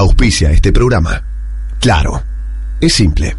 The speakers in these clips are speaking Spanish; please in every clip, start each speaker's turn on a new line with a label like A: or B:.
A: Auspicia este programa. Claro, es simple.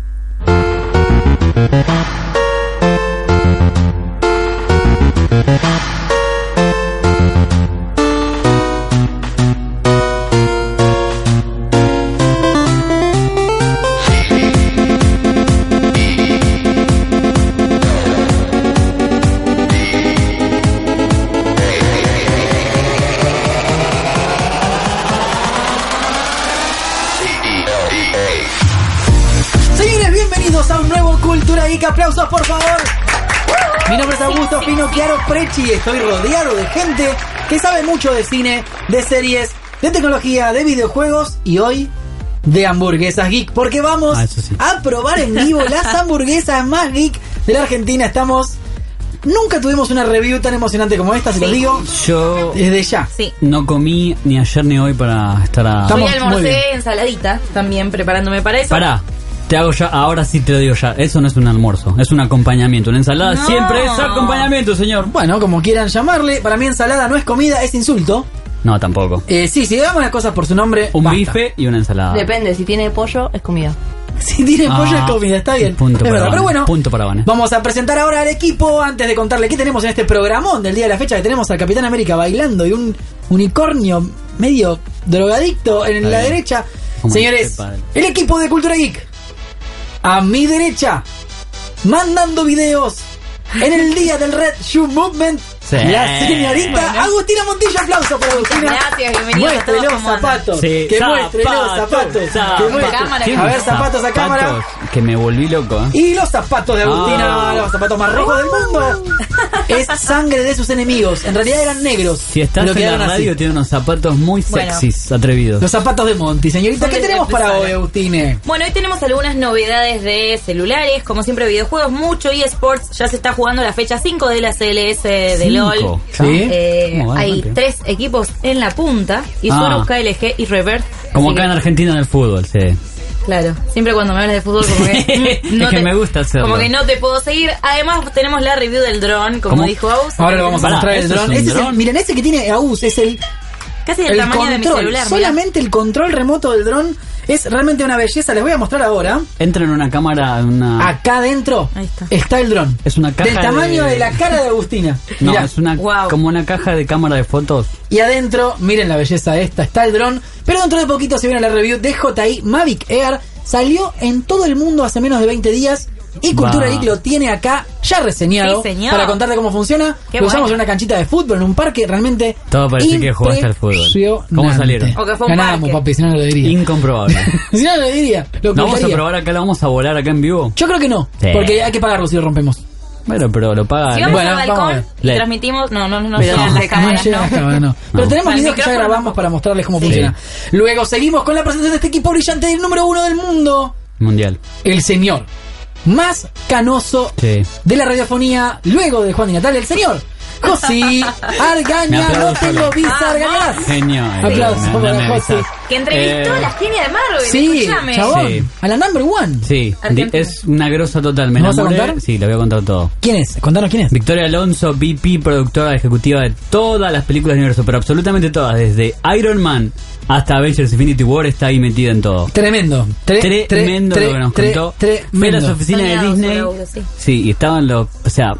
B: Señores, bienvenidos a un nuevo Cultura Geek. Aplausos, por favor. Mi nombre es Augusto Fino Chiaro Prechi y estoy rodeado de gente que sabe mucho de cine, de series, de tecnología, de videojuegos y hoy de hamburguesas geek. Porque vamos
C: Ah, eso sí.
B: a probar en vivo las hamburguesas más geek de la Argentina. Estamos. Nunca tuvimos una review tan emocionante como esta, se lo
D: Sí.
B: digo
C: Yo
B: desde ya.
D: Sí.
C: no comí ni ayer ni hoy para estar a.
B: Estamos-
D: Hoy
B: muy bien.
D: almorcé ensaladita también preparándome para eso.
C: Pará. Te hago ya, ahora sí te lo digo ya. Eso no es un almuerzo, es un acompañamiento. Una ensalada
D: No.
C: siempre es acompañamiento, señor.
B: Bueno, como quieran llamarle, para mí ensalada no es comida, es insulto.
C: No, tampoco.
B: Eh, sí, si damos las cosas por su nombre,
C: Un
B: basta.
C: bife y una ensalada.
D: Depende, si tiene pollo es comida.
B: Si tiene
C: Ah,
B: pollo es comida, está bien.
C: punto
B: Es
C: para
B: verdad,
C: Vane,
B: pero bueno,
C: punto para Vane.
B: vamos a presentar ahora al equipo antes de contarle qué tenemos en este programón del día de la fecha que tenemos al Capitán América bailando y un unicornio medio drogadicto en la
C: bien.
B: derecha.
C: Como
B: Señores,
C: este padre.
B: el equipo de Cultura Geek. A mi derecha, mandando videos en el día del Red Shoe Movement.
C: Sí.
B: La señorita
D: Bueno.
B: Agustina Montillo, aplauso para Agustina.
D: Gracias, bienvenidos a
B: Muestre
D: todos.
B: los
D: ¿cómo andan?
B: zapatos.
C: Sí,
B: que muestre los zapatos. Que muestre.
D: Cámara,
B: A ver, zapatos a cámara.
C: Zapatos, Que me volví loco. ¿eh?
B: Y los zapatos de Agustina,
C: Ah.
B: los zapatos más rojos del mundo. Es sangre de sus enemigos. En realidad eran negros.
C: Si estás
B: Lo
C: en la
B: quedaron así.
C: radio, tiene unos zapatos muy
D: Bueno.
C: sexys, atrevidos.
B: Los zapatos de Monty. Señorita, ¿qué
D: Son de
B: tenemos para
D: represada.
B: hoy, Agustine?
D: Bueno, hoy tenemos algunas novedades de celulares, como siempre videojuegos, mucho eSports, ya se está jugando la fecha 5 de la CLS de
C: Cinco.
D: LOL.
B: Sí.
D: Eh,
C: ¿Cómo va,
D: hay
C: rápido?
D: tres equipos en la punta, y
C: Ah.
D: KLG y Reverse.
C: Como
D: Así
C: acá en
D: que-
C: Argentina en el fútbol, sí.
D: Claro, siempre cuando me hablas de fútbol como que... mm,
C: Es que me gusta hacerlo.
D: Como que no te puedo seguir. Además tenemos la review del dron, como
C: ¿Cómo?
D: dijo Aus.
B: Ahora lo vamos a
C: Pará,
B: mostrar el
C: Ah, ¿eso es
B: dron.
C: un
B: Ese es el-
C: dron?
B: Miren, ese que tiene Agus es el,
D: Casi del
B: el
D: tamaño de mi
B: control.
D: celular. mirá.
B: Solamente el control remoto del dron es realmente una belleza. Les voy a mostrar ahora.
C: Entra en una cámara, en una...
B: Acá adentro
D: Ahí está.
B: Ah, el dron.
C: Es una Ah. caja
B: Del tamaño de...
C: de-
B: la cara de Agustina.
C: no,
B: Mirá.
C: es una
D: Guau.
C: como una caja de cámara de fotos.
B: Y adentro, miren la belleza esta, está el dron. Pero dentro de poquito se viene la review de JI Mavic Air. Salió en todo el mundo hace menos de 20 días. Y Cultura
C: Va.
B: Geek lo tiene acá ya reseñado
D: Sí, señor.
B: para contarte cómo funciona.
D: Qué
B: lo
D: bueno.
B: usamos en una canchita de fútbol, en un parque realmente.
C: Todo parece que jugaste al fútbol.
B: impresionante.
C: ¿Cómo salieron?
D: O que fue un
B: Ganábamos,
D: parque.
B: papi, si no no lo diría.
C: Incomprobable.
B: si no no lo diría. Lo
C: ¿No vamos a
B: compraría.
C: probar acá? ¿La vamos a volar acá en vivo?
B: Yo creo que no,
C: Sí.
B: porque hay que pagarlo si lo rompemos.
C: Bueno, pero lo paga...
D: Si vamos
B: Bueno,
D: al
B: vamos a ver. Ah,
D: balcón y
C: Le-
D: transmitimos... No, no, no, no
C: Pero
D: llegan las
C: no,
D: cámaras,
B: llega
D: ¿no?
B: la cámara, no. Pero
C: No.
B: tenemos
D: Al
B: videos que ya
D: micrófono
B: grabamos
D: tampoco.
B: para mostrarles cómo funciona. Luego seguimos con la presentación de este equipo brillante del número uno del mundo,
C: Mundial.
B: el señor más canoso
C: Sí.
B: de la radiofonía, luego de Juan Di Natal, el señor José
C: Me
B: Argaña, no
C: aplaudo
B: tengo
C: solo.
B: visa,
D: Vamos.
B: Argañarás.
C: Genio. eh,
B: Aplausos
C: me-
B: para
C: me
B: José.
C: avisas.
D: Que entrevistó
C: Eh,
D: a la genia de Marvel.
B: Sí,
D: escúchame.
B: chabón,
C: Sí.
B: a la number one.
C: Sí, di-
D: Argentina.
C: es una grosa total. ¿Me
B: ¿Nos vas a
C: enamoré.
B: contar?
C: Sí, lo voy a contar todo.
B: ¿Quién es? Contanos quién es.
C: Victoria Alonso, VP, productora ejecutiva de todas las películas del universo, pero absolutamente todas, desde Iron Man hasta Avengers Infinity War, está ahí metida en todo.
B: Tremendo. Tre- tre-
C: tremendo
B: tre-
C: lo que nos
B: tre-
C: contó. Fue a las
B: Tremendo.
C: oficinas de
D: Soñado,
C: Disney.
D: seguro, sí.
C: Sí, y estaban los. O sea,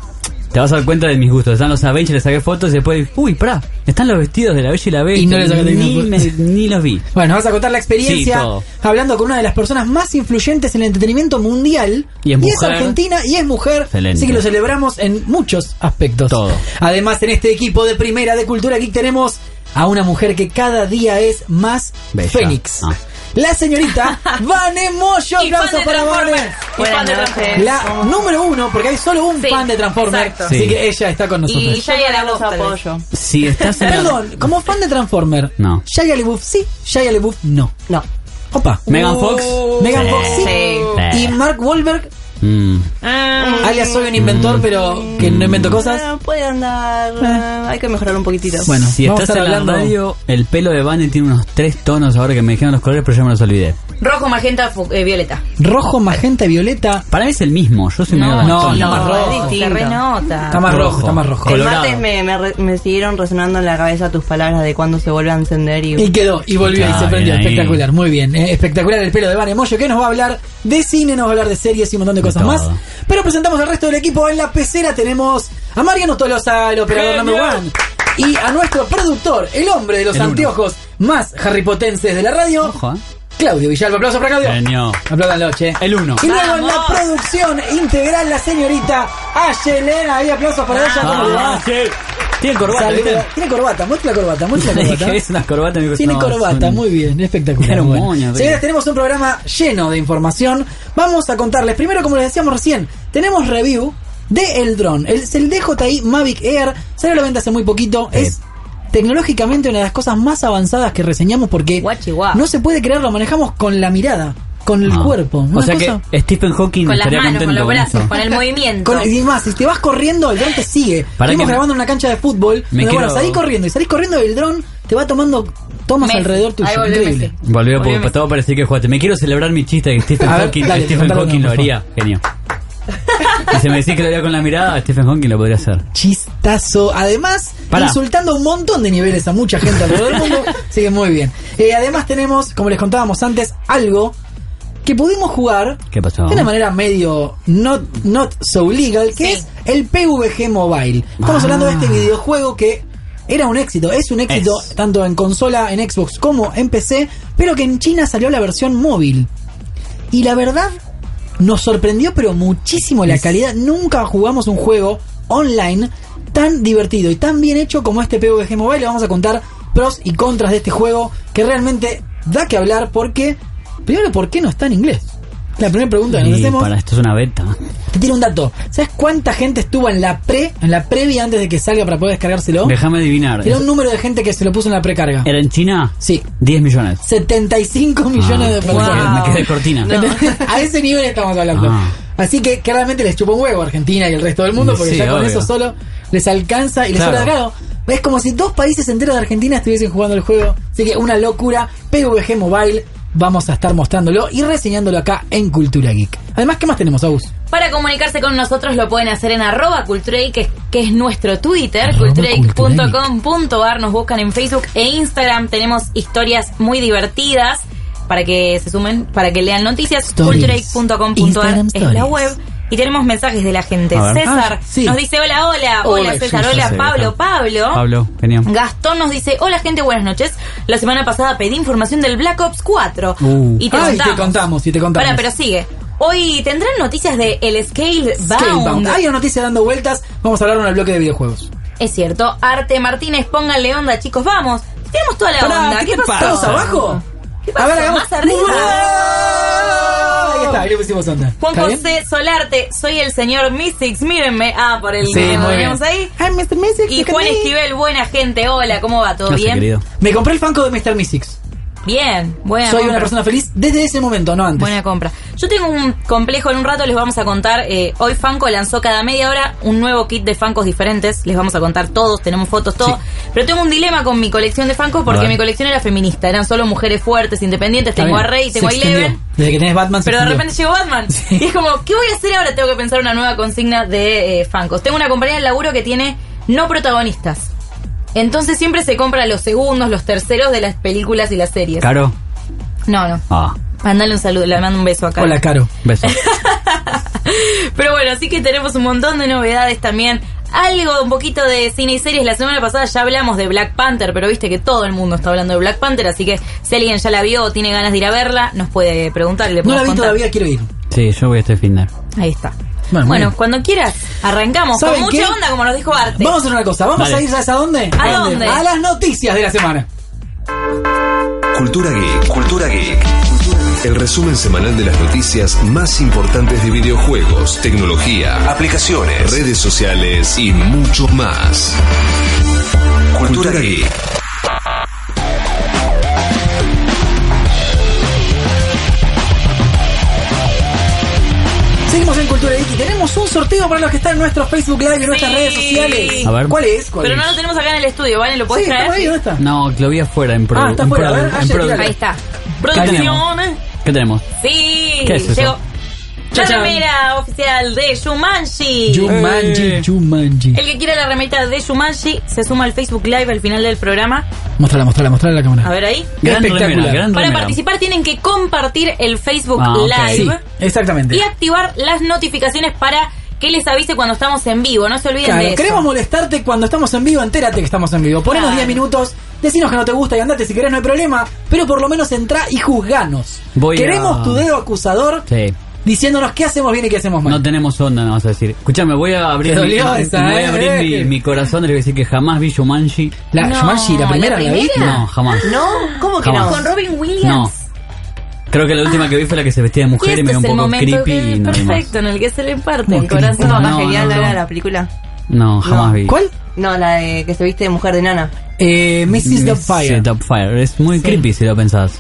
C: te vas a dar cuenta de mis gustos. Están los Avengers, les saqué fotos y después. Uy, pará, están los vestidos de la Bella y la Bestia.
B: Y no les sacaste
C: ni,
B: ninguna
C: me-
B: foto.
C: ni los vi.
B: Bueno, vamos a contar la experiencia
C: Sí, todo.
B: hablando con una de las personas más influyentes en el entretenimiento mundial.
C: Y es mujer.
B: argentina y es mujer.
C: Excelente.
B: Así que lo celebramos en muchos aspectos.
C: Todo.
B: Además, en este equipo de primera de Cultura Geek tenemos a una mujer que cada día es más
C: Bella.
B: Fénix.
C: Ah.
B: La señorita Vane Moyo.
D: Y fan
B: Aplauso
D: de
B: para
D: Transformers.
B: Vane.
D: Y fan de Transformers.
B: La número uno, porque hay solo un
D: Sí,
B: fan de Transformers.
D: exacto.
B: Así
C: Sí.
B: que ella está con
D: Y
B: nosotros.
D: ya era los apoyo.
C: Si estás en la-
B: Perdón, como fan de Transformer,
C: No.
B: Shia LaBeouf sí, Shia LaBeouf no.
D: No.
B: Opa. Uh,
C: Megan Fox.
B: Megan
C: Sí.
B: Fox sí.
C: Sí.
B: Y Mark Wahlberg,
C: Mm.
B: alias soy un inventor, pero que no invento cosas.
E: Ah, puede andar. ah, hay que mejorar un poquitito.
B: Bueno,
C: si
B: vamos
C: estás
B: a estar
C: en la
B: hablando.
C: radio, el pelo de Vane tiene unos tres tonos ahora que me dijeron los colores, pero yo me los olvidé.
D: Rojo, magenta, fu- eh, violeta.
B: Rojo, magenta, violeta.
C: Para mí es el mismo. Yo soy
D: No,
C: medio daltónico.
B: no,
E: más rojo.
D: es distinto. Se renota.
B: Está más rojo, Ah, está más rojo.
E: El
C: Colorado.
E: martes me, me re- me siguieron resonando en la cabeza tus palabras de cuando se vuelve a encender y...
B: Y quedó, y volvió, y
C: Está
B: se prendió.
C: bien ahí.
B: Espectacular, muy bien. Eh, espectacular el pelo de Vane Moyo, que nos va a hablar de cine, nos va a hablar de series y un montón de cosas
C: todo.
B: más. Pero presentamos al resto del equipo. En la pecera tenemos a Mariano Tolosa, el operador
C: Genio.
B: number one. Y a nuestro productor, el hombre de los
C: El uno.
B: anteojos más harripotenses de la radio,
C: Ojo, ¿eh?
B: Claudio Villalba. Aplausos para Claudio.
C: Genio.
B: Aplaudanlo, che.
C: El uno.
B: Y luego en la
D: Vamos.
B: producción integral, la señorita Ayelena. Ahí aplausos para ella. ¿Cómo le va?
C: Ah, sí. Tiene corbata,
B: Saluda.
C: ¿viste?
B: Tiene corbata, muestra la corbata, muestra la
C: Le
B: corbata.
C: dije, ¿ves unas corbatas? Me dijo,
B: Tiene
C: no,
B: corbata,
C: son-
B: muy bien, espectacular.
C: Era un
B: Bueno.
C: moño,
B: Señores,
C: pero-
B: tenemos un programa lleno de información. Vamos a contarles. Primero, como les decíamos recién, tenemos review de el dron. El, es el DJI Mavic Air. Salió a la venta hace muy poquito.
C: Eh.
B: Es tecnológicamente una de las cosas más avanzadas que reseñamos porque
D: Guachi, guau.
B: no se puede creer, lo manejamos con la mirada, con el
C: Ah.
B: cuerpo.
C: O
B: Una
C: sea
B: cosa-
C: que Stephen Hawking
D: Con las
C: estaría
D: manos, con
C: contento
D: los
C: con
D: brazos,
C: eso.
D: con el movimiento.
B: Con- y más, si te vas corriendo, el dron te sigue. Estamos
C: Pará que me-
B: grabando en una cancha de fútbol.
C: Me
B: donde,
C: quiero-
B: Bueno, salís corriendo y salís corriendo y el dron te va tomando tomas
D: Messi.
B: alrededor tuyo.
D: Ahí volvió
B: Increíble.
D: Messi.
C: Volvió porque
D: Volvió
C: todo parecía que jugaste. Me quiero celebrar mi chiste de que Stephen
B: A ver,
C: Hawking,
B: dale,
C: Stephen
B: contalo,
C: Hawking
B: por
C: lo
B: favor.
C: haría. Genio. Y si me decís que lo haría con la mirada, Stephen Hawking lo podría hacer.
B: Chistazo. Además,
C: Pará.
B: insultando un montón de niveles a mucha gente alrededor del mundo. Sigue muy bien. Eh, además, tenemos, como les contábamos antes, algo que pudimos jugar
C: ¿Qué pasó?
B: de una manera medio not, not so legal, que
D: Sí.
B: es el PVG Mobile. Estamos
C: Ah.
B: hablando de este videojuego que era un éxito, es un éxito
C: Es.
B: tanto en consola, en Xbox como en PC, pero que en China salió la versión móvil. Y la verdad, nos sorprendió, pero muchísimo la calidad. Nunca jugamos un juego online tan divertido y tan bien hecho como este PvG Mobile. Le vamos a contar pros y contras de este juego que realmente da que hablar porque, primero, ¿por qué no está en inglés? La primera pregunta que nos
C: Y
B: hacemos,
C: para esto es una beta.
B: te tiro un dato. ¿Sabes cuánta gente estuvo en la pre, en la previa antes de que salga para poder descargárselo?
C: Déjame adivinar.
B: Era un número de gente que se lo puso en la precarga.
C: ¿Era en China?
B: Sí.
C: 10 millones.
B: 75 millones
C: Ah,
B: de
C: qué
B: personas.
C: bueno, Me quedé cortina.
D: No.
B: a ese nivel estamos hablando.
C: Ah.
B: Así que claramente les chupa un huevo a Argentina y el resto del mundo, porque
C: Sí,
B: ya con
C: obvio.
B: eso solo les alcanza y les
C: Claro.
B: sobra claro. Es como si dos países enteros de Argentina estuviesen jugando el juego. Así que una locura. PVG Mobile, vamos a estar mostrándolo y reseñándolo acá en Cultura Geek. Además, ¿qué más tenemos, Agus?
D: Para comunicarse con nosotros lo pueden hacer en arroba culturey, que, que es nuestro Twitter,
B: Arroba
D: culturey.com.ar. Nos buscan en Facebook e Instagram. Tenemos historias muy divertidas para que se sumen, para que lean noticias.
B: Stories.
D: culturey.com.ar
B: Instagram
D: es la
B: stories.
D: web. Y tenemos mensajes de la gente.
C: A ver.
D: César
B: Ah, sí.
D: nos dice hola, hola.
B: Hola,
D: Hola, César.
B: sí,
D: Hola,
C: sí,
D: Pablo.
C: sí.
D: Pablo.
C: Pablo, genio.
D: Gastón nos dice, hola gente, buenas noches. La semana pasada pedí información del Black Ops 4.
C: Uh.
D: Y te
B: Ay,
D: contamos.
B: te contamos, y te contamos.
D: Pará, pero sigue. Hoy tendrán noticias de el Scale
B: Scalebound.
D: Bound.
B: Hay una noticia dando vueltas. Vamos a hablar en el bloque de videojuegos.
D: Es cierto. Arte Martínez, pónganle onda, chicos, vamos. Tenemos toda la
B: Pará,
D: onda.
B: ¿qué
D: ¿Qué,
B: te
D: pasó?
B: ¿Estamos abajo?
D: ¿Qué pasó? Más arriba.
B: ¡Wow! Ahí está, ahí le pusimos onda.
D: Juan
B: ¿Está bien?
D: José Solarte, soy el señor Mystics, mírenme. Ah, por el
B: Sí,
D: que
B: muy bien.
D: teníamos ahí.
B: Ay, Mr. Mystics,
D: Y
B: look at
D: Juan
B: me.
D: Esquivel, buena gente, hola, ¿cómo va? ¿Todo
C: No sé,
D: bien?
C: querido.
B: Me compré el Funko de Mr. Mystics.
D: Bien, buena
B: Soy una
D: compra.
B: persona feliz desde ese momento, no antes.
D: Buena compra. Yo tengo un complejo en un rato, les vamos a contar. eh, hoy Fanco lanzó cada media hora un nuevo kit de Fancos diferentes. Les vamos a contar todos, tenemos fotos, todo. Pero tengo un dilema con mi colección de Fancos
C: A
D: porque
C: ver.
D: mi colección era feminista. Eran solo mujeres fuertes, independientes.
B: Está
D: Tengo a
B: bien.
D: Rey,
B: Se
D: tengo a
B: extendió.
D: Eleven.
B: Desde que tenés Batman, se
D: Pero de
B: extendió.
D: repente llegó Batman.
B: Sí.
D: Y es como, ¿qué voy a hacer ahora? Tengo que pensar una nueva consigna de eh, Fancos. Tengo una compañía de laburo que tiene no protagonistas. Entonces siempre se compra los segundos, los terceros de las películas y las series.
C: ¿Caro?
D: No, no.
C: Ah,
D: Mandale un saludo, le mando un beso acá.
B: Hola, Caro.
C: beso.
D: Pero bueno, así que tenemos un montón de novedades también. Algo, un poquito de cine y series. La semana pasada ya hablamos de Black Panther, pero viste que todo el mundo está hablando de Black Panther, así que si alguien ya la vio o tiene ganas de ir a verla, nos puede preguntar y le
B: No la
D: podemos
B: vi
D: contar.
B: todavía, quiero ir.
C: Sí, yo voy a este fin de.
D: Ahí está.
B: Bueno,
D: Bueno,
B: bueno.
D: cuando quieras, arrancamos con
B: ¿Saben
D: mucha
B: qué?
D: onda, como nos dijo Arte.
B: Vamos a hacer una cosa. Vamos
C: Dale.
B: a ir, ¿sabes a dónde?
D: ¿A dónde?
B: A las noticias de la semana.
F: Cultura Geek, Cultura Geek.
G: El resumen semanal de las noticias más importantes de videojuegos, tecnología,
F: Aplicaciones. Red.
G: redes sociales y mucho más.
F: Cultura Geek.
B: Seguimos en Cultura Geek y tenemos un sorteo para los que están en nuestro Facebook Live y en nuestras
D: Sí.
B: redes sociales.
C: A ver.
B: ¿Cuál es? ¿Cuál
D: Pero
B: es?
D: no lo tenemos acá en el estudio, ¿vale? ¿Lo podés
B: Sí, está
D: traer?
B: ahí, ¿dónde está?
C: No, que lo vi afuera en pro.
B: Ah, está
C: en
B: afuera,
C: pro-
B: a ver,
C: en
B: ayer,
C: pro-
B: mirá.
D: Ahí está.
C: Ahí
D: Producción.
C: tenemos. ¿Qué tenemos?
D: Sí,
C: ¿Qué es eso?
D: llegó la
C: Cha-chan.
D: remera oficial de Shumanji.
B: Eh.
C: Jumanji, Jumanji.
D: el que quiera la remera de Shumanji se suma al Facebook Live al final del programa.
H: Mostrala, mostrala, mostrala a la cámara.
D: A ver ahí.
C: Gran
H: Espectacular.
C: remera, gran
D: Para
C: remera.
D: participar tienen que compartir el Facebook
C: Ah, ok.
D: Live.
B: Sí, exactamente.
D: y activar las notificaciones para que les avise cuando estamos en vivo. No se olviden
B: Claro,
D: de eso.
B: queremos molestarte cuando estamos en vivo, entérate que estamos en vivo. Ponemos
D: Claro.
B: 10 minutos, decinos que no te gusta y andate si querés, no hay problema, pero por lo menos entrá y juzganos.
C: Voy
B: queremos
C: a-
B: tu dedo acusador
C: Sí.
B: diciéndonos qué hacemos bien y qué hacemos mal.
C: No tenemos onda, no vas a decir. Escuchame, voy a abrir,
B: Te
C: mi,
B: dolió esa,
C: voy
B: eh,
C: a abrir mi,
B: eh.
C: mi corazón y le voy a decir que jamás vi Jumanji.
B: La
D: No,
B: Shumanji, la
D: ¿la
B: primera, ¿la,
D: primera?
B: viste?
C: No, jamás.
E: ¿No? ¿Cómo que
C: Jamás.
E: no?
D: Con Robin
C: No.
D: Williams. Ah.
C: Creo que la última que vi fue la que se vestía de
D: Y
C: mujer y,
D: este
C: me dio
D: es
C: un
D: el
C: poco
D: momento
C: creepy
D: que-
C: y no vi más.
D: perfecto en el que se le parte el
E: Corazón,
C: No,
D: corazón.
E: más
C: no,
E: genial
C: no.
E: era la película.
C: No, jamás vi.
B: ¿Cuál?
E: No, la de que se viste de mujer de nana.
B: Eh, Mrs.
C: Sí,
B: Doubtfire.
C: Doubtfire. Es muy creepy si lo pensás.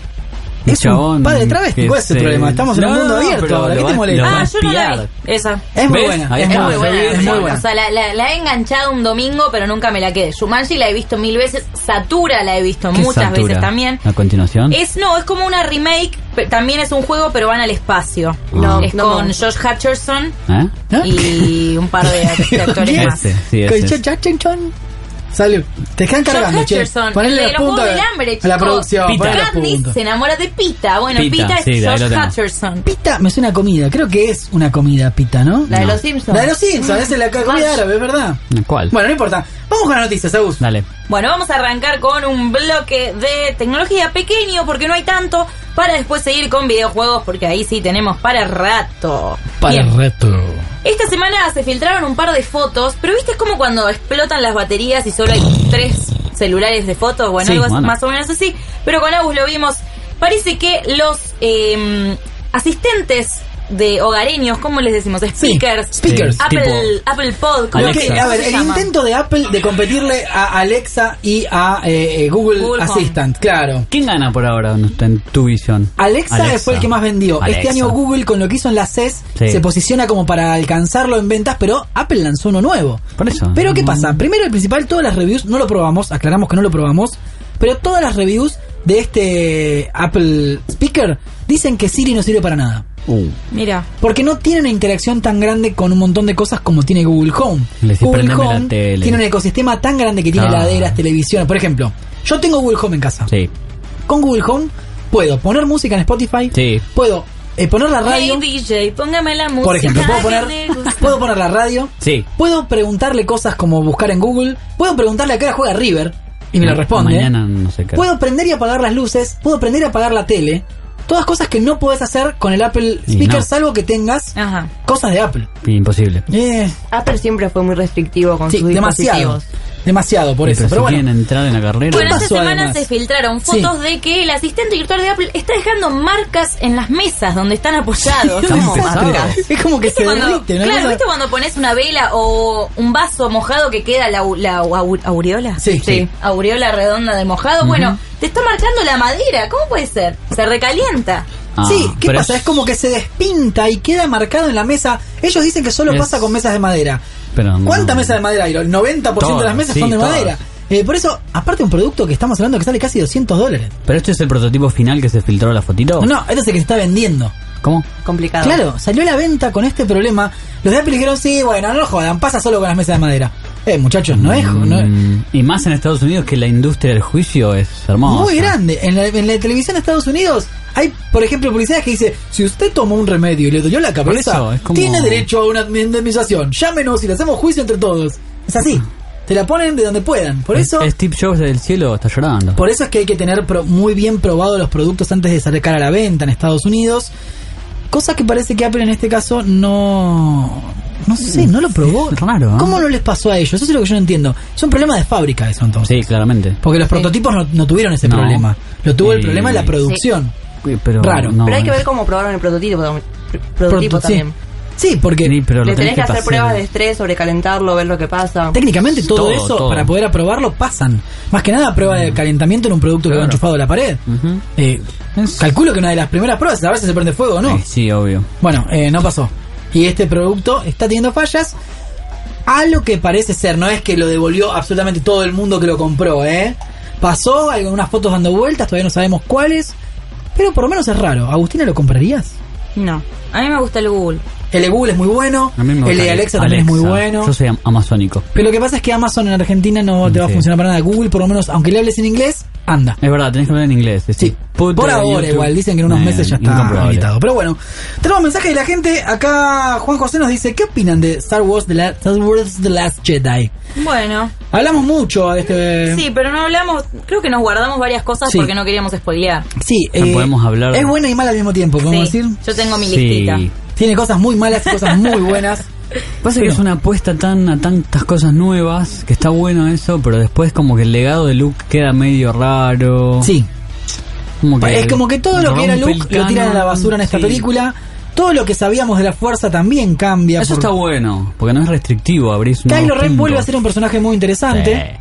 B: Es un padre travesti, ¿cuál es el problema? Estamos en un mundo abierto,
C: pero
B: ¿de qué
C: lo
B: te
C: va-
B: molesta?
C: lo va
D: Ah,
C: a
D: yo no la
C: espiar.
D: vi. Esa.
B: Es muy
C: ¿Ves?
B: buena,
C: Ahí
B: es,
C: está.
B: muy buena, es muy buena.
D: O sea, la, la- la he enganchado un domingo, pero nunca me la quedé. Shumanji la he visto mil veces. Satura la he visto
C: ¿Qué
D: muchas
C: satura?
D: veces también.
C: A continuación.
D: Es no, es como una remake, pe- también es un juego, pero van al espacio.
B: Ah.
E: No,
D: es
E: no me
D: con
E: gusta.
D: Josh Hutcherson
C: ¿Eh?
D: y un par de act- de actores más.
C: Ese, sí, ese.
B: Con Jack Chinchon. Salud. Te están
D: John
B: cargando, che.
D: Hutcherson, el
B: Ponle
D: de
B: los
D: los
B: puntos
D: Juegos del
B: a-
D: Hambre,
B: a la
D: chicos.
B: producción.
C: Pita.
B: ponle los
D: Katniss
B: puntos.
D: se enamora de Pita. Bueno, Pita,
C: Pita,
D: es
C: sí, de ahí
D: Josh
C: lo tengo.
D: Hutcherson.
B: Pita me suena a comida, creo que es una comida pita, ¿no?
E: La de
C: No.
E: los Simpsons.
B: La de los
D: Mm.
B: Simpsons, esa es la comida árabe, es verdad.
C: ¿Cuál?
B: Bueno, no importa. Vamos con las noticias, Agus.
C: Dale.
D: Bueno, vamos a arrancar con un bloque de tecnología pequeño porque no hay tanto para después seguir con videojuegos porque ahí sí tenemos para rato. Bien.
H: reto.
D: Esta semana se filtraron un par de fotos, pero viste es como cuando explotan las baterías y solo hay tres celulares de fotos, bueno,
C: Sí,
D: algo
C: bueno.
D: más o menos así, pero con Agus lo vimos. Parece que los eh, asistentes de hogareños, ¿cómo les decimos? Speakers.
B: speakers.
D: Apple,
C: Tipo-
D: Apple Pod. ¿cómo
B: Lo
C: Alexa.
D: se-
B: que- a
D: cómo
B: ver,
D: se
B: el
D: llama?
B: intento de Apple de competirle a Alexa y a eh, eh, Google,
D: Google Home.
B: Assistant, claro.
C: ¿Quién gana por ahora en en tu visión?
B: Alexa, fue el que más vendió. Este
C: Alexa.
B: año Google con lo que hizo en la CES
C: Sí.
B: se posiciona como para alcanzarlo en ventas, pero Apple lanzó uno nuevo.
C: Por eso. Mm.
B: Pero ¿qué
C: No.
B: pasa? Primero el principal, todas las reviews, no lo probamos, aclaramos que no lo probamos, pero todas las reviews de este Apple Speaker dicen que Siri no sirve para nada.
C: Uh,
D: Mira.
B: Porque no tiene una interacción tan grande con un montón de cosas como tiene Google Home.
C: Le decís,
B: Google
C: "Prendeme la tele".
B: tiene un ecosistema tan grande que tiene
C: Ah.
B: heladeras, televisión. Por ejemplo, yo tengo Google Home en casa.
C: sí.
B: Con Google Home puedo poner música en Spotify,
C: Sí.
B: puedo eh, poner la radio,
D: Hey DJ, póngame la música.
B: por ejemplo, puedo
D: que
B: poner,
D: le gusta.
B: puedo poner la radio,
C: Sí.
B: puedo preguntarle cosas como buscar en Google, puedo preguntarle a qué hora juega River y me lo responde.
C: Eh, Ah,
B: ¿eh?
C: Mañana no sé qué.
B: Puedo prender y apagar las luces, puedo prender y apagar la tele. Todas cosas que no podés hacer con el Apple
C: Y
B: Speaker,
C: no.
B: salvo que tengas
D: Ajá.
B: cosas de Apple.
C: Imposible.
B: Eh,
E: Apple Ah, siempre fue muy restrictivo con
B: sí,
E: sus
B: demasiado.
E: dispositivos.
B: Demasiado por
C: Eh,
B: eso.
C: pero
B: Pero
C: si
B: bueno,
C: quieren entrar en la carrera.
D: Bueno, esta
B: pasó,
D: semana
B: además?
D: se filtraron
B: Sí.
D: fotos de que el asistente virtual de Apple está dejando marcas en las mesas donde están apoyados.
C: Están
D: Como-
C: pesados.
B: es como que
D: ¿Viste
B: se
D: cuando,
B: derrite, ¿no?
D: claro,
B: Cosa-
D: ¿viste cuando pones una vela o un vaso mojado que queda la, au- la au- aureola?
B: Sí, sí.
D: Aureola redonda del mojado. Bueno, te está marcando la madera. ¿Cómo puede ser? Se recalienta.
C: Ah,
B: sí, ¿qué
C: pero
B: pasa? Es como que se despinta y queda marcado en la mesa. Ellos dicen que solo
C: Es-
B: pasa con mesas de madera.
C: Pero no.
B: ¿Cuántas mesas de madera hay? El 90% de las
C: Todas,
B: mesas
C: sí,
B: son de
C: todas.
B: madera. Eh, por eso, aparte un producto que estamos hablando que sale casi 200 dólares.
C: ¿Pero este es el prototipo final que se filtró la fotito?
B: No, este es el que se está vendiendo.
C: ¿Cómo?
E: Complicado.
B: Claro, salió a la venta con este problema. Los de Apple dijeron, sí, bueno, no lo jodan, pasa solo con las mesas de madera. Eh, muchachos, no es... jo- no es-
C: Mm, Y más en Estados Unidos que la industria del juicio es hermosa.
B: Muy grande. En la, en la televisión de Estados Unidos hay, por ejemplo, publicidades que dice, si usted tomó un remedio y le dolió la cabeza,
C: Eso, es como-
B: tiene derecho a una indemnización. Llámenos y le hacemos juicio entre todos. Es
C: Ah.
B: así. Te la ponen de donde puedan. Por eso,
C: Steve Jobs del cielo está llorando.
B: por eso es que hay que tener pro- muy bien probados los productos antes de sacar a la venta en Estados Unidos. Cosa que parece que Apple en este caso no... No sé, no lo probó.
C: Es raro, ¿eh?
B: ¿Cómo no les pasó a ellos? Eso es lo que yo no entiendo. Es un problema de fábrica eso entonces.
C: Sí, claramente.
B: Porque los prototipos no, no tuvieron ese
C: No.
B: problema. Lo tuvo el
C: Eh,
B: problema de la producción.
C: Uy, Pero,
B: Raro.
C: no,
E: Pero hay que ver
C: es-
E: cómo probaron el prototipo, tam- prototipo
B: Proto- sí.
E: también.
B: Sí, porque
C: Sí, pero lo
E: Le tenés que hacer
C: pasar.
E: pruebas de estrés, sobrecalentarlo, ver lo que pasa.
B: técnicamente todo,
C: Todo,
B: eso,
C: todo. Mm.
B: para poder aprobarlo, pasan. Más que nada, a prueba de calentamiento en un producto que va enchufado a la pared.
C: Ujú.
B: Eh,
C: Es-
B: calculo que una de las primeras pruebas es a ver si se prende fuego o no.
C: Eh, Sí, sí, obvio.
B: Bueno, eh, no pasó. Y este producto está teniendo fallas. A lo que parece ser, no es que lo devolvió absolutamente todo el mundo que lo compró, ¿eh? Pasó, hay unas fotos dando vueltas, todavía no sabemos cuáles. Pero por lo menos es raro. Agustina, ¿lo comprarías?
D: No. A mí me gusta el Google.
B: El de Google es muy bueno.
C: A mí me
B: el de
C: gusta
B: Alexa, también es muy bueno.
C: Yo soy am- amazónico.
B: Pero lo que pasa es que Amazon en Argentina no te va a
C: Sí.
B: funcionar para nada. Google, por lo menos, aunque le hables en inglés, anda.
C: Es verdad, tenés que hablar en inglés. decir,
B: Sí,
C: puta,
B: por ahora
C: YouTube.
B: igual, dicen que en unos
C: Nah,
B: meses ya está
C: incomprobable.
B: habilitado. Pero bueno, tenemos mensaje de la gente. Acá Juan José nos dice, ¿qué opinan de Star Wars The, La- Star Wars The Last Jedi?
D: Bueno.
B: Hablamos mucho de este...
D: Sí, pero no hablamos. Creo que nos guardamos varias cosas
B: Sí.
D: porque no queríamos spoilear.
B: Sí,
C: Ya podemos hablar.
B: eh, Es buena y mala al mismo tiempo, podemos
D: Sí,
B: decir.
D: Yo tengo mi
C: Sí.
D: listita.
B: Tiene cosas muy malas y cosas muy buenas.
C: Pasa que
B: Pero-
C: es una apuesta tan a tantas cosas nuevas, que está bueno eso, pero después como que el legado de Luke queda medio raro.
B: Sí,
C: Como que
B: es como que todo lo que era
C: rompe el
B: Luke lo tiran a la
C: canon,
B: basura en esta
C: sí.
B: película. Todo lo que sabíamos de la fuerza también cambia.
C: Eso
B: por-
C: está bueno, porque no es restrictivo, abrís un
B: Kylo
C: nuevo
B: Ren
C: punto.
B: vuelve a ser un personaje muy interesante.
C: Sí.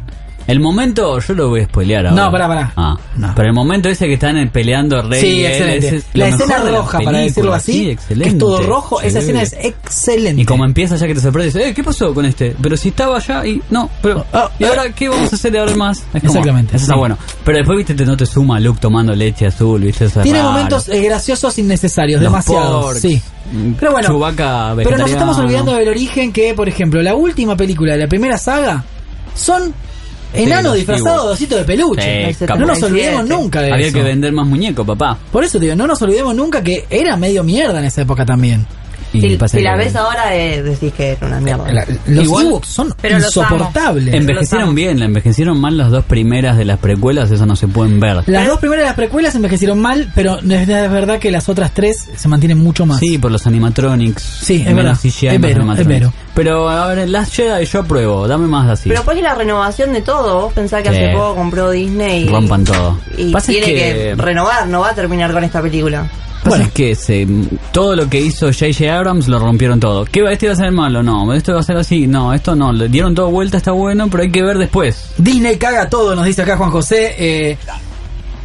C: El momento, yo lo voy a spoilear ahora.
B: No, pará, pará.
C: Ah,
B: No.
C: Pero el momento ese que están eh, peleando Rey.
B: Sí,
C: y él, ese
B: excelente.
C: es lo
B: la
C: mejor
B: escena
C: de la
B: roja, para
C: película,
B: decirlo así,
C: sí,
B: que
C: excelente.
B: es todo rojo, esa escena
C: Chévere.
B: es excelente.
C: Y como empieza ya que te sorprendes, eh, ¿qué pasó con este? Pero si estaba allá y no, pero
B: Ah,
C: ¿y ahora qué vamos a hacer de ahora en más? Es como,
B: Exactamente,
C: Eso está
B: sí.
C: bueno. Pero después viste te- no te suma Luke tomando leche azul, viste eso es
B: Tiene
C: raro.
B: momentos eh, graciosos innecesarios,
C: Los
B: demasiados.
C: porks.
B: Sí.
C: Mm,
B: Pero bueno,
C: Chewbacca
B: pero nos
C: vegetariano.
B: estamos olvidando del origen que, por ejemplo, la última película de la primera saga son enano
C: los
B: disfrazado de osito de peluche.
C: Sí,
B: no nos
E: capaz.
B: olvidemos nunca de
C: Había
B: eso.
C: que vender más muñeco, papá.
B: Por eso te digo, no nos olvidemos nunca que era medio mierda en esa época también.
C: Y
E: Si,
C: pasa
E: si
C: que-
E: la ves ahora, eh, decís que era una mierda.
B: La- los
C: Igual-
B: Ewoks son
D: Pero los amo.
B: insoportables.
D: Los
C: Envejecieron
D: amo.
C: bien, la envejecieron mal las dos primeras de las precuelas, eso no se pueden ver.
B: Las dos primeras de las precuelas envejecieron mal, pero es de- es verdad que las otras tres se mantienen mucho más.
C: Sí, por los animatronics.
B: Sí, es
C: Menos
B: verdad.
C: CGI,
B: Es
C: más
B: vero, es
C: animatronics.
B: vero.
C: Pero ahora en Last Jedi yo apruebo, dame más así.
E: Pero después de la renovación de todo, vos pensás que
C: Sí.
E: hace poco compró Disney y,
C: Rompan todo.
E: y
C: Pasa
E: tiene
C: que-
E: que... renovar, no va a terminar con esta película.
C: Pasa
B: Bueno.
C: es que se- todo lo que hizo J.J. Abrams lo rompieron todo. ¿Qué va, este va a ser malo? No, esto va a ser así. No, esto no. Le dieron todo vuelta, está bueno, pero hay que ver después.
B: Disney caga todo, nos dice acá Juan José. eh,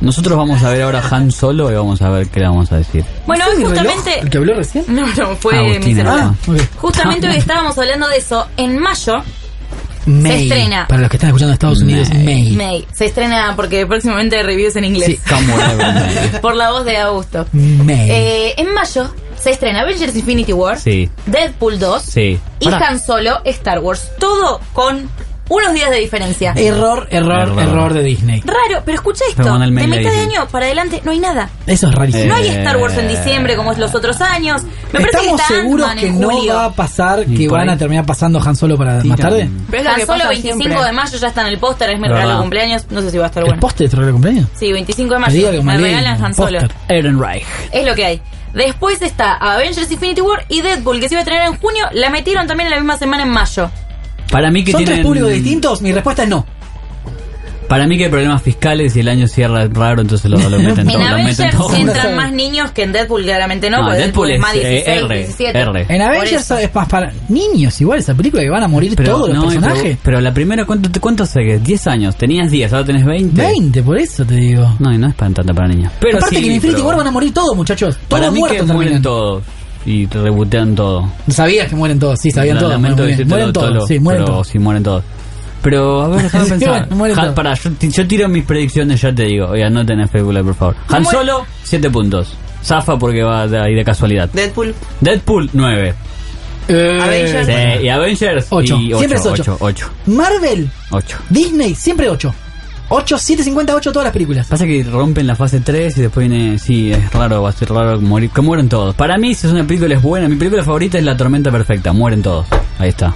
C: Nosotros vamos a ver ahora Han Solo y vamos a ver qué le vamos a decir.
D: Bueno, hoy
B: ¿fue mi reloj
D: justamente.
B: ¿El que habló recién?
D: No, no, fue mi
C: Agustina,
D: celular.
B: Ah, ok.
D: Justamente hoy estábamos hablando de eso. En mayo,
B: May.
D: estrena.
B: Para los que están escuchando en Estados Unidos,
C: May.
B: May.
D: May, se estrena porque próximamente reviews en inglés.
B: Sí.
C: Come whatever, man.
D: Por la voz de Augusto.
B: May.
D: Eh, en mayo se estrena Avengers Infinity War,
C: Sí.
D: Deadpool 2
C: Sí.
D: y
C: Pará.
D: Han Solo Star Wars. Todo con unos días de diferencia.
B: Error, error,
C: Error.
B: error, de Disney.
D: Raro, pero escucha esto.
C: Pero manda
D: De
C: el mail
D: mitad
C: ahí.
D: de año para adelante no hay nada.
B: Eso es rarísimo.
D: No hay Star Wars en
C: Eh.
D: diciembre como es los otros años. Me parece
B: ¿Estamos
D: que está
B: seguros
D: Ant-Man
B: que
D: en
B: no
D: julio.
B: va a pasar
C: Y
B: que
C: por
B: van
C: ahí-
B: a terminar pasando Han Solo para
C: Tiran.
B: más tarde?
E: Pero es lo
D: Tan
E: que
D: solo
E: pasa
D: 25
E: siempre.
D: de mayo ya está en el póster, es mi
C: Verdad.
D: regalo de cumpleaños. No sé si va a estar
B: ¿El
D: bueno.
B: poste de tu regalo de cumpleaños?
D: Sí, 25 de
B: Te digo
D: mayo.
B: que
D: Me
B: mandé
D: regalan
B: un
D: Han Solo.
B: póster.
C: Aaron Reich.
D: Es lo que hay. Después está Avengers Infinity War y Deadpool, que se iba a tener en junio, la metieron también en la misma semana en mayo.
C: Para mí que
B: ¿Son
C: tienen-
B: tres públicos distintos? Mi respuesta es no.
C: Para mí que hay problemas fiscales y el año cierra raro, entonces lo, lo meten todo.
D: en
C: lo meten
D: Avengers
C: todo.
D: entran
B: No
D: más niños que en Deadpool, claramente no,
C: No,
D: porque Deadpool,
C: Deadpool
D: es más
C: es, eh,
D: 16,
C: R,
D: 17.
C: R.
B: En
D: Por
B: Avengers
D: eso.
B: es más para niños, igual, esa película que van a morir todos los
C: no,
B: personajes.
C: Pero, pero la primera, ¿cuánto, te- cuánto hace? ¿10 años? Tenías 10, ahora tenés 20.
B: 20, por eso te digo.
C: No, y no es para tanta para niños. Pero
B: Aparte
C: sí,
B: que en Infinity
C: pero
B: War van a morir todos, muchachos. Todos
C: Para mí que
B: muertos
C: mueren
B: terminan.
C: todos. Y te rebutean todo.
B: Sabías que mueren todos, sí, sabían
C: Lo
B: todos. Bueno,
C: lamento
B: muy bien.
C: decírtelo,
B: Mueren todos,
C: Tolo,
B: sí, mueren
C: pero
B: todos.
C: sí, mueren todos. Pero, a ver, déjame
B: Sí,
C: pensar.
B: mueren
C: Han-
B: todos.
C: pará, yo, ti- yo tiro mis predicciones, ya te digo. Oiga, no tenés película, por favor. Han
D: ¿Cómo es?
C: Solo, 7 puntos. Zafa porque va de ahí de casualidad.
E: Deadpool,
C: Deadpool, 9.
B: Eh,
E: Avengers.
C: Sí, y Avengers,
B: Ocho.
C: Y 8,
B: Siempre es ocho.
C: 8, 8,
B: Marvel,
C: 8.
B: Disney, siempre 8. 8, 7, 58 todas las películas.
C: Pasa que rompen la fase 3 y después viene. Sí, es raro, va a ser raro morir. Que mueren todos. Para mí, si es una película, es buena. Mi película favorita es La Tormenta Perfecta. Mueren todos. Ahí está.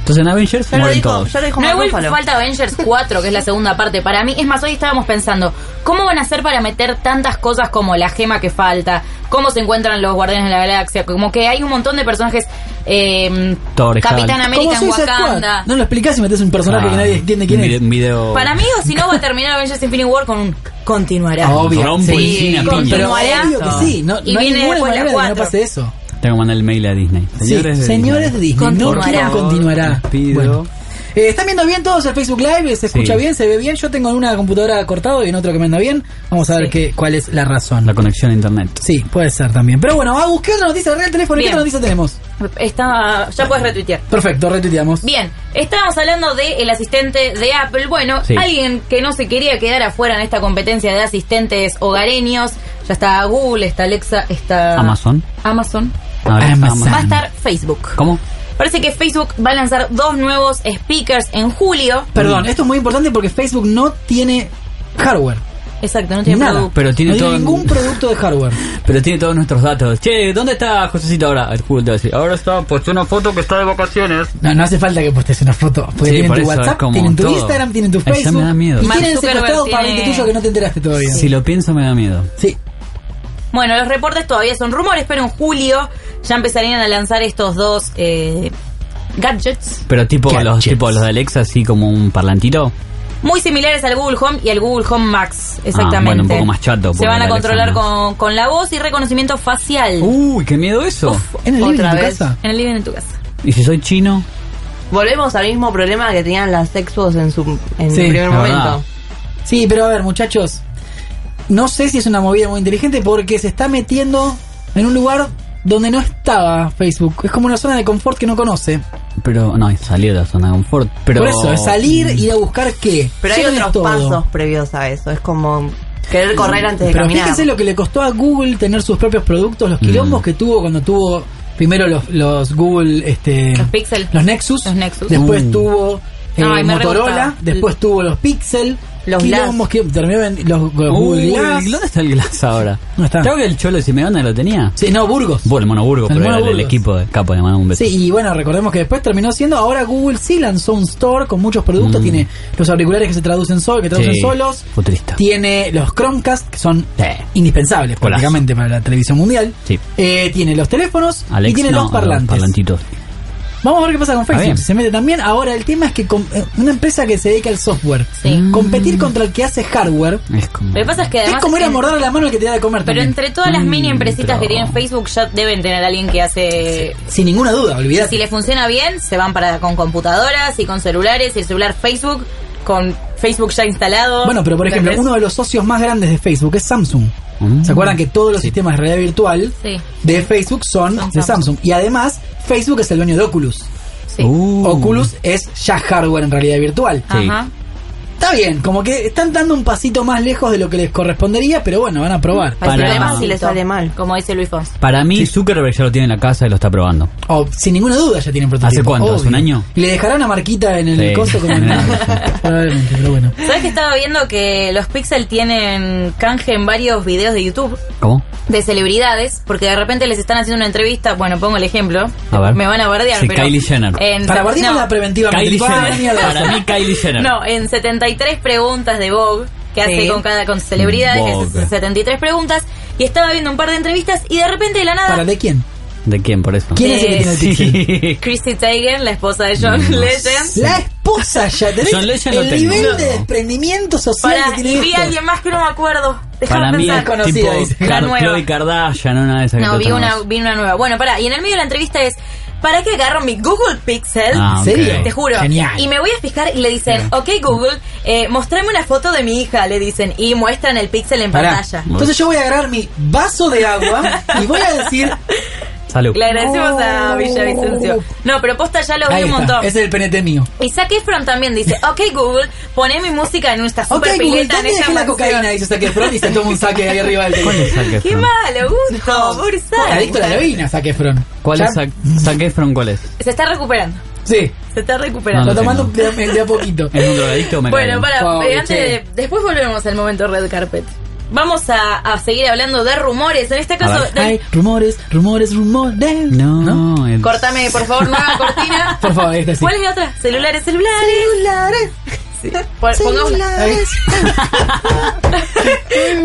C: Entonces en Avengers
E: ya lo
C: mueren
E: dijo,
C: todos.
E: ya lo dijo
D: No,
E: Mark
D: igual
E: Ruffalo.
D: falta Avengers 4, que es la segunda parte. Para mí, es más, hoy estábamos pensando, ¿cómo van a hacer para meter tantas cosas como la gema que falta? ¿Cómo se encuentran los Guardianes de la Galaxia? Como que hay un montón de personajes. eh,
C: Thor,
D: Capitán
C: Hulk.
D: América en
B: Suicide
D: Wakanda.
B: Squad. No lo explicás y metés un personaje que nadie entiende quién
C: Ah, un
B: es.
C: vide- un video.
D: Para mí, o si no, va a terminar Avengers Infinity War con un continuará.
B: Obvio.
C: Rompo y sin a piña.
B: pero
D: Continuará.
B: obvio que sí. No,
D: Y
B: no hay
D: viene
B: ninguna
D: después la
B: manera de que no
D: cuatro.
B: pase eso.
C: Tengo que mandar el mail a Disney.
B: Sí, Señores de Disney, no
D: Continuará.
B: quieren
C: Por favor,
B: continuará.
C: les pido.
B: Bueno. Eh, ¿Están viendo bien todos el Facebook Live? ¿Se escucha
C: Sí.
B: bien? ¿Se ve bien? Yo tengo en una computadora cortado y en otra que me anda bien. Vamos a ver qué, cuál es la razón.
C: La conexión a internet.
B: Sí, puede ser también. Pero bueno, Agus, ¿qué otra noticia? Agarrá el teléfono, ¿qué
D: Bien.
B: otra noticia tenemos?
D: Está, ya puedes retuitear.
B: Perfecto, retuiteamos.
D: Bien, estábamos hablando del asistente de Apple. Bueno,
C: Sí.
D: alguien que no se quería quedar afuera en esta competencia de asistentes hogareños. Ya está Google, está Alexa, está
C: Amazon.
D: Amazon.
C: Ahora está
B: ah, Amazon.
D: Va a estar Facebook.
C: ¿Cómo?
D: Parece que Facebook va a lanzar dos nuevos speakers en julio.
B: Perdón, esto es muy importante porque Facebook no tiene hardware.
D: Exacto, no tiene
B: nada.
D: producto.
C: Pero tiene
B: no
C: todo-
B: ningún producto de hardware.
C: Pero tiene todos nuestros datos. Che, ¿dónde está Josecito ahora? El Google te va a decir, Ahora está, posté una foto que está de vacaciones.
B: No, no hace falta que postes una foto. Porque
C: Sí,
B: tienen
C: por
B: tu
C: eso, es
B: WhatsApp,
C: como
B: tienen tu
C: todo.
B: Instagram, tienen tu
C: Ay, ya
B: Facebook.
C: me da miedo.
B: Y
D: Mark
B: tienen
D: Zuckerberg
B: secuestrado pariente
D: tiene-
B: tuyo que no te enteraste todavía.
C: Si lo pienso me da miedo.
B: Sí.
D: Bueno, los reportes todavía son rumores, pero en julio ya empezarían a lanzar estos dos eh, gadgets
C: Pero tipo los,
B: Gadgets.
C: tipo los de Alexa, así como un parlantito.
D: muy similares al Google Home y al Google Home Max. Exactamente.
C: Ah, bueno, un poco más chato,
D: Se
C: porque
D: van a
C: la
D: controlar
C: Alexa no.
D: con, con la voz y reconocimiento facial.
B: Uh,
C: Uy, qué miedo eso.
B: ¿En el living
E: Otra
B: de tu
E: vez.
B: casa?
D: En el living en tu casa.
C: ¿Y si soy chino?
E: Volvemos al mismo problema que tenían las sexos en su en
B: Sí,
E: el primer
C: la
E: momento.
B: Sí, pero a ver, muchachos. No sé si es una movida muy inteligente porque se está metiendo en un lugar donde no estaba Facebook. Es como una zona de confort que no conoce.
C: Pero no, es salir de la zona de confort. Pero...
B: Por eso, es salir, ir a buscar qué.
E: Pero hay
B: Ya no es
E: otros
B: todo. Mm,
E: pasos previos a eso. Es como querer correr antes de
B: Pero
E: caminar.
B: fíjense lo que le costó a Google tener sus propios productos, los quilombos que tuvo cuando tuvo primero los, los Google, este,
D: Los Pixel.
B: los Nexus,
D: Los Nexus.
B: después
C: Uh.
B: tuvo eh,
D: Ay, me re
B: Motorola,
D: gustaba.
B: después tuvo los Pixel,
E: Los
B: quilombos que terminó en los, los Google
C: Uy,
B: Glass.
C: ¿Dónde está el Glass ahora?
B: No está.
C: Creo que el Cholo Simeone lo tenía.
B: Sí, no, Burgos.
C: Bueno, el Monoburgo,
B: El
C: pero era el- el,
B: Monoburgos.
C: equipo de capo, le mandamos un beso.
B: Sí, y bueno, recordemos que después terminó siendo, ahora Google sí lanzó un store con muchos productos,
C: Mm.
B: tiene los auriculares que se traducen, sol, que traducen
C: Sí,
B: solos,
C: futurista.
B: tiene los Chromecast, que son
C: Sí.
B: indispensables
C: Golazo.
B: prácticamente para la televisión mundial,
C: Sí.
B: Eh, tiene los teléfonos
C: Alex,
B: y tiene
C: no,
B: los parlantes.
C: parlantitos.
B: Vamos a ver qué pasa con Facebook,
C: bien.
B: si se mete también. Ahora, el tema es que con- eh, una empresa que se dedica al software, Mm.
D: Sí.
B: competir contra el que hace hardware,
C: Mm. Es como...
D: Lo que pasa es que además.
B: es como ir a
D: en-
B: morder la mano al que te da de comer
D: Pero
B: también. Mm,
D: entre todas las mini empresitas
C: pero-
D: que tienen Facebook ya deben tener a alguien que hace
B: Sin ninguna duda,
D: Y
B: olvídate.
D: si le funciona bien, se van para con computadoras y con celulares y el celular Facebook con Facebook ya instalado.
B: Bueno, pero por ejemplo,
D: ¿Entendés?
B: uno de los socios más grandes de Facebook es Samsung.
C: Mm.
B: ¿Se acuerdan que todos los sistemas de realidad virtual
D: Sí.
B: de Facebook son
D: Son
B: de
D: Samsung.
B: Samsung? Y además, Facebook es el dueño de Oculus.
D: Sí.
C: Uh.
B: Oculus es ya hardware en realidad virtual.
C: Sí.
D: Ajá.
B: Está bien, como que están dando un pasito más lejos de lo que les correspondería, pero bueno, van a probar.
D: Para-
C: Para-
D: además, si le
E: sale mal.
D: Como dice Luis Fons.
C: Para mí, Zuckerberg ya lo tiene en la casa y lo está probando.
B: O, sin ninguna duda ya tienen prototipo.
C: ¿Hace cuánto? ¿Hace un año?
B: Y le dejará una marquita en el
C: Sí.
B: coso como en el- Probablemente, pero bueno.
D: ¿Sabes que estaba viendo que los Pixel tienen canje en varios videos de YouTube?
C: ¿Cómo?
D: De celebridades, porque de repente les están haciendo una entrevista. Bueno, pongo el ejemplo.
C: A ver.
D: Me van a bardear.
C: Sí,
D: pero
C: Kylie Jenner.
D: en-
B: Para partirnos
D: no,
B: la preventiva.
C: Kylie
B: mira
C: Jenner.
B: la-
C: Para mí, Kylie Jenner.
D: No, en 73 preguntas de Vogue que hace
E: Sí.
D: con cada con celebridades, que
C: Vogue.
D: hace 73 preguntas, y estaba viendo un par de entrevistas y de repente de la nada
B: ¿Para de quién?
C: ¿De quién, por eso?
B: ¿Quién es el que
D: Eh,
B: tiene el
C: Sí.
B: pixel?
D: Chrissy Teigen, la esposa de John
C: No
D: Legend.
B: La esposa ya, tenés
C: John Legend no
B: el
C: tengo.
B: nivel
C: No.
B: de desprendimiento social
D: Para,
B: que
D: y
B: tiene
D: vi a
B: esto.
D: alguien más que no me acuerdo.
C: Para
D: Déjame
C: mí
D: pensar.
C: es tipo
B: Desconocida, dice.
D: La
C: Car-
D: nueva.
C: Chloe Kardashian, una de esas que
D: No, vi
C: tratan
D: una,
C: más.
D: vi una nueva. Bueno, pará, y en el medio de la entrevista es, ¿para qué agarro mi Google Pixel?
C: Ah,
B: ¿En
C: ok.
B: serio?
D: Te juro.
B: Genial.
D: Y me voy a fijar y le dicen, ok Google, eh, mostrame una foto de mi hija, le dicen, y muestran el pixel en
B: Pará.
D: pantalla.
B: Entonces yo voy a agarrar mi vaso de agua y voy a decir...
C: Salud.
D: Le agradecemos a
B: Oh.
D: Villavicencio. No, pero posta ya lo vi
B: Ahí
D: un
B: está,
D: montón.
B: ese es el penete mío.
D: Y Zac Efron también dice, ok Google, poné mi música en esta
B: Ok,
D: super
B: Google,
D: pileta en
B: ¿dónde
D: esta
B: dejé la
D: mansión".
B: cocaína? Dice Zac Efron y se toma un saque ahí arriba del
C: ¿Cuál
B: teléfono.
C: es Zac
D: Qué
C: Efron?
D: malo, gusto, por Zac.
B: Adicto a Ah, la heroína, Zac Efron.
C: ¿Cuál
B: Ya-
C: es Zac, Zac Efron? ¿Cuál es?
D: Se está recuperando.
B: Sí,
D: Se está
C: No,
D: recuperando.
B: lo
C: lo
B: tomando
C: tengo.
B: de, a- de a poquito.
C: ¿Es un drogadicto o me cae
D: bueno,
C: bien?
D: para,
B: Wow,
D: eh, antes
B: che.
D: de- después volvemos al momento red carpet. Vamos a, a seguir hablando de rumores. En este
C: A
D: caso,
C: ver.
D: de-
B: Hay rumores, rumores, rumores.
C: No, es-
D: cortame por favor nueva cortina.
B: Por favor, esta sí.
D: ¿Cuál es la otra? Celulares, celulares. Celulares.
B: Ahí.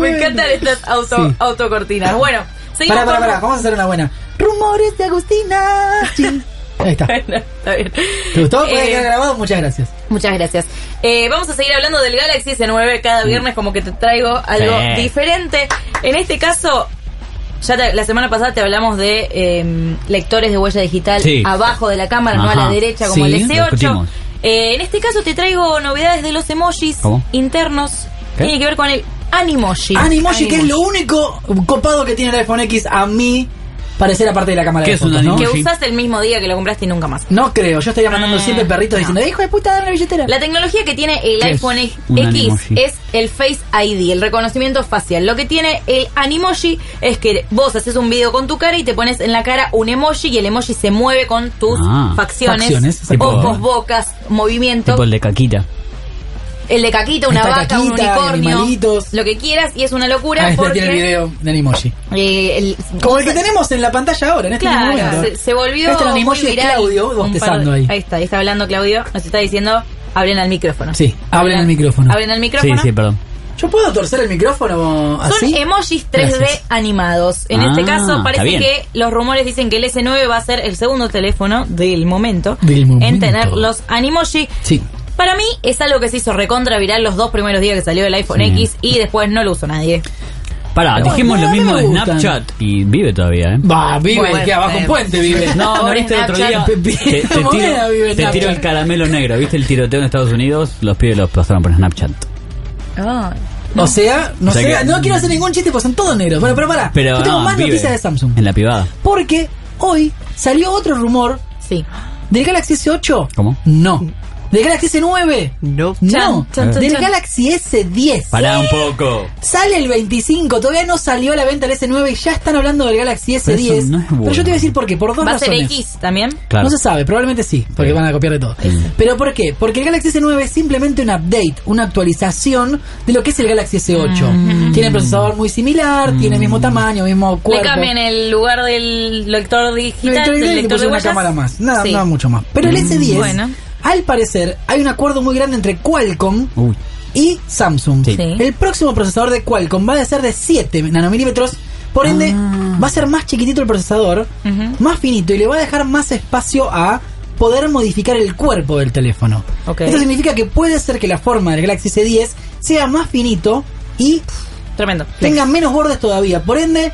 D: Me encantan estas auto,
B: Sí.
D: autocortinas. Bueno, seguimos
B: Pará, pará,
D: con-
B: pará, vamos a hacer una buena. Rumores de Agustina. Chin. Ahí está.
D: No, está bien.
B: ¿Te gustó? Puede
D: Eh,
B: quedar grabado, muchas gracias.
D: Muchas gracias. Eh, vamos a seguir hablando del Galaxy S9 cada viernes, como que te traigo algo
C: Mm. Sí.
D: diferente. En este caso, ya te- la semana pasada te hablamos de eh, lectores de huella digital
C: Sí.
D: abajo de la cámara, no a
C: Ajá.
D: la derecha como el
B: Sí.
C: Lo
D: S8.
C: discutimos.
D: Eh, en este caso te traigo novedades de los emojis
C: ¿Cómo?
D: internos.
C: ¿Qué?
D: Tiene que ver con el Animoji.
B: Animoji, que es lo único copado que tiene el iPhone X a mí parecer aparte de la cámara
C: ¿Qué
B: de
C: es un
B: fotos, ¿no?
D: Que
C: Emoji.
D: usaste Ah, el mismo día que lo compraste y nunca más.
B: No creo, yo estaría mandando siempre perritos diciendo, hijo de puta, dame la billetera.
D: La tecnología que tiene el
C: ¿Qué es
D: iPhone X
C: un Animoji?
D: es el Face ID, el reconocimiento facial. Lo que tiene el Animoji es que vos haces un video con tu cara y te pones en la cara un emoji y el emoji se mueve con tus
C: Ah,
D: facciones,
B: facciones, se
C: puede
D: ojos,
C: ver.
D: bocas, movimiento.
C: Tipo el de caquita.
D: El de caquita, una
B: Está
D: vaca, un
B: caquita,
D: unicornio,
B: animalitos.
D: lo que quieras y es una locura
B: Ahí está,
D: porque
B: tiene el video de Animoji.
D: eh, el-
B: Como el que tenemos en la pantalla ahora, en este mismo
D: Claro,
B: momento.
D: se, se volvió
B: Este es el Animoji
D: muy
B: de
D: viral.
B: Claudio
D: Un
B: bostezando
D: par de-
B: ahí.
D: Ahí está, ahí está hablando Claudio, nos está diciendo, hablen al micrófono.
B: Sí, hablen al micrófono.
D: Hablen al
C: Sí,
D: micrófono.
C: sí, perdón.
B: ¿Yo puedo torcer el micrófono
D: Son
B: así?
D: emojis 3D
B: Gracias.
D: animados. En
C: Ah,
D: este caso parece
C: está bien.
D: que los rumores dicen que el S9 va a ser el segundo teléfono del momento,
B: Del
D: en
B: momento.
D: tener los animoji.
B: Sí.
D: Para mí es algo que se hizo recontra viral los dos primeros días que salió el iPhone
C: Sí.
D: X y después no lo usó nadie.
C: Pará,
B: No,
C: dijimos
B: Ah, no,
C: lo
B: a mí
C: mismo
B: me
C: de
B: gustan.
C: Snapchat y vive todavía, ¿eh?
B: Va, vive,
D: Bueno,
B: que abajo
D: eh,
B: un puente vive.
C: No, no
D: Pobre
C: viste el otro día.
D: Snapchat.
C: Te, te
B: Pepe,
C: tiro,
B: moneda vive
C: te tiro el
B: Snapchat.
C: caramelo negro. ¿Viste el tiroteo en Estados Unidos? Los pibes los pasaron por Snapchat.
B: O sea, no,
C: O sea
B: sea-
C: que-
B: no quiero hacer ningún chiste porque son todos negros. Bueno, pero pará,
C: Pero
B: Ah,
C: ah,
B: yo tengo
C: no,
B: más
C: vive
B: noticias de Samsung.
C: En la privada.
B: Porque hoy salió otro rumor
D: Sí.
B: del Galaxy S8.
C: ¿Cómo?
B: No. ¿Del Galaxy S9?
E: No.
B: No.
D: Chan, chan, chan,
B: del
D: chan.
B: Galaxy S10.
C: Pará un poco.
B: Sale el 25, todavía no salió a la venta el S9 y ya están hablando del Galaxy S10.
C: Pero eso no es bueno.
B: Pero yo te voy a decir por qué, por dos
D: Va a ser
B: razones.
D: X también.
C: Claro.
B: No se sabe, probablemente sí, porque
C: Sí.
B: van a copiar de todo.
C: Sí.
B: ¿Pero por qué? Porque el Galaxy S9 es simplemente un update, una actualización de lo que es el Galaxy S8. Tiene procesador muy similar, tiene el mismo tamaño, mismo cuerpo.
D: Le cambian el lugar del lector
B: No,
D: digital,
B: el
D: del
B: trailer le
D: lector
B: puso
D: de
B: una
D: huellas.
B: cámara más, nada,
D: Sí.
B: nada mucho más. Pero el S10,
D: Bueno.
B: al parecer, hay un acuerdo muy grande entre Qualcomm
C: Uy.
B: y Samsung.
C: Sí.
D: Sí.
B: El próximo procesador de Qualcomm va a ser de 7 nanomilímetros, por ende va a ser más chiquitito el procesador,
D: Ah. Ujú.
B: más finito y le va a dejar más espacio a poder modificar el cuerpo del teléfono.
D: Ok.
B: Esto significa que puede ser que la forma del Galaxy S10 sea más finito y
D: Tremendo.
B: tenga menos bordes todavía. Por ende,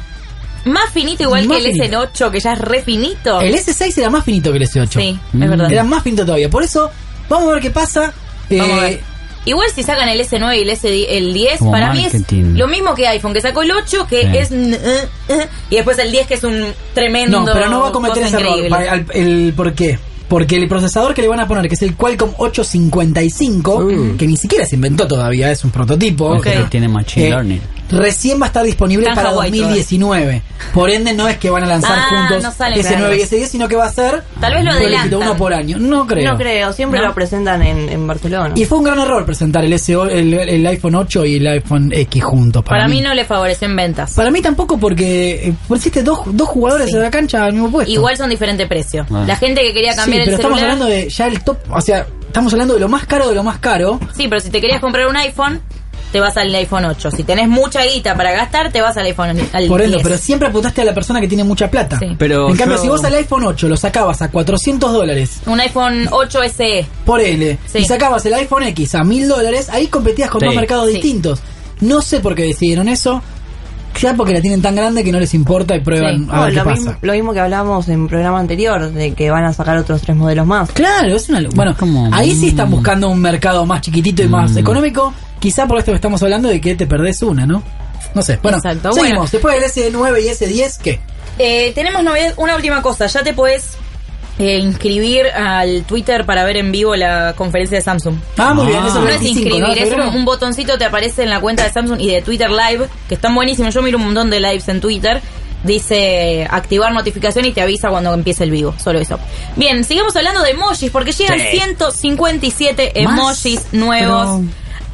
D: Más finito igual
B: Más
D: que el
B: finito.
D: S8, que ya es re finito.
B: el S6 era más finito que el S8.
D: Sí,
C: Mm.
D: es verdad.
B: Era más finito todavía. Por eso, vamos a ver qué pasa.
D: Vamos a
B: Eh,
D: ver. Igual si sacan el S9 y el S10, el 10,
C: Como
D: para mí
C: marketing.
D: es lo mismo que iPhone, que sacó el 8, que
C: Sí.
D: es... n- eh, eh, y después el 10, que es un tremendo...
B: No, pero no va a cometer
D: cosa
B: ese error.
D: increíble.
B: Para- al- el, ¿Por qué? Porque el procesador que le van a poner, que es el Qualcomm 855, que ni siquiera se inventó todavía, es un prototipo.
D: Ok.
C: Que Uh. tiene machine
B: eh,
C: learning.
B: recién va a estar disponible
D: Está en
B: para
D: Hawái
B: 2019. Por ende, no es que van a lanzar
D: Ah,
B: juntos
D: no salen
B: S9
D: raros.
B: y S10, sino que va a ser
D: Tal vez lo
B: prolijito,
D: adelantan.
B: uno por año. No creo.
E: No creo, siempre
D: No.
E: lo presentan en, en Barcelona.
B: Y fue un gran error presentar el, SO, el, el iPhone 8 y el iPhone X juntos. Para,
D: Para mí no le favorecen ventas.
B: Para mí tampoco, porque eh, pusiste dos, dos jugadores en la cancha al mismo puesto.
D: Igual son diferente precio.
C: Ah.
D: La gente que quería
B: Sí,
D: cambiar el
B: pero estamos
D: celular...
B: hablando de ya el top, o sea, estamos hablando de lo más caro de lo más caro.
D: Sí, pero si te querías comprar un iPhone, te vas al iPhone 8. Si tenés mucha guita para gastar, te vas al iPhone al
B: Por ende,
D: 10.
B: pero siempre apuntaste a la persona que tiene mucha plata.
D: Sí.
C: Pero
B: en cambio,
C: yo-
B: si vos al iPhone 8 lo sacabas a 400 dólares
D: Un iPhone E. 8 SE.
B: por L
D: Sí.
B: y sacabas el iPhone X a 1000 dólares, ahí competías con
C: Sí.
B: dos mercados
D: Sí.
B: distintos. No sé por qué decidieron eso. Ya porque la tienen tan grande que no les importa y prueban
D: Sí.
B: a
E: No,
B: ver qué
E: Oh, lo,
B: pasa.
E: mismo, lo mismo que hablábamos en programa anterior, de que van a sacar otros tres modelos más.
B: Claro, es una lu- Bueno,
C: Como-
B: ahí sí
C: Mm.
B: están buscando un mercado más chiquitito y más económico. Quizá por esto que estamos hablando de que te perdés una, ¿no? No sé. Bueno,
D: Exacto,
B: seguimos. Después del S9 y S10, ¿qué?
D: Eh, tenemos novedad, una última cosa. Ya te puedes inscribir al Twitter para ver en vivo la conferencia de Samsung.
B: Ah, muy
C: Ah.
B: bien. Eso
D: No
B: el
D: es
B: 25,
D: inscribir,
B: ¿no?
D: es un,
B: Febrero.
D: un botoncito te aparece en la cuenta de Samsung y de Twitter Live, que están buenísimos. Yo miro un montón de lives en Twitter. Dice activar notificación y te avisa cuando empiece el vivo. Solo eso. Bien, sigamos hablando de emojis, porque llegan 157
C: Más,
D: emojis nuevos.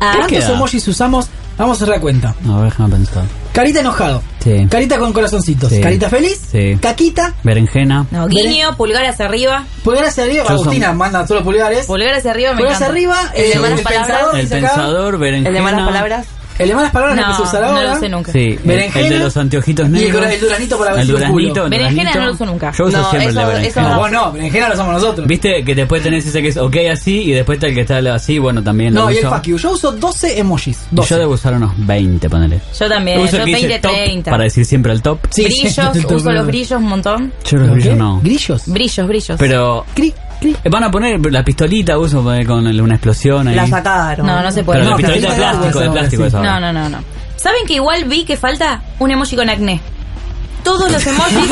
D: Ah, a-
C: ¿Qué
B: ¿Cuántos
C: queda?
B: emojis usamos? Vamos a hacer la cuenta.
C: A ver, déjame pensar.
B: Carita enojado.
C: Sí.
B: Carita con corazoncitos.
C: Sí.
B: Carita feliz.
C: Sí.
B: Caquita.
C: Berenjena.
D: No, guiño, pulgar hacia arriba.
B: Pulgar hacia arriba.
C: Yo
B: Agustina
C: soy-
B: Ah, manda todos los pulgares.
D: Pulgar hacia arriba, me
B: Pulgar hacia
D: encanta.
B: arriba.
D: El
B: eh,
D: de malas palabras.
B: pensador,
C: El
B: dice acá.
C: pensador, berenjena.
E: El de malas palabras.
B: El de malas palabras no, que se
D: No,
B: usa
D: no
B: ahora.
D: lo sé nunca.
C: Sí, el-
B: Berenjena.
C: el de los anteojitos
B: Y el
C: negros.
B: dura- el duranito para ver
C: El
B: si lo culo.
C: duranito. el
D: Berenjena
C: duranito.
D: no lo uso nunca.
C: Yo uso
E: No,
C: siempre
E: eso-
C: la
E: eso
C: berenjena.
E: no.
B: Vos no, berenjena lo somos nosotros.
C: Viste que después tenés ese que es ok así y después está el que está así, bueno, también lo
B: No, y el
C: uso.
B: fuck you. Yo uso 12 emojis.
C: Y
B: 12.
C: Yo debo usar unos 20, ponele.
D: Yo también,
C: uso
D: yo
C: el que dice
D: 20,
C: top
D: 30.
C: para decir siempre el top.
B: Sí, sí,
D: brillos,
B: no te
D: uso
B: toco.
D: los brillos un montón.
C: Yo los
B: ¿Pero
C: brillos
B: qué?
C: no.
B: ¿Grillos?
D: Brillos, brillos.
C: Pero eh,
B: Cri.
C: Van a poner la pistolita, uso para- con una explosión ahí.
E: La sacaron.
D: No, no se puede.
C: Pero la
D: No,
C: pistolita de
E: pero-
C: plástico, de
B: ahora,
C: plástico
B: sí.
C: esa
D: No,
C: ahora.
D: no, no, no. ¿Saben que igual vi que falta un emoji con acné? Todos los emojis.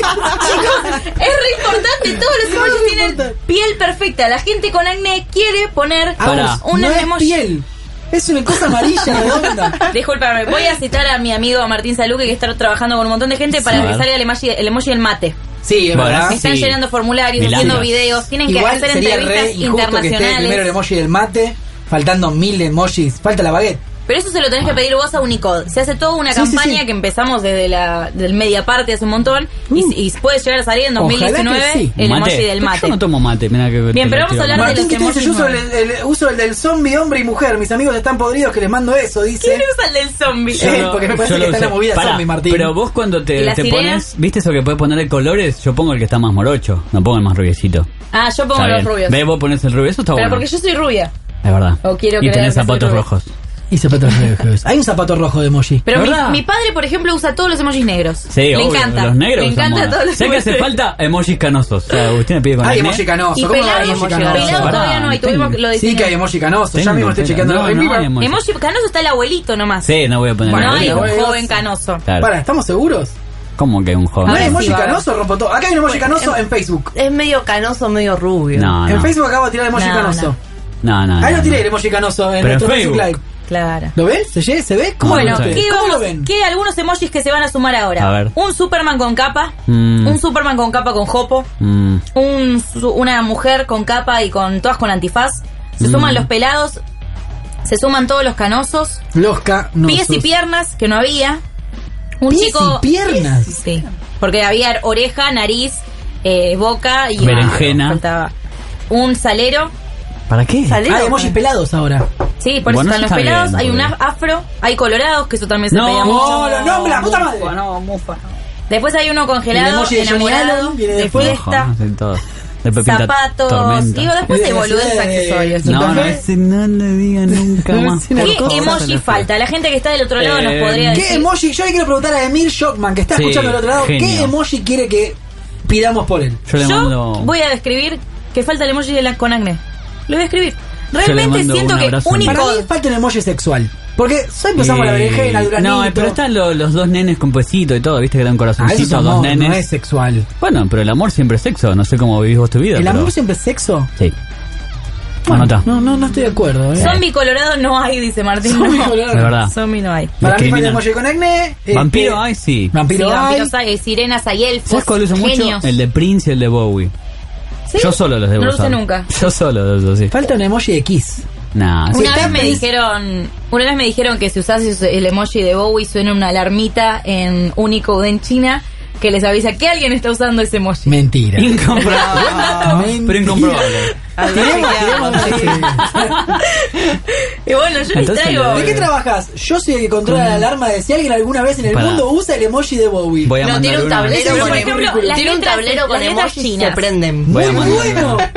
D: Chicos, es re importante. Todos los
B: No,
D: emojis
B: no
D: tienen
B: importa.
D: piel perfecta. La gente con acné quiere poner
C: Pará.
B: Agus,
D: un
B: no es
D: emoji.
B: piel. Es una cosa amarilla redonda.
D: Disculpame, voy a citar a mi amigo Martín Saluque que está trabajando con un montón de gente para
C: Sí.
D: que salga el emoji, el emoji del mate.
B: Sí, es
C: Bueno,
B: verdad.
C: Ah,
D: Están
C: sí.
D: llenando formularios,
C: Milagros.
D: haciendo videos, tienen
B: Igual
D: que hacer
B: sería re
D: entrevistas
B: injusto que esté primero el
D: internacionales.
B: emoji del mate, faltando mil emojis. Falta la baguette.
D: Pero eso se lo tenés que pedir vos a Unicode. Se hace toda una
B: Sí, sí,
D: campaña
B: sí.
D: que empezamos desde la del media parte hace un montón y, y puede llegar a salir en
B: Mm. Ojalá que
D: 2019
B: sí.
D: el
C: Mate.
D: emoji del
C: Pero
D: mate.
C: Yo no tomo mate, mirá que.
D: Bien,
C: te
D: pero
C: lo
D: vamos a
C: tiro.
D: hablar de
B: Martín,
D: los
B: ¿qué te Este dice? Yo uso el,
D: emojis
B: el- uso el del zombie hombre y mujer. Mis amigos están podridos que les mando eso, dice.
D: ¿Quién usa el del zombie?
B: Yo Eh, no. porque me parece
C: yo
B: que
C: lo
B: está
C: usé.
B: la movida
C: Pará,
B: zombie, Martín.
C: Pero vos cuando
D: ¿Y
C: te,
D: las
C: te
D: sirenas?
C: pones, ¿viste eso que puedes ponerle colores? Yo pongo el que está más morocho, no pongo el más rubiecito.
D: Ah, yo pongo
C: Está
D: los
C: bien.
D: rubios.
C: Ve, vos pones el rubio, eso está
D: Pero
C: bueno.
D: porque yo soy rubia.
C: Es verdad.
D: O quiero
C: y
D: creer que
C: tenés
D: soy
C: zapatos
D: rubia.
C: rojos.
B: Y zapatos rojos. Hay un zapato rojo de emoji.
D: Pero mi,
C: ¿Verdad?
D: mi padre, por ejemplo, usa todos los emojis negros.
C: Sí,
D: Le
C: obvio,
D: encanta.
C: los negros.
D: Le
C: son
D: encanta
C: monos.
D: todos los
C: Sé que hace
D: emojis.
C: falta emojis canosos. O sea, Agustina pide con
B: Hay
C: acné.
B: emoji canoso.
D: Y
B: ¿Cómo no
D: pelado,
B: hay emoji
D: emoji
B: canoso?
D: pelado
C: Pará,
D: todavía no hay,
C: no
D: tuvimos
C: tengo.
D: lo
B: Sí que hay
D: diseñamos.
B: emoji canoso.
C: Tengo,
B: ya mismo estoy
C: pero-
B: chequeando
C: no,
B: en
C: no
B: vivo.
C: hay emoji.
D: Emoji canoso está el abuelito nomás.
C: Sí, no voy a poner
B: Bueno,
D: no
C: nada.
D: hay
B: el
D: un
B: abuelo.
D: joven canoso.
C: Claro.
B: Para, ¿estamos seguros?
C: ¿Cómo que un joven?
B: ¿No
D: Ahora
B: hay
D: sí,
B: emoji
D: va.
B: canoso, Ropoto? Acá hay un emoji canoso en Facebook.
E: Es medio canoso, medio rubio.
C: No, no.
B: En Facebook acabo de tirar el emoji
D: No,
B: canoso.
C: No, no.
B: Ahí
C: no,
B: lo tiré
C: no.
B: el emoji canoso en
C: Pero en
B: nuestro Facebook Live.
C: Facebook.
D: Claro.
B: ¿Lo ven? ¿Se, ye- se ve? ¿Cómo
D: Bueno,
B: lo ven?
D: ¿qué,
B: ¿Cómo lo
D: vamos-
B: ven?
D: qué algunos emojis que se van a sumar ahora?
C: A ver.
D: Un Superman con capa,
C: Mm.
D: un Superman con capa con jopo,
C: Mm,
D: un su- una mujer con capa y con todas con antifaz.
C: Mm.
D: Se suman los pelados, se suman todos los canosos,
B: Los canosos.
D: pies y piernas que no había. Un
B: Pies y
D: chico
B: piernas.
D: Sí. Porque había oreja, nariz, eh, boca y Ah,
C: Berenjena.
D: faltaba. Un salero.
C: ¿Para qué?
E: Salero.
B: Ah, emojis pelados ahora.
D: Sí, por
C: Bueno,
D: eso están
C: eso
D: los
C: está
D: pelados.
C: bien,
D: hay un
C: boludo.
D: af- afro, hay colorados, que eso también se
C: No,
D: pedía mucho.
B: ¡Oh, los nombres, la puta madre!
D: Después hay uno
B: El
D: congelado,
B: emoji de Johnny
D: enamorado,
B: Allen viene
D: de
B: después.
D: fiesta,
C: Hacen todos. De Pepita
D: zapatos.
C: Tormenta.
D: Digo, después
B: Y de
D: de
B: la
D: boludeces
B: ciudad de-
D: accesorios.
C: No, no,
B: ¿Café?
C: ese no le diga nunca
B: No,
C: más.
B: sí, no.
D: ¿Qué
B: Por favor,
D: emoji falta? La gente que está del otro lado nos
C: Eh,
D: podría
B: ¿Qué
D: decir.
B: emoji? Yo le quiero preguntar a Emir Shockman, que está
C: Sí,
B: escuchando del otro lado, ¿qué
C: genio.
B: emoji quiere que pidamos por él?
C: Yo le mando.
B: Oh.
D: Yo voy a describir que falta el emoji de la con acné. Lo voy a escribir.
C: le
D: Realmente
C: mando
D: siento
C: un
D: que
C: abrazo
D: único.
B: Para mí falta un emoji sexual. Porque ya empezamos la berenjena,
C: Eh, No,
B: duranito.
C: pero están lo- los dos nenes con pesito y todo, viste que
B: Ah,
C: dan
B: eso es
C: corazoncito a dos
B: amor,
C: nenes.
B: no es sexual.
C: Bueno, pero el amor siempre es sexo, no sé cómo vivís vos tu vida.
B: ¿El
C: pero-
B: amor siempre es sexo?
C: Sí.
B: Bueno,
C: Anota.
B: No, no, no estoy de acuerdo. ¿eh?
D: Zombie colorado no hay, dice Martín.
B: Zombie
D: no.
B: colorado.
C: De verdad.
D: Zombie no hay.
B: Para mí falta
C: Discrimina.
B: el emoji con acné. eh,
C: Vampiro
B: eh,
C: hay, sí.
D: Sí,
B: Vampiro hay.
D: vampiros hay, sirenas hay, elfos.
C: ¿Sabes cuál uso mucho?
D: genios.
B: Eh,
C: El de Prince y el de Bowie.
D: ¿Sí?
C: Yo solo los debo
D: No lo usé
C: usar.
D: nunca.
C: Yo solo los uso, sí.
B: Falta un emoji de kiss.
C: Nah, sí.
D: Una vez
B: estás
D: me
B: pens-
D: dijeron, una vez me dijeron que si usas el emoji de Bowie suena una alarmita en Unicode en China que les avisa que alguien está usando ese emoji.
B: Mentira.
C: Incomprobable.
B: Mentira.
C: pero incomprobable.
B: Tiremos, tiremos, sí.
D: Y bueno, yo les
C: Entonces
D: traigo.
C: le
B: ¿De qué trabajas? Yo soy el que controla la alarma de si alguien alguna vez en el
C: Pará.
B: mundo usa el emoji de Bowie.
C: Voy a
E: No,
C: mandar
E: tiene un
C: una-
E: tablero
D: Pero,
E: con
D: por
E: em-
D: ejemplo, las
E: Tiene un
D: letras-
E: tablero
D: las
E: con
D: letras
E: emojis y se
D: chinas.
E: prenden.
C: Voy a
B: Muy
C: mandar
B: bueno.
C: una.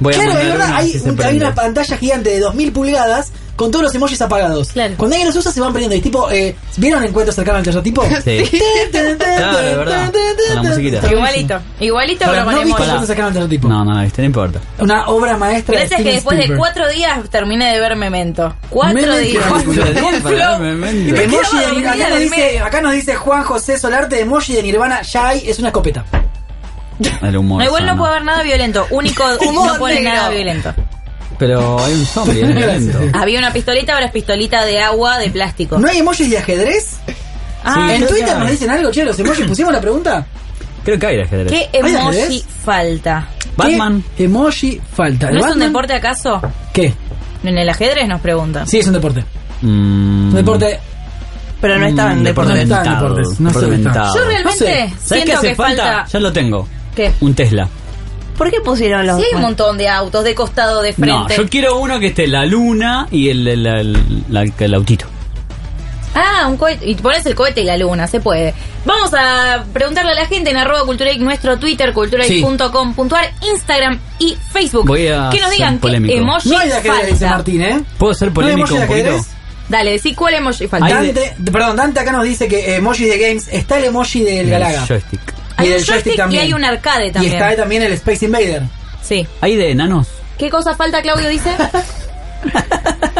C: Voy a
B: Claro,
C: mandar
B: es verdad,
C: una que
B: hay,
C: se
B: un- hay
C: prende.
B: una pantalla gigante de 2000 pulgadas con todos los emojis apagados.
D: Claro.
B: Cuando alguien los usa se van perdiendo. Y tipo, eh, ¿vieron encuentros cercanos al tercer tipo?
C: Sí. Claro, es verdad. Con la musiquita.
D: Igualito, igualito
B: Pará,
D: pero con
B: ¿no viste
D: emoji.
B: encuentros cercanos al tercer tipo?
C: No, no la viste, no importa.
B: Una obra maestra
D: Gracias
B: de
D: que
B: Steven
D: después de
B: Spielberg.
D: cuatro días terminé de ver Memento. Cuatro
B: Memento.
D: días.
B: Cuatro
D: Un
C: días para
D: flow.
C: ver Memento.
D: Y me
B: Emoji
D: quedaba
B: de-
D: dormida
B: acá,
D: en
B: nos
D: el
B: dice,
D: medio.
B: acá nos dice Juan José Solarte, emoji de Nirvana, Shy es una escopeta.
C: El humor.
D: No, igual no
C: sana.
D: puede haber nada violento. Único no
E: Humor
D: pone
E: negro.
D: nada violento.
C: Pero hay un zombie, es violento.
D: Había una pistolita, ahora es pistolita de agua de plástico.
B: ¿No hay emojis de ajedrez?
D: Ah,
C: Sí.
B: ¿En
C: creo
B: Twitter
C: que
B: nos
C: hay.
B: dicen algo, che? ¿Los emojis pusimos la pregunta?
C: Creo que hay de ajedrez.
D: ¿Qué
B: ¿Hay
D: emoji
B: ajedrez?
D: falta?
C: Batman.
B: ¿Qué emoji falta? ¿El
D: ¿No es un
B: Batman?
D: deporte acaso?
B: ¿Qué?
D: En el ajedrez nos preguntan.
B: Sí, es un deporte.
C: Mm,
B: Un deporte...
E: Pero no estaban en
C: mm,
E: deportes.
B: deporte.
C: deportado,
B: No está en deportes, no
C: deporte
B: sé, está.
C: inventado.
D: Yo realmente
B: No sé.
C: ¿Sabes qué
D: siento
C: hace
D: que
C: falta?
D: falta...
C: Ya lo tengo.
D: ¿Qué?
C: Un Tesla.
E: ¿Por qué pusieron los
D: Sí, hay un
E: bueno,
D: montón de autos, de costado, de
C: No,
D: frente.
C: yo quiero uno que esté la luna y el, el, el- la- el autito.
D: Ah, un cohete. Y pones el cohete y la luna, se puede. Vamos a preguntarle a la gente en arroba cultura Geek, nuestro Twitter, culturaic.com.ar, Instagram y Facebook.
C: Voy a
D: que nos
C: ser
D: digan qué
C: polémico.
D: emoji
B: No hay de ajedrez, dice
D: falta.
B: Martín, ¿eh?
C: ¿Puedo ser
B: ¿No hay
C: polémico
B: emoji de
C: un poquito?
B: ajedrez?
D: Dale, decí cuál emoji falta.
C: Hay de-
B: Dante, perdón, Dante acá nos dice que emoji de games está el emoji del
C: El
B: Galaga.
C: joystick.
D: Hay
B: y
D: un
B: del joystick
D: joystick y
B: también.
D: hay un arcade
B: Y
D: también.
B: está también el Space Invader.
D: Sí.
C: ¿Hay de enanos?
D: ¿Qué cosa falta, Claudio dice?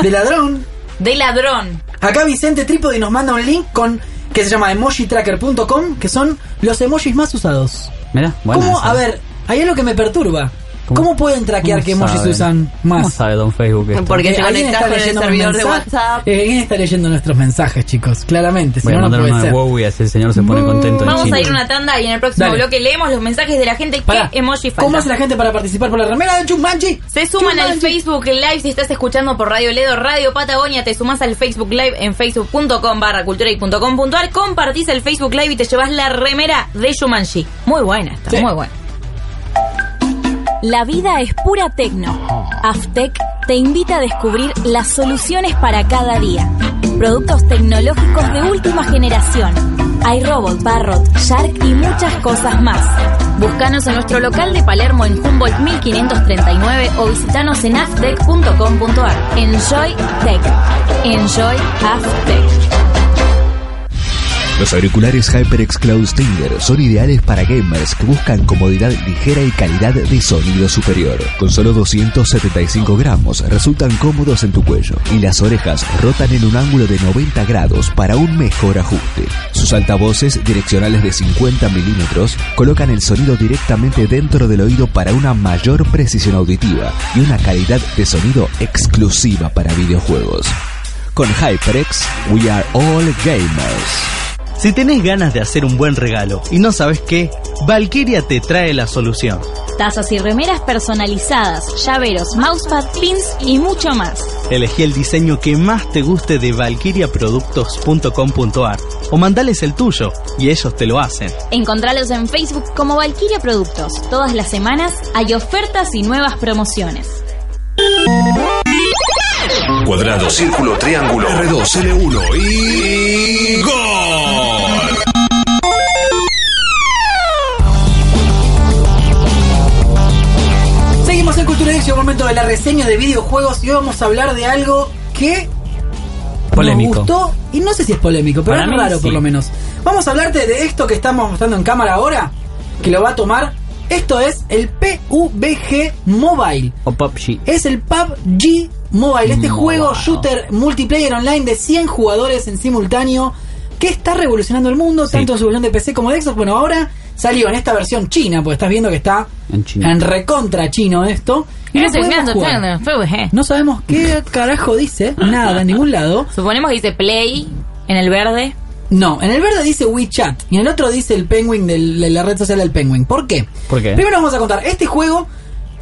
B: De ladrón.
D: De ladrón.
B: Acá Vicente Trípodi nos manda un link con que se llama emojitracker.com, que son los emojis más usados.
C: Mirá, bueno.
B: ¿Cómo? A ver, ahí es lo que me perturba. ¿Cómo,
C: ¿eh? ¿Cómo-
B: pueden traquear qué emojis se usan
C: ¿Cómo
B: más? ¿Eh?
C: sabe Don Facebook esto?
E: Porque se
B: alguien
E: conectás
B: está
E: con el
B: leyendo
E: servidor
B: un
E: de
B: mensaje-
E: WhatsApp.
B: eh, alguien está leyendo nuestros mensajes, chicos, claramente. Si
C: Voy a
B: no, no
C: mandar
B: puede
C: una de
B: ser.
C: wow y así el señor se pone contento. en
D: Vamos
C: China.
D: a ir una tanda y en el próximo
B: Dale.
D: bloque leemos los mensajes de la gente.
B: Pará,
D: ¿Qué emoji falta?
B: ¿Cómo hace la gente para participar por la remera de Chumanchi?
D: Se suman al Facebook Live si estás escuchando por Radio Ledo, Radio Patagonia. Te sumas al Facebook Live en facebook.com barra cultura y punto com puntual. Compartís el Facebook Live y te llevas la remera de Shumanji. Muy buena, está
B: Sí.
D: muy buena.
H: La vida es pura tecno. Aftec te invita a descubrir las soluciones para cada día. Productos tecnológicos de última generación. Hay robot, parrot, shark y muchas cosas más. Búscanos en nuestro local de Palermo en Humboldt 1539 o visitanos en aftec.com.ar. Enjoy Tech. Enjoy Aftec.
I: Los auriculares HyperX Cloud Stinger son ideales para gamers que buscan comodidad ligera y calidad de sonido superior. Con solo 275 gramos resultan cómodos en tu cuello y las orejas rotan en un ángulo de 90 grados para un mejor ajuste. Sus altavoces direccionales de 50 milímetros colocan el sonido directamente dentro del oído para una mayor precisión auditiva y una calidad de sonido exclusiva para videojuegos. Con HyperX, we are all gamers.
J: Si tenés ganas de hacer un buen regalo y no sabes qué, Valkyria te trae la solución.
H: Tazas y remeras personalizadas, llaveros, mousepad, pins y mucho más.
J: Elegí el diseño que más te guste de valkyriaproductos.com.ar o mandales el tuyo y ellos te lo hacen.
H: Encontralos en Facebook como Valkyria Productos. Todas las semanas hay ofertas y nuevas promociones.
G: Cuadrado, círculo, triángulo, R2, L1 y... ¡Gol!
B: Seguimos en Cultura Geek, llegó el momento de la reseña de videojuegos y hoy vamos a hablar de algo que
C: Polémico.
B: nos gustó y no sé si es polémico, pero
C: Para
B: es
C: mí,
B: raro por
C: sí.
B: lo menos. Vamos a hablarte de esto que estamos mostrando en cámara ahora, que lo va a tomar. Esto es el PUBG Mobile.
C: O Pop Shit.
B: Es el PUBG Mobile, este
C: Mobile.
B: juego shooter multiplayer online de 100 jugadores en simultáneo que está revolucionando el mundo, tanto en su versión de PC como de Xbox. Bueno, ahora salió en esta versión china, porque estás viendo que está
C: En China.
B: en recontra chino esto. Y no podemos jugar. No sabemos qué carajo dice, nada, en ningún lado.
D: Suponemos que dice play en el verde.
B: No, en el verde dice WeChat y en el otro dice el Penguin del- de la red social del Penguin. ¿Por qué?
C: ¿Por qué?
B: Primero vamos a contar, este juego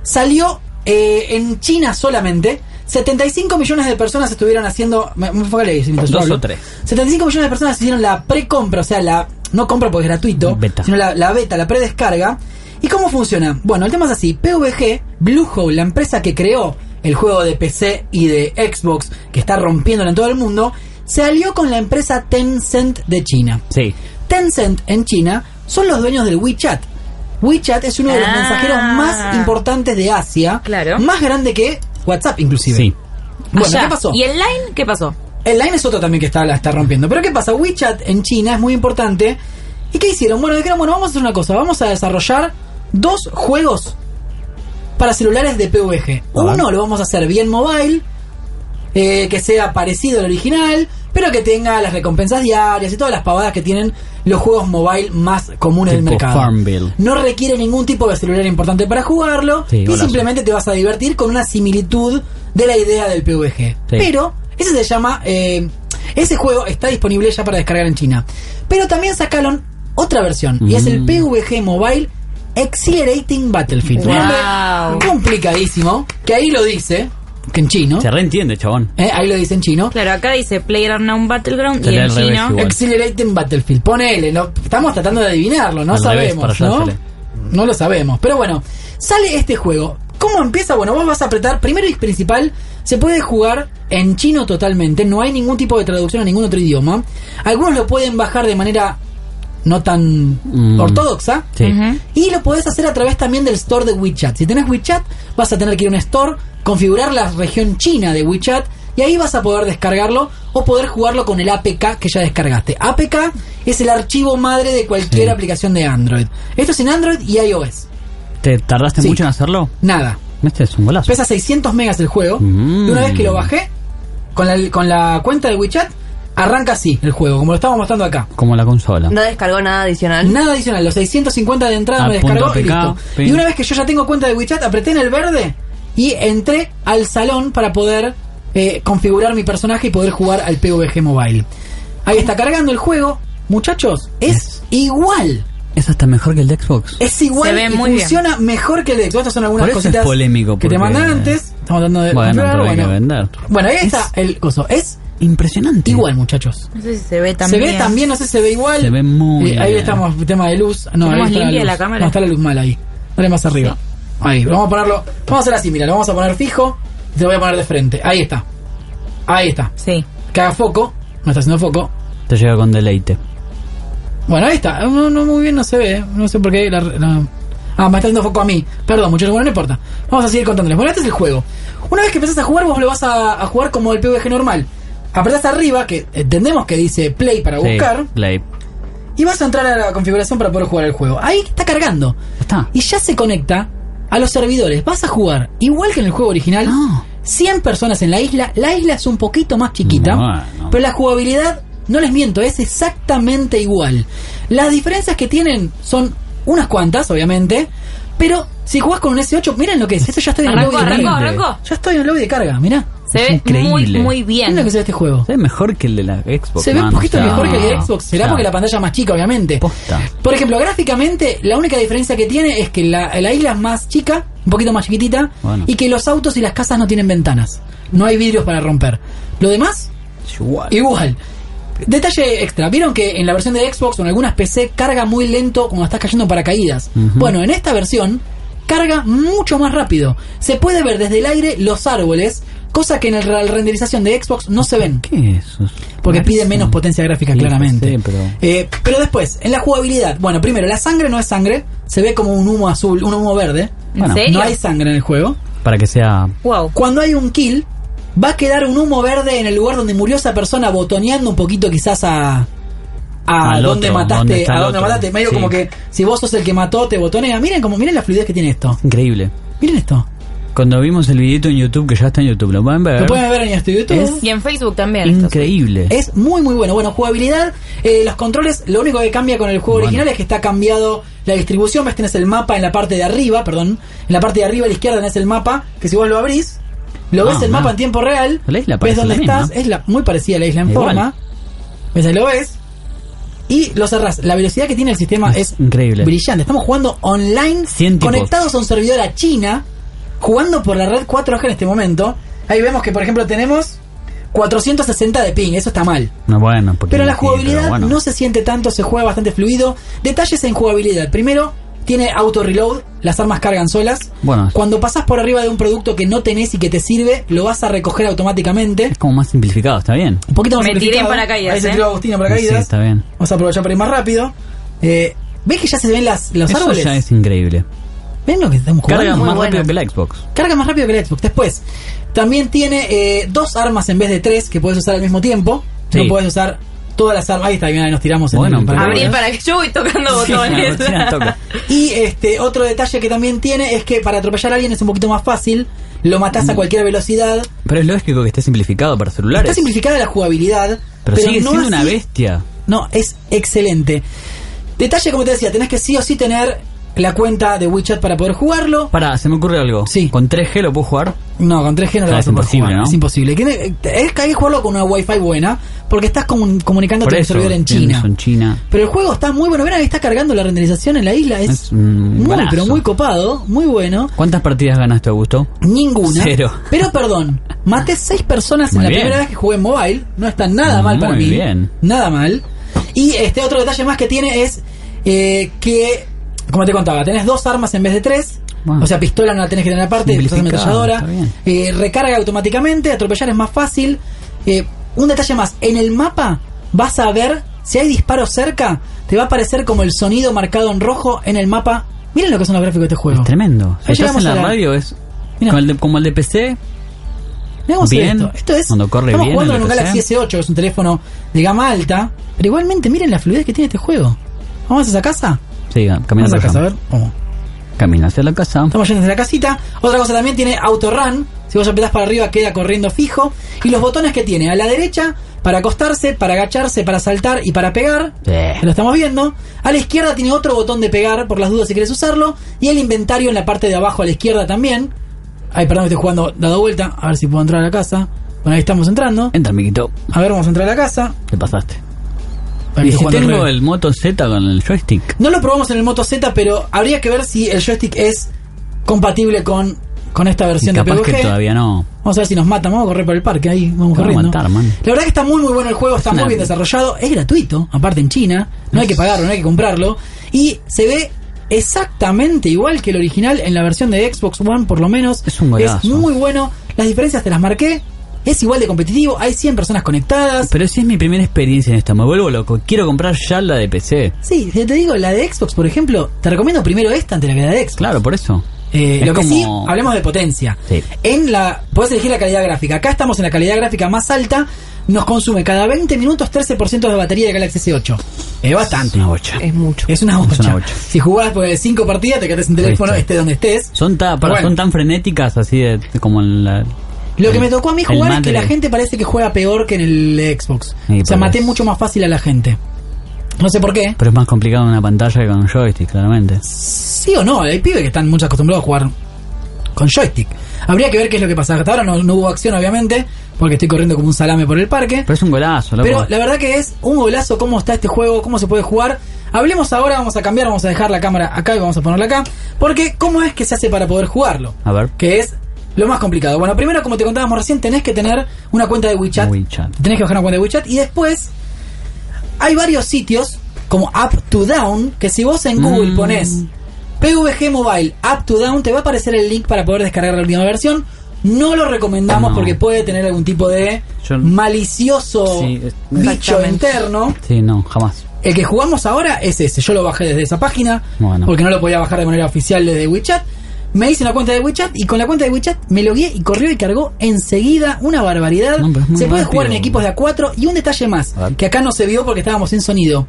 B: salió eh, en China solamente. 75 millones de personas estuvieron haciendo... me- me enfócale ahí, señorito,
C: Dos
B: Pablo.
C: o tres.
B: 75 millones de personas hicieron la precompra, o sea, la... No compra porque es gratuito,
C: Beta.
B: sino la, la beta, la predescarga. ¿Y cómo funciona? Bueno, el tema es así. PVG, Bluehole, la empresa que creó el juego de PC y de Xbox, que está rompiéndolo en todo el mundo, se alió con la empresa Tencent de China.
C: Sí.
B: Tencent en China son los dueños del WeChat. WeChat es uno de los
D: Ah.
B: mensajeros más importantes de Asia.
D: Claro.
B: Más grande que WhatsApp, inclusive.
C: Sí.
B: Bueno,
D: Allá.
B: ¿qué pasó?
D: ¿Y el line qué pasó?
B: El Line es otro también que está, la está rompiendo. Pero ¿qué pasa? WeChat en China es muy importante. ¿Y qué hicieron? Bueno, dijeron, bueno, vamos a hacer una cosa. Vamos a desarrollar dos juegos para celulares de PVG. Uno lo vamos a hacer bien mobile, eh, que sea parecido al original, pero que tenga las recompensas diarias y todas las pavadas que tienen los juegos mobile más comunes del
C: Tipo
B: mercado.
C: Farmville.
B: No requiere ningún tipo de celular importante para jugarlo
C: Sí,
B: y
C: golazo.
B: simplemente te vas a divertir con una similitud de la idea del PVG. Pero ese se llama. eh, ese juego está disponible ya para descargar en China. Pero también sacaron otra versión y es
C: Mm.
B: el PVG Mobile Accelerating Battlefield. Un nombre Complicadísimo. Que ahí lo dice, que en chino.
C: Se reentiende, chabón.
B: eh, ahí lo dice en chino.
D: Claro, acá dice Player Unknown Battleground
C: Se
D: y
C: lee
D: en
C: al revés
D: chino.
C: igual.
B: Accelerating Battlefield. Ponele, no- estamos tratando de adivinarlo, no
C: Al revés,
B: sabemos,
C: para allá
B: ¿no?
C: sale.
B: No lo sabemos. Pero bueno, sale este juego. ¿Cómo empieza? Bueno, vos vas a apretar, primero y principal, se puede jugar en chino totalmente, no hay ningún tipo de traducción a ningún otro idioma. Algunos lo pueden bajar de manera no tan
C: Mm.
B: ortodoxa.
C: Sí.
B: Y lo podés hacer a través también del store de WeChat. Si tenés WeChat, vas a tener que ir a un store, configurar la región china de WeChat y ahí vas a poder descargarlo o poder jugarlo con el APK que ya descargaste. APK es el archivo madre de cualquier aplicación de Android. Esto es en Android y iOS.
C: ¿Te tardaste
B: Sí.
C: mucho en hacerlo?
B: Nada.
C: Este es un golazo.
B: Pesa 600 megas el juego.
C: Mm.
B: Y una vez que lo bajé, con la, con la cuenta de WeChat, arranca así el juego, como lo estamos mostrando acá.
C: Como la
B: Mm.
C: consola.
E: No descargó nada adicional.
B: Nada adicional, los 650 de entrada
C: Ah,
B: me
C: punto
B: descargó y
C: APK,
B: listo.
C: pin.
B: Y una vez que yo ya tengo cuenta de WeChat, apreté en el verde y entré al salón para poder eh, configurar mi personaje y poder jugar al PUBG Mobile. Ahí está cargando el juego. Muchachos, es igual.
C: Es hasta mejor que el de Xbox.
B: Es igual
D: Se ve
B: y
D: muy bien.
B: funciona mejor que el Xbox. Estas son algunas
C: Por eso es
B: cositas
C: polémico,
B: que te
C: porque-
B: mandan antes. Estamos hablando de
C: Bueno,
B: comprar,
C: pero hay que
B: Eh, bueno.
C: vender.
B: Bueno, ahí está
C: Es-
B: el coso. Es
C: Impresionante.
B: igual, muchachos.
D: No sé si se ve
B: se
D: también.
B: ve también, no sé si se ve igual.
C: Se ve muy
B: Eh, ahí
C: bien.
B: estamos, tema de luz. No, ahí
D: ¿Tenemos
B: está
D: limpia
B: luz.
D: la cámara?
B: No, está la luz mal ahí. Dale más arriba. Ahí, vamos a ponerlo. Vamos a hacer así, mira, lo vamos a poner fijo. Te lo voy a poner de frente. Ahí está. Ahí está.
D: Sí.
B: Que haga foco. No está haciendo foco.
C: Te llega con deleite.
B: Bueno, ahí está. No, no, muy bien no se ve. ¿eh? No sé por qué. la- la- Ah, me está dando foco a mí. Perdón, muchachos. Bueno, no importa. Vamos a seguir contándoles. Bueno, este es el juego. Una vez que empezás a jugar, vos lo vas a, a jugar como el PvG normal. Apretás arriba, que entendemos que dice play para
C: Sí,
B: buscar.
C: Play.
B: Y vas a entrar a la configuración para poder jugar el juego. Ahí está cargando.
C: Está.
B: Y ya se conecta a los servidores. Vas a jugar igual que en el juego original.
C: No.
B: 100 personas en la isla. La isla es un poquito más chiquita.
C: Bueno.
B: Pero la jugabilidad, no les miento, es exactamente igual. Las diferencias que tienen son unas cuantas, obviamente. Pero si jugás con un S8, miren lo que es. Esto ya estoy en el
D: Arrancó,
B: lobby de
D: arrancó,
B: carga.
D: arrancó.
B: Ya estoy en el lobby de carga, mirá.
D: Se
C: Es
D: ve
C: increíble.
D: muy, muy
B: Miren lo
D: bien.
B: que se ve este juego.
C: Se ve mejor que el de la Xbox.
B: Se ve un
C: mano,
B: poquito
C: o sea,
B: mejor que el de Xbox. Será
C: o sea,
B: porque la pantalla es más chica, obviamente.
C: Posta.
B: Por ejemplo, gráficamente, la única diferencia que tiene es que la, la isla es más chica, un poquito más chiquitita,
C: Bueno.
B: y que los autos y las casas no tienen ventanas. No hay vidrios para romper. Lo demás,
C: es igual.
B: igual. Detalle extra, vieron que en la versión de Xbox o en algunas PC carga muy lento cuando estás cayendo en paracaídas.
C: Ujú.
B: Bueno, en esta versión carga mucho más rápido. Se puede ver desde el aire los árboles, cosa que en el- la renderización de Xbox no se ven.
C: ¿Qué es eso?
B: Porque pide
C: Rarísimo.
B: menos potencia gráfica,
C: Sí,
B: claramente.
C: sí, pero-
B: Eh, pero después, en la jugabilidad. Bueno, primero, la sangre no es sangre. Se ve como un humo azul, un humo verde.
D: ¿En
C: Bueno,
D: serio?
B: No hay sangre en el juego.
C: Para que sea.
D: Wow.
B: Cuando hay un kill, va a quedar un humo verde en el lugar donde murió esa persona, botoneando un poquito quizás a... A
C: Al
B: donde
C: otro, donde
B: mataste,
C: está
B: a
C: el
B: donde
C: otro.
B: mataste. Medio
C: Sí.
B: como que si vos sos el que mató, te botonea. Miren como, miren la fluidez que tiene esto.
C: Increíble.
B: Miren esto.
C: Cuando vimos el videito en YouTube, que ya está en YouTube, lo pueden ver.
B: Lo pueden ver en este YouTube.
D: Y en Facebook también. esto.
C: Increíble.
B: Es muy muy bueno. Bueno, jugabilidad, eh, los controles, lo único que cambia con el juego
C: Bueno.
B: original es que está cambiado la distribución, ves tenés el mapa en la parte de arriba, perdón, en la parte de arriba a la izquierda tenés el mapa, que si vos lo abrís, lo
C: Ah,
B: ves el
C: mirá.
B: mapa en tiempo real,
C: La isla
B: ves
C: parece
B: dónde
C: la misma.
B: estás, es la, muy parecida a la isla en
C: Igual.
B: forma, ves ahí lo ves, y lo cerrás. La velocidad que tiene el sistema es,
C: Es increíble.
B: brillante. Estamos jugando online,
C: Cien tipos.
B: conectados a un servidor a China, jugando por la red 4G en este momento. Ahí vemos que, por ejemplo, tenemos 460 de ping, eso está mal.
C: No, bueno, porque
B: Pero la
C: sí,
B: jugabilidad
C: pero bueno.
B: no se siente tanto, se juega bastante fluido. Detalles en jugabilidad. Primero, tiene auto reload, las armas cargan solas.
C: Bueno.
B: Cuando pasas por arriba de un producto que no tenés y que te sirve, lo vas a recoger automáticamente.
C: Es como más simplificado, está bien.
B: Un poquito más
D: Me tiré en
B: simplificado.
D: paracaídas,
B: Ahí se
D: ¿eh?
B: tiró Agustín en paracaídas.
C: Sí, está bien.
B: Vamos a aprovechar para ir más rápido. Eh, ¿Ves que ya se ven las, los
C: Eso
B: árboles?
C: ya es increíble.
B: ¿Ven lo que estamos jugando?
C: Carga
B: Muy
C: más
B: bueno.
C: rápido que la Xbox.
B: Carga más rápido que el Xbox. Después, también tiene eh, dos armas en vez de tres que puedes usar al mismo tiempo.
C: Sí.
B: No puedes usar todas las armas. Ahí está, bien, ahí nos tiramos en
C: Bueno,
B: el
C: pero-
D: Abrir
B: paracaídas.
D: para que yo voy tocando
C: Sí,
D: botones.
C: recién toca.
B: Y este otro detalle que también tiene es que para atropellar a alguien es un poquito más fácil. Lo
C: Mm.
B: matás a cualquier velocidad.
C: Pero es lógico que esté simplificado para celulares.
B: Está simplificada la jugabilidad.
C: pero, sigue
B: no
C: siendo una
B: así-
C: bestia.
B: No, es excelente. Detalle, como te decía, tenés que sí o sí tener la cuenta de WeChat para poder jugarlo.
C: Pará, se me ocurre algo.
B: Sí.
C: ¿Con 3G lo puedo jugar?
B: No, con 3G no lo
C: Ah,
B: vas
C: es
B: a poder
C: imposible,
B: jugar,
C: ¿no?
B: Es imposible. Que- eh, Es que hay que jugarlo con una Wi-Fi buena, porque estás comun- comunicándote con
C: Por
B: un
C: eso,
B: servidor en
C: tienen
B: China.
C: eso en China.
B: Pero el juego está muy bueno. Verán, ahí está cargando la renderización en la isla. Es,
C: Es un
B: muy,
C: golazo.
B: pero muy copado, muy bueno.
C: ¿Cuántas partidas ganaste, Augusto?
B: Ninguna.
C: Cero.
B: Pero perdón, maté seis personas
C: Muy
B: en la
C: bien.
B: primera vez que jugué en mobile. No está nada mal para
C: Muy
B: mí.
C: bien.
B: Nada mal. Y este otro detalle más que tiene es eh, que, como te contaba, tenés dos armas en vez de tres.
C: Wow.
B: O sea, pistola no la tenés que tener aparte, tenés
C: Simplificado,
B: ametralladora.
C: está
B: Eh, recarga automáticamente, atropellar es más fácil. Eh, un detalle más, en el mapa vas a ver si hay disparos cerca, te va a aparecer como el sonido marcado en rojo en el mapa. Miren lo que son los gráficos de este juego.
C: Es tremendo.
B: Ahí
C: Si estás
B: llegamos
C: en la
B: a la-
C: radio, es
B: Mirá.
C: como el, de, como el de PC.
B: Mirá cómo se ve
C: Bien,
B: esto. Esto es.
C: cuando corre
B: estamos
C: bien
B: jugando
C: en
B: en un
C: lo que
B: Galaxy S8, que es un teléfono de gama alta. Pero igualmente, miren la fluidez que tiene este juego. ¿Vamos a esa casa?
C: Sí,
B: Vamos
C: caminando
B: a esa
C: por
B: casa, a
C: allá.
B: ver. Vamos.
C: camina hacia la casa.
B: Estamos yendo desde la casita. Otra cosa también tiene autorun. Si vos apretás para arriba queda corriendo fijo. Y los botones que tiene a la derecha para acostarse, para agacharse, para saltar y para pegar.
C: Sí.
B: Eh, Lo estamos viendo. A la izquierda tiene otro botón de pegar por las dudas si quieres usarlo. Y el inventario en la parte de abajo a la izquierda también. Ay, perdón, estoy jugando dado vuelta. A ver si puedo entrar a la casa. Bueno, ahí estamos entrando.
C: Entra, amiguito.
B: A ver, vamos a entrar a la casa.
C: Te pasaste.
B: Para que
C: Y si
B: jugando
C: tengo
B: re-
C: el Moto Z con el joystick.
B: No lo probamos en el Moto Z, pero habría que ver si el joystick es compatible con, con esta
C: Y
B: versión de
C: capaz
B: PUBG.
C: que todavía no.
B: Vamos a ver si nos matan. Vamos a correr por el parque. Ahí vamos
C: Te van a
B: corriendo.
C: matar, man.
B: La verdad que está muy muy bueno el juego, está
C: una-
B: muy bien desarrollado, es gratuito, aparte en China, no hay que pagarlo, no hay que comprarlo y se ve exactamente igual que el original en la versión de Xbox One por lo menos.
C: Es un golazo.
B: muy bueno, las diferencias te las marqué. Es igual de competitivo, hay 100 personas conectadas.
C: Pero si es mi primera experiencia en esto, me vuelvo loco. Quiero comprar ya la de PC.
B: Sí, te digo, la de Xbox, por ejemplo, te recomiendo primero esta ante la que la de Xbox.
C: Claro, por eso.
B: Eh,
C: Es
B: lo que
C: como-
B: sí, hablemos de potencia.
C: Sí.
B: En la, podés elegir la calidad gráfica. Acá estamos en la calidad gráfica más alta. Nos consume cada 20 minutos 13% de batería de Galaxy S8. Es bastante.
C: Es una bocha.
E: Es mucho.
B: Es una bocha.
C: Es una bocha.
B: Si jugás por 5 partidas, te quedas sin teléfono,
C: Viste.
B: esté donde estés.
C: Son, ta- Ah, para,
B: Bueno.
C: son tan frenéticas así de, como en la...
B: Lo que me tocó a mí
C: El
B: jugar es que la
C: Madrid.
B: gente parece que juega peor que en el Xbox.
C: Y
B: o sea,
C: pues.
B: maté mucho más fácil a la gente. No sé por qué.
C: Pero es más complicado en una pantalla que con un joystick, claramente.
B: sí o no, hay pibes que están mucho acostumbrados a jugar con joystick. Habría que ver qué es lo que pasa. Hasta ahora no, no hubo acción, obviamente, porque estoy corriendo como un salame por el parque.
C: Pero es un golazo, loco.
B: Pero la verdad que es un golazo cómo está este juego, cómo se puede jugar. Hablemos ahora, vamos a cambiar, vamos a dejar la cámara acá y vamos a ponerla acá. Porque cómo es que se hace para poder jugarlo.
C: A ver.
B: Que es lo más complicado. Bueno, primero, como te contábamos recién, tenés que tener una cuenta de WeChat.
C: WeChat.
B: Tenés que bajar una cuenta de WeChat. Y después hay varios sitios como Up to Down, que si vos en Google
C: Mm.
B: pones PVG Mobile Up to Down, te va a aparecer el link para poder descargar la última versión. No lo recomendamos
C: No.
B: porque puede tener algún tipo de
C: Yo-
B: malicioso
C: Sí, es-
B: bicho
E: Exactamente.
B: interno.
C: Sí, no, jamás.
B: El que jugamos ahora es ese. Yo lo bajé desde esa página
C: Bueno.
B: porque no lo podía bajar de manera oficial desde WeChat. Me hice una cuenta de WeChat y con la cuenta de WeChat me logué y corrió y cargó enseguida una barbaridad.
C: No, pero es muy
B: se puede
C: rápido.
B: jugar en equipos de A4 y un detalle más,
C: A ver.
B: que acá no se vio porque estábamos sin sonido.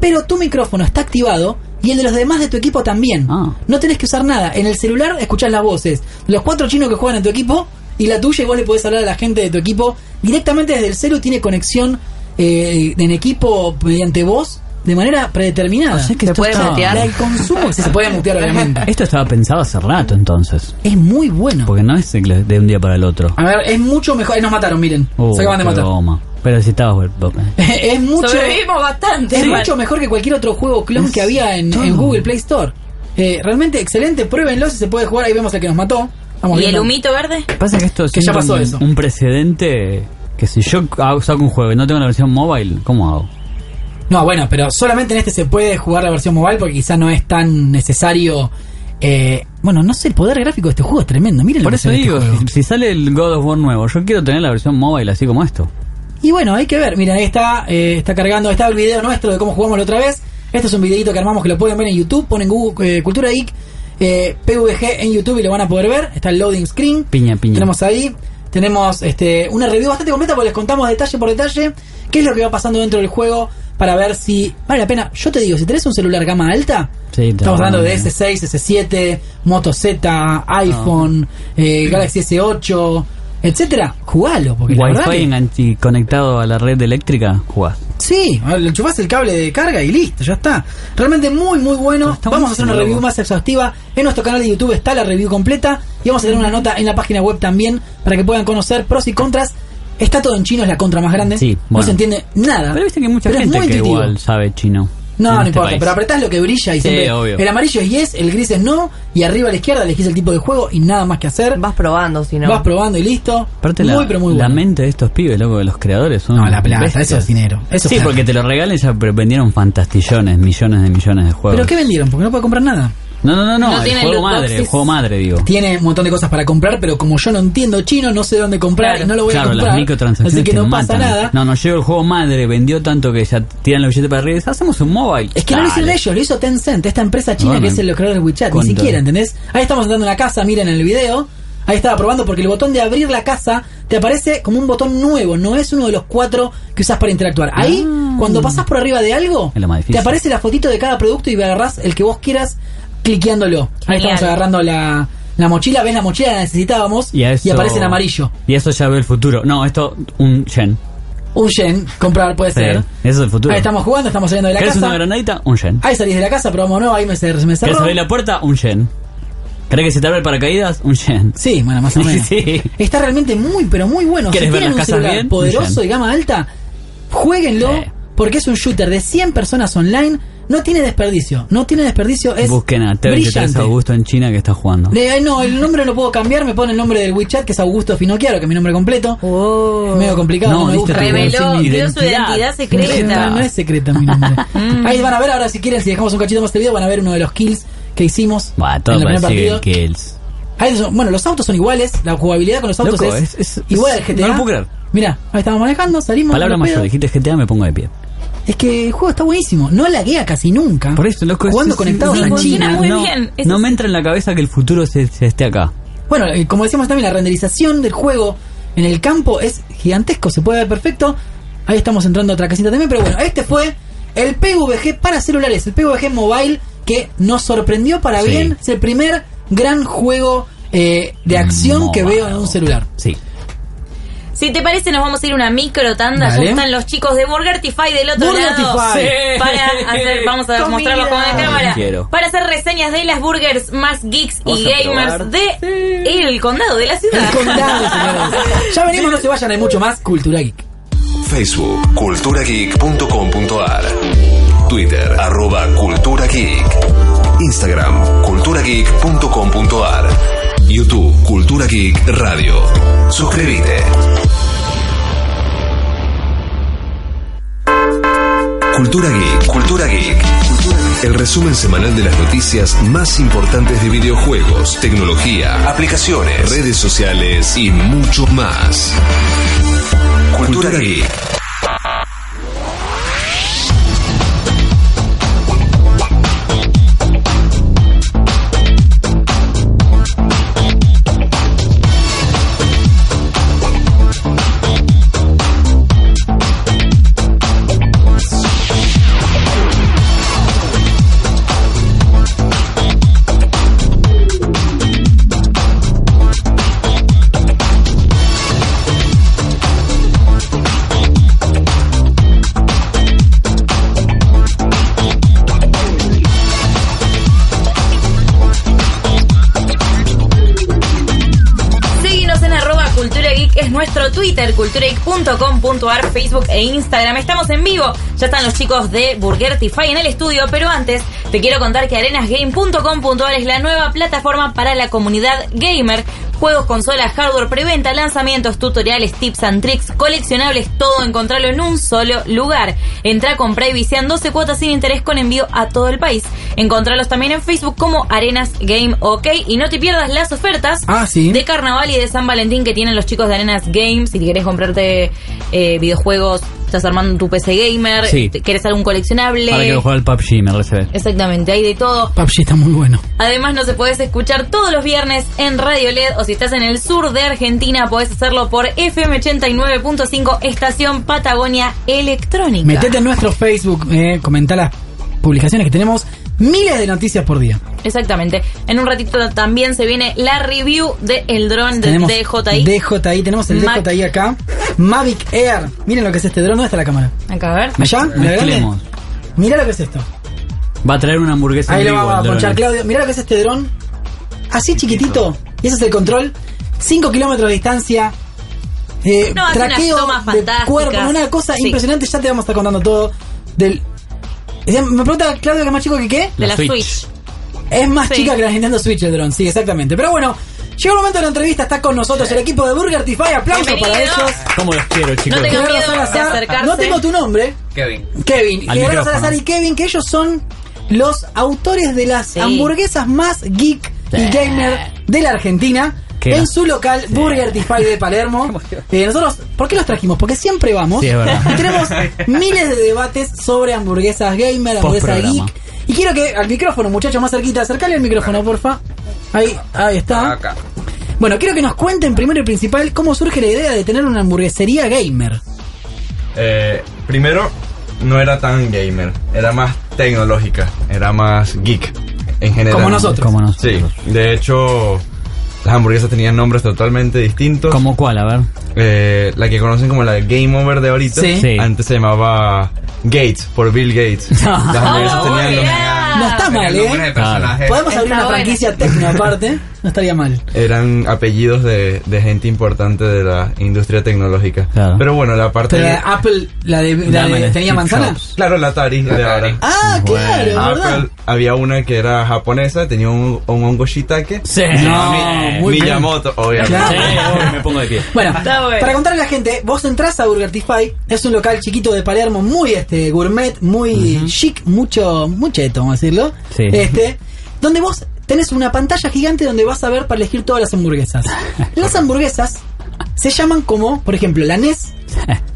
B: Pero tu micrófono está activado y el de los demás de tu equipo también.
C: Ah.
B: No tenés que usar nada. En el celular escuchás las voces. Los cuatro chinos que juegan en tu equipo y la tuya y vos le podés hablar a la gente de tu equipo directamente desde el celu. Tiene conexión eh, en equipo mediante voz de manera predeterminada.
C: O sea Ah, que
E: ¿Se
C: esto
E: puede
C: estaba-
E: mutear?
B: Para el consumo, sí, se puede mutear obviamente.
C: Esto estaba pensado hace rato, entonces.
B: Es muy bueno.
C: Porque no es de de un día para el otro.
B: A ver, es mucho mejor. Ahí nos mataron, miren.
C: Uh,
B: se acaban de
C: qué
B: matar. Eh,
C: goma. Pero si estabas...
B: es mucho.
D: Sobrevivimos bastante.
B: Es
D: igual.
B: mucho mejor que cualquier otro juego clon que había en, en Google Play Store. Eh, realmente excelente, pruébenlo si se puede jugar. Ahí vemos el que nos mató. Vamos
D: ¿Y el
B: viendo.
D: humito verde?
C: Pasa que esto es
B: Que ya pasó
C: un,
B: eso.
C: un precedente que si yo hago- saco un juego y no tengo la versión mobile, ¿cómo hago?
B: No, bueno, pero solamente en este se puede jugar la versión mobile porque quizá no es tan necesario. eh, bueno, no sé, el poder gráfico de este juego es tremendo. Miren lo
C: Por
B: que
C: eso
B: se ve este
C: digo,
B: juego.
C: si, si sale el God of War nuevo, yo quiero tener la versión mobile así como esto.
B: Y bueno, hay que ver. Mira, ahí está, eh, está cargando, está el video nuestro de cómo jugamos la otra vez. Este es un videito que armamos que lo pueden ver en YouTube. Ponen Google, eh, Cultura Geek, eh, PVG en YouTube y lo van a poder ver. Está el loading screen.
C: Piña, piña.
B: Tenemos ahí. Tenemos este, una review bastante completa porque les contamos detalle por detalle qué es lo que va pasando dentro del juego para ver si vale la pena. Yo te digo, si tenés un celular gama alta,
C: Sí, te
B: estamos
C: va,
B: hablando de
C: ¿no?
B: S6, S7, Moto Z, iPhone,
C: Ah.
B: eh, Galaxy S8, etcétera, jugalo. Porque la verdad
C: Wi-Fi
B: que-
C: enganchi- conectado a la red eléctrica, jugás.
B: Sí, ah, le enchufás el cable de carga y listo, ya está. Realmente muy, muy bueno.
C: Está
B: vamos a hacer una review
C: buenísimo, loco.
B: más exhaustiva. En nuestro canal de YouTube está la review completa. Y vamos a tener una nota en la página web también para que puedan conocer pros y contras. Está todo en chino, es la contra más grande.
C: Sí,
B: No
C: bueno.
B: se entiende nada.
C: Pero viste que hay mucha
B: Pero es
C: gente
B: muy
C: que
B: intuitivo.
C: igual sabe chino.
B: No,
C: en
B: no
C: este
B: importa,
C: país.
B: pero apretás lo que brilla y
C: Sí,
B: siempre.
C: obvio.
B: El amarillo es yes, el gris es no, y arriba a la izquierda elegís el tipo de juego y nada más que hacer.
E: Vas probando, si no.
B: Vas probando y listo.
C: Aparte
B: muy,
C: la,
B: pero muy
C: la
B: bueno.
C: mente de estos pibes, loco, de los creadores son
B: No, la plata,
C: bestias.
B: eso es dinero, eso es
C: sí,
B: plata.
C: porque te lo regalan y ya pre- vendieron fantastillones, millones de millones de juegos.
B: ¿Pero qué vendieron? Porque no puede comprar nada.
C: No, no, no, no,
D: No
C: el
D: tienen
C: juego
D: loot
C: madre, el
D: boxes.
C: juego madre, digo.
B: tiene un montón de cosas para comprar, pero como yo no entiendo chino, no sé dónde comprar
D: Claro.
B: y no lo voy
C: Claro,
B: a comprar.
C: las microtransacciones
B: así que
C: te
B: no pasa
C: matan.
B: nada.
C: No, no, llegó el juego madre, vendió tanto que ya tiran los billetes para arriba y dicen, hacemos un mobile.
B: Es que no lo hicieron
C: Dale.
B: ellos, lo hizo Tencent, esta empresa china
C: Bueno,
B: que es el creador de WeChat, ni
C: ¿cuánto?
B: siquiera, ¿entendés? Ahí estamos entrando en la casa, miren el video. Ahí estaba probando porque el botón de abrir la casa te aparece como un botón nuevo, no es uno de los cuatro que usás para interactuar. Ahí, cuando pasás por arriba de algo,
C: Es lo más Ah. difícil.
B: te aparece la fotito de cada producto y agarrás el que vos quieras cliqueándolo. Ahí
D: Genial.
B: estamos agarrando la, la mochila. ¿Ves la mochila? La necesitábamos.
C: Y, a eso-
B: aparece en amarillo.
C: Y eso ya ve el futuro. No, esto, un yen.
B: Un yen, comprar puede ser.
C: Sí, Eso es el futuro.
B: Ahí estamos jugando, estamos saliendo de la
C: ¿Querés
B: casa.
C: una granadita? Un yen.
B: Ahí salís de la casa, pero vamos, no, ahí me, cer- me
C: ¿Querés
B: cerró.
C: abrir la puerta? Un yen. ¿Querés que se te abra el paracaídas? Un yen.
B: Sí, bueno, más o menos.
C: sí.
B: Está realmente muy, pero muy bueno. Si
C: ¿Querés ver
B: tienen
C: las
B: un
C: casas
B: celular
C: bien?
B: poderoso
C: Bien.
B: y gama alta, jueguenlo porque es un shooter de 100 personas online. No tiene desperdicio. No tiene desperdicio. Es
C: Busquen a T23
B: brillante.
C: Augusto en China que está jugando.
B: Le- ay, no, el nombre lo puedo cambiar. Me pone el nombre del WeChat, que es Augusto Finocchiaro, que es mi nombre completo. Es medio complicado.
C: No,
B: No, me
C: viste,
B: gusta.
D: Oh. Reveló,
C: sin
D: dio su identidad secreta. Mm.
B: No, no es secreta mi nombre. Ahí van a ver ahora, si quieren, si dejamos un cachito más de video, van a ver uno de los kills que hicimos
C: Va,
B: en
C: todo
B: el primer
C: parecido
B: partido.
C: que Kills.
B: Ahí son- bueno, los autos son iguales, la jugabilidad con los autos
C: Loco,
B: es,
C: es- es-
B: igual al
C: es-
B: GTA.
C: no lo puedo creer.
B: Mira, ahí estamos manejando, salimos.
C: Palabra
B: no pedo.
C: mayor, dijiste GTA, me pongo de pie.
B: Es que el juego está buenísimo, no laguea casi nunca. Por
C: eso, loco,
B: Jugando
C: es-
B: conectados
C: es-
B: a
C: funciona
B: China.
C: muy No, bien, No me entra en la cabeza que el futuro se, se esté acá.
B: Bueno, eh, como decíamos también, la renderización del juego en el campo es gigantesco, se puede ver perfecto. Ahí estamos entrando a otra casita también, pero bueno, este fue el PVG para celulares, el PVG mobile que nos sorprendió para
C: Sí.
B: bien. Es el primer gran juego eh, de acción que veo en un celular.
C: Sí.
D: Si te parece, nos vamos a ir a una micro tanda. Ya
B: Dale.
D: están los chicos de Burgertify del otro lado.
B: Burgertify. Sí.
D: Para hacer, vamos a
B: Comida.
D: mostrarlos con la cámara.
C: Quiero.
D: Para hacer reseñas de las burgers más geeks y
C: Vamos a
D: gamers
C: probar.
D: de el condado de la ciudad.
B: Mm. El condado, señores. Ya venimos, no se vayan, hay mucho más Cultura Geek.
G: Facebook, culturageek.com.ar. Twitter, arroba Cultura Geek. Instagram, culturageek.com.ar. YouTube, Cultura Geek Radio. Suscríbete. Cultura Geek, Cultura Geek. El resumen semanal de las noticias más importantes de videojuegos, tecnología, aplicaciones, redes sociales y mucho más. Cultura Geek.
D: Síguenos en arroba Cultura Geek, es nuestro Twitter, culturageek.com.ar, Facebook e Instagram. Estamos en vivo, ya están los chicos de Burgertify en el estudio, pero antes te quiero contar que arenasgame.com.ar es la nueva plataforma para la comunidad gamer. Juegos, consolas, hardware, preventa, lanzamientos, tutoriales, tips and tricks, coleccionables, todo encontrarlo en un solo lugar. Entra, compra y vician 12 cuotas sin interés con envío a todo el país. Encontralos también en Facebook como Arenas Game OK y no te pierdas las ofertas
B: Ah, sí.
D: de carnaval y de San Valentín que tienen los chicos de Arenas Games. Si querés comprarte eh, videojuegos, estás armando tu PC gamer,
C: Sí.
D: te- querés algún coleccionable.
C: Ahora quiero jugar al PUBG, me recibe.
D: Exactamente, hay de todo.
B: PUBG está muy bueno.
D: Además, nos podés escuchar todos los viernes en Radio LED o si estás en el sur de Argentina, podés hacerlo por FM89.5 Estación Patagonia Electrónica.
B: Metete en nuestro Facebook, eh, comentá las publicaciones que tenemos. Miles de noticias por día.
D: Exactamente. En un ratito también se viene la review de el dron de
B: Tenemos
D: DJI.
B: DJI, tenemos el
D: Mac-
B: DJI acá. Mavic Air. Miren lo que es este dron. ¿Dónde está la cámara?
D: Acá, a ver.
B: ¿Allá? ¿En la grande?
C: Mezclemos.
B: Mirá lo que es esto.
C: Va a traer una hamburguesa
B: Ahí
C: en
B: lo
C: vivo,
B: vamos a
C: el dron. ¿eh?
B: ponchar, Claudio. Mirá lo que es este dron. Así chiquitito. Y ese es el control. 5 kilómetros de distancia. Eh,
D: No, hace unas
B: traqueo
D: tomas
B: de
D: fantásticas.
B: cuerpo. Una cosa
D: Sí.
B: impresionante. Ya te vamos a estar contando todo. Del... Eh, Me pregunta Claudio que es más chico que qué.
D: De la,
C: Switch.
D: Switch.
B: Es más
D: Sí.
B: chica que la Nintendo Switch el dron, sí, exactamente. Pero bueno, llegó el momento de la entrevista, está con nosotros el equipo de Burgertify, aplausos para
D: Bienvenido.
B: ellos.
C: ¿Cómo los quiero, chicos?
D: No tengo
B: Gerardo
D: miedo de
B: Salazar,
D: acercarse.
B: no tengo tu nombre,
K: Kevin.
B: Kevin.
C: Al
B: Gerardo
C: micrófono.
B: Salazar y Kevin, que ellos son los autores de las
D: Sí.
B: hamburguesas más geek y gamer de la Argentina.
C: Qué
B: En
C: gas-
B: su local Burgertify de Palermo. Eh, nosotros, ¿por qué los trajimos? Porque siempre vamos.
C: Sí, es verdad.
B: Y tenemos miles de debates sobre hamburguesas gamer, hamburguesas
C: Postprograma.
B: geek. Y quiero que al micrófono, muchachos, más cerquita, acercale el micrófono, porfa. Ahí, ahí está.
K: Acá.
B: Bueno, quiero que nos cuenten primero y principal cómo surge la idea de tener una hamburguesería gamer.
K: Eh, primero, no era tan gamer, era más tecnológica, era más geek. en general.
B: Como nosotros. Como
K: Sí, de hecho, las hamburguesas tenían nombres totalmente distintos. Eh,
C: ¿Como cuál? A ver.
K: la que conocen como la Game Over de ahorita.
C: Sí. Sí.
K: Antes se llamaba Gates, por Bill Gates. las hamburguesas
B: Ah,
K: tenían nombres.
B: No está mal,
K: nombre de
B: ¿eh?
K: personaje.
B: Podemos abrir
D: Está
B: una
D: buena.
B: franquicia tecno aparte. No estaría mal.
K: Eran apellidos de, de gente importante de la industria tecnológica. Pero bueno, la parte...
B: Pero la de Apple, la de, la de- ¿tenía manzana?
K: Claro, la Atari de ahora.
B: Ah, claro, es verdad.
K: Apple, había una que era japonesa, tenía un, un hongo shiitake.
C: Sí.
B: No, muy bien.
K: Miyamoto, obviamente.
B: Claro.
K: me pongo de pie.
B: Bueno,
D: Está bueno.
B: para contarle a la gente, vos entras a Burgertify, es un local chiquito de Palermo, muy este gourmet, muy chic, mucho, mucheto, vamos a decirlo.
C: Sí.
B: Este, donde vos tenés una pantalla gigante donde vas a ver para elegir todas las hamburguesas. Las hamburguesas se llaman como, por ejemplo, la NES,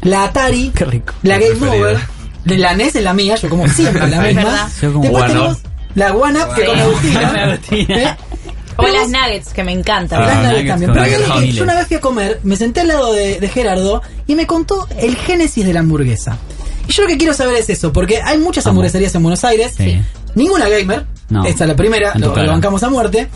B: la Atari, la
C: Mi
B: Game
C: preferida.
B: Over, la NES es la mía, yo como siempre, la
C: Es
B: misma.
C: verdad. Yo como
B: Después
C: One Up.
B: tenemos la One Up que con Agustina. ¿eh?
D: O las nuggets, que me encantan.
B: Las nuggets
C: nuggets
B: también.
C: con
B: Pero yo
C: nuggets
B: dije,
C: miles.
B: yo una vez fui a comer, me senté al lado de, de Gerardo y me contó el génesis de la hamburguesa. Y yo lo que quiero saber es eso, porque hay muchas hamburgueserías en Buenos Aires.
C: Sí.
B: Ninguna gamer.
C: No.
B: Esta es la primera,
C: En tu
B: lo, lo
C: cara.
B: bancamos a muerte.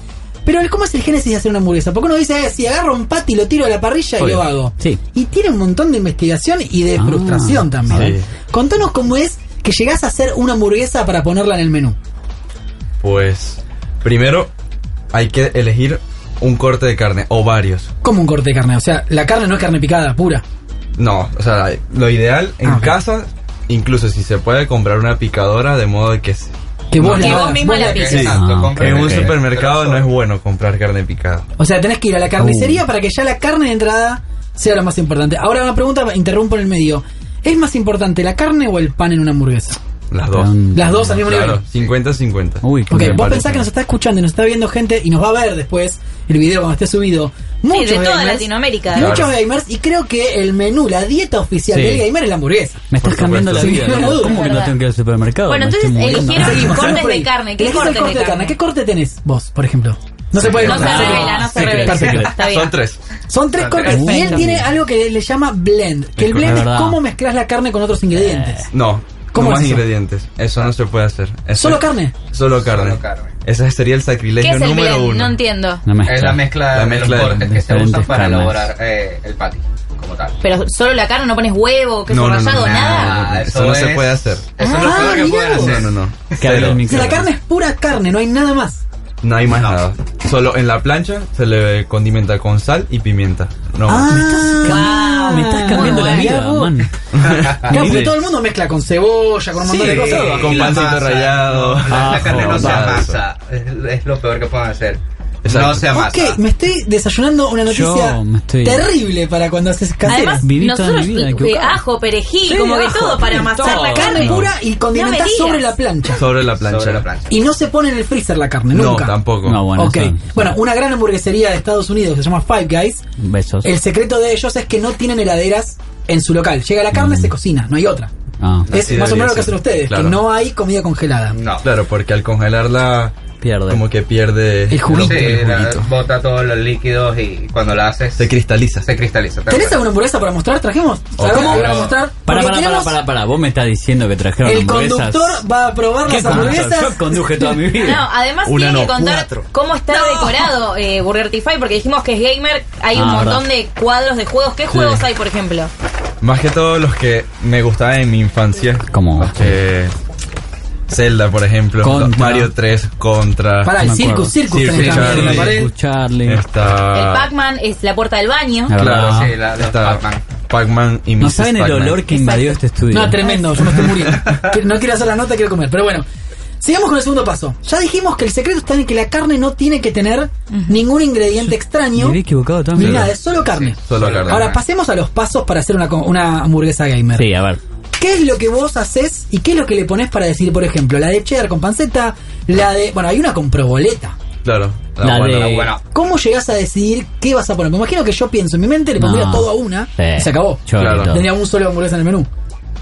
B: Pero el cómo es el génesis de hacer una hamburguesa. Porque uno dice, eh, si agarro un patty, lo tiro a la parrilla y
C: Obvio.
B: lo hago.
C: Sí.
B: Y tiene un montón de investigación y de
C: Ah,
B: frustración también.
K: sí.
B: Contanos cómo es que llegás a hacer una hamburguesa para ponerla en el menú.
K: Pues primero hay que elegir un corte de carne o varios.
B: Como un corte de carne. O sea, la carne no es carne picada, pura.
K: No, o sea, lo ideal
B: Ah,
K: en casa, incluso si se puede comprar una picadora de modo de que s-
B: Que vos,
D: Que
B: la
D: vos
B: hagas,
D: mismo la
B: hagas.
D: piques.
K: Sí.
C: Ah, ok,
K: en un
C: ok.
K: supermercado no es bueno comprar carne picada.
B: O sea, tenés que
K: Uh.
B: ir a la carnicería para que ya la carne de entrada sea lo más importante. Ahora una pregunta, interrumpo en el medio. ¿Es más importante la carne o el pan en una hamburguesa?
K: Las dos.
B: Las dos al mismo
K: Claro,
B: nivel.
K: 50-50.
C: Uy,
B: Ok,
K: Me
B: vos
K: parece.
B: pensás que nos está escuchando y nos está viendo gente y nos va a ver después el video cuando esté subido. Muchos
D: de toda
B: gamers,
D: Latinoamérica.
B: Muchos
K: Claro.
B: gamers y creo que el menú, la dieta oficial
K: Sí.
B: del gamer es la hamburguesa.
C: Me estás
K: Por
C: cambiando la vida.
K: supuesto.
B: Sí,
C: ¿no?
B: es
C: ¿Cómo que no
D: verdad.
C: tengo que ir al supermercado?
D: Bueno,
C: Me estoy
D: entonces
C: muriendo.
D: eligieron-
B: Seguimos,
D: Cortes
B: seguimos por
D: de
B: ahí.
D: carne, ¿qué
B: Elegís el
D: cortes de
B: corte de carne?
D: carne?
B: ¿Qué corte tenés vos, por ejemplo? No se puede
D: No se
B: contar.
D: revela, no se revela.
B: Perfecto.
D: Ah, Está bien.
K: Son tres.
B: Son tres
K: Son
B: cortes.
K: tres.
B: Y él
C: Perfecto.
B: tiene algo que le llama blend. Que el
K: Es
B: blend es
C: verdad. Eh,
B: cómo mezclas la carne con otros ingredientes.
K: No,
B: ¿Cómo
K: no más
B: es eso?
K: ingredientes. Eso no se puede hacer. Eso
B: ¿Solo
K: es-
B: carne?
K: Solo carne. Ese sería el
D: ¿Qué
K: sacrilegio
D: es el
K: número
D: blend?
K: uno. Eh,
D: No entiendo.
C: Una mezcla.
L: Es la mezcla,
K: La
L: de
K: mezcla de
L: los cortes que se
C: diferentes
L: usan para
C: carnes.
L: elaborar eh, el patty, como tal.
D: Pero solo la carne, no pones huevo, queso
K: No, no, no,
D: rallado,
K: no,
D: nada.
K: no, no,
L: Ah,
K: eso
L: eso
K: no se
L: es-
K: puede hacer.
L: Eso
B: Ah,
L: no es lo que
B: mirá
L: pueden
B: vos.
K: No,
L: hacer.
K: no, no.
C: Que abre
B: O sea,
C: el
K: Cero.
B: la
C: micrófono.
B: carne es pura carne, no hay nada más.
K: No hay más nada. Solo en la plancha se le condimenta con sal y pimienta. No.
C: Ah,
B: Ah,
C: Me estás cambiando la
B: mirá
C: vida,
B: vos.
C: man.
B: Claro, porque
K: Sí.
B: todo el mundo mezcla con cebolla, con un montón de
L: Sí,
B: cosas.
K: con
L: y la
K: pancito
L: masa,
K: rallado.
L: no, la,
K: Ajo,
L: carne no se
K: nada de eso.
L: amasa. Es, es lo peor que pueden hacer.
K: Exacto.
L: No se amasa.
B: Ok, me estoy desayunando una noticia
C: Yo me estoy-
B: terrible para cuando haces casera.
D: Además,
C: Viví toda
D: nosotros
C: mi vida
D: eh,
C: equivocado.
D: ajo, perejil,
C: Sí,
D: como que
C: ajo,
D: todo para
C: sí,
D: amasar
C: todo.
D: la
B: carne
D: carne.
B: pura y
D: No
B: condimentás
D: me digas.
B: sobre la plancha.
K: Sobre la plancha.
L: Sobre la plancha.
B: Y no se pone en el freezer la carne,
K: No,
B: nunca.
K: tampoco.
C: No, bueno.
B: ok,
C: son-
B: bueno, una gran hamburguesería de Estados Unidos que se llama Five Guys.
C: Besos.
B: El secreto de ellos es que no tienen heladeras en su local. Llega la carne, se cocina, no hay otra.
C: Ah,
B: Es
K: Así
B: más o menos
K: Mm. debería
B: lo que
K: ser.
B: hacen ustedes,
K: Claro.
B: que no hay comida congelada.
L: No.
K: Claro, porque al congelarla
C: pierde.
K: como que pierde
B: El juguito.
L: Sí,
K: el
L: la-
K: juguito.
L: bota todos los líquidos y cuando la haces
K: Se cristaliza.
L: se cristaliza. tal
B: ¿Tenés
L: cual.
B: alguna hamburguesa para mostrar? ¿Trajimos? ¿Trajimos para mostrar?
C: Para,
B: Porque
C: para, para,
B: queremos-
C: para, para. Vos me estás diciendo que trajeron
B: El
C: hamburguesas.
B: conductor va a probar
C: ¿Qué
B: las
C: conductor?
B: hamburguesas.
C: Yo conduje toda mi vida.
D: No, además
K: Una
D: tiene
K: no,
D: que contar
K: cuatro.
D: cómo está decorado eh, Burgertify, porque dijimos que es gamer, hay un
C: Ah,
D: montón
C: verdad.
D: de cuadros de juegos. ¿Qué juegos hay, por ejemplo?
K: Más que todo los que me gustaban en mi infancia.
C: Como-
K: Los que- Zelda, por ejemplo.
C: Contra.
K: Mario 3 contra.
B: Para
C: No
B: el
C: me acuerdo.
B: Circus, Circus
K: Circus,
B: tenés también en la
K: Charlie.
B: pared.
C: Circus, Charlie.
K: Está.
D: El Pac-Man es la puerta del baño.
C: La
K: Ah. Claro,
C: verdad.
L: sí, la- los
K: está
L: Pac-Man.
K: Pac-Man y
C: No
K: Mrs.
C: saben el
K: Pac-Man.
C: olor que invadió este estudio.
B: No, tremendo, yo me estoy muriendo. Que- No quiero hacer la nota, quiero comer. Pero bueno, sigamos con el segundo paso. Ya dijimos que el secreto está en que la carne no tiene que tener ningún ingrediente
C: Me
B: extraño.
C: había equivocado toda mi
B: Ni
C: vida.
B: nada, es solo carne.
K: Solo carne.
B: Ahora pasemos a los pasos para hacer una, co- una hamburguesa gamer.
C: Sí, a ver.
B: ¿Qué es lo que vos haces y qué es lo que le pones para decir, por ejemplo, la de cheddar con panceta, la de. Bueno, hay una con proboleta.
K: Claro.
C: La
K: buena,
C: de-
K: la buena.
B: ¿Cómo llegás a decidir qué vas a poner? Me imagino que yo pienso, en mi mente le pondría
C: No.
B: todo a una
C: Sí.
B: y se acabó.
C: Yo
K: Claro.
C: grito.
B: Tendría un solo hamburguesa en el menú.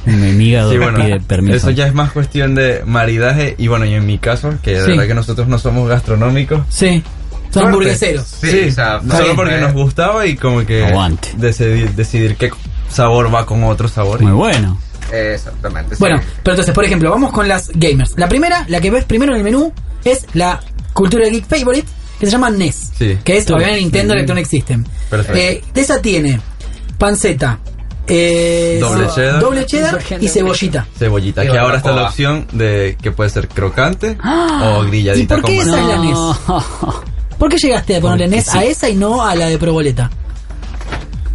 C: Mi mi hígado
K: Sí, bueno,
C: pide permiso.
K: eso ya es más cuestión de maridaje y bueno, y en mi caso, que de
B: Sí.
K: verdad que nosotros no somos gastronómicos.
B: Sí. Son
K: Suerte.
B: hamburgueseros.
L: Sí, o sea,
K: solo
L: sí,
K: porque
L: eh.
K: nos gustaba y como que
C: Aguante.
K: decidir, decidir qué sabor va con otro sabor.
C: Muy bueno.
L: Exactamente. sí.
B: Bueno, pero entonces, por ejemplo, vamos con las gamers. La primera, la que ves primero en el menú, es la cultura geek favorite que se llama NES,
K: Sí.
B: que es
K: Sí.
B: todavía Nintendo Electronic System.
K: Perfecto.
B: Eh, de esa tiene panceta, eh,
K: Doble
B: ce-
K: cheddar.
B: doble cheddar y cebollita.
K: Cebollita.
B: Y
K: Que ahora
B: barbacoa.
K: está la opción de que puede ser crocante
B: Ah.
K: o
B: ¿Y
K: grilladita
B: por qué
K: con
B: esa es la
K: banana.
B: NES? ¿Por qué llegaste a ponerle NES a esa y no a la de Proboleta?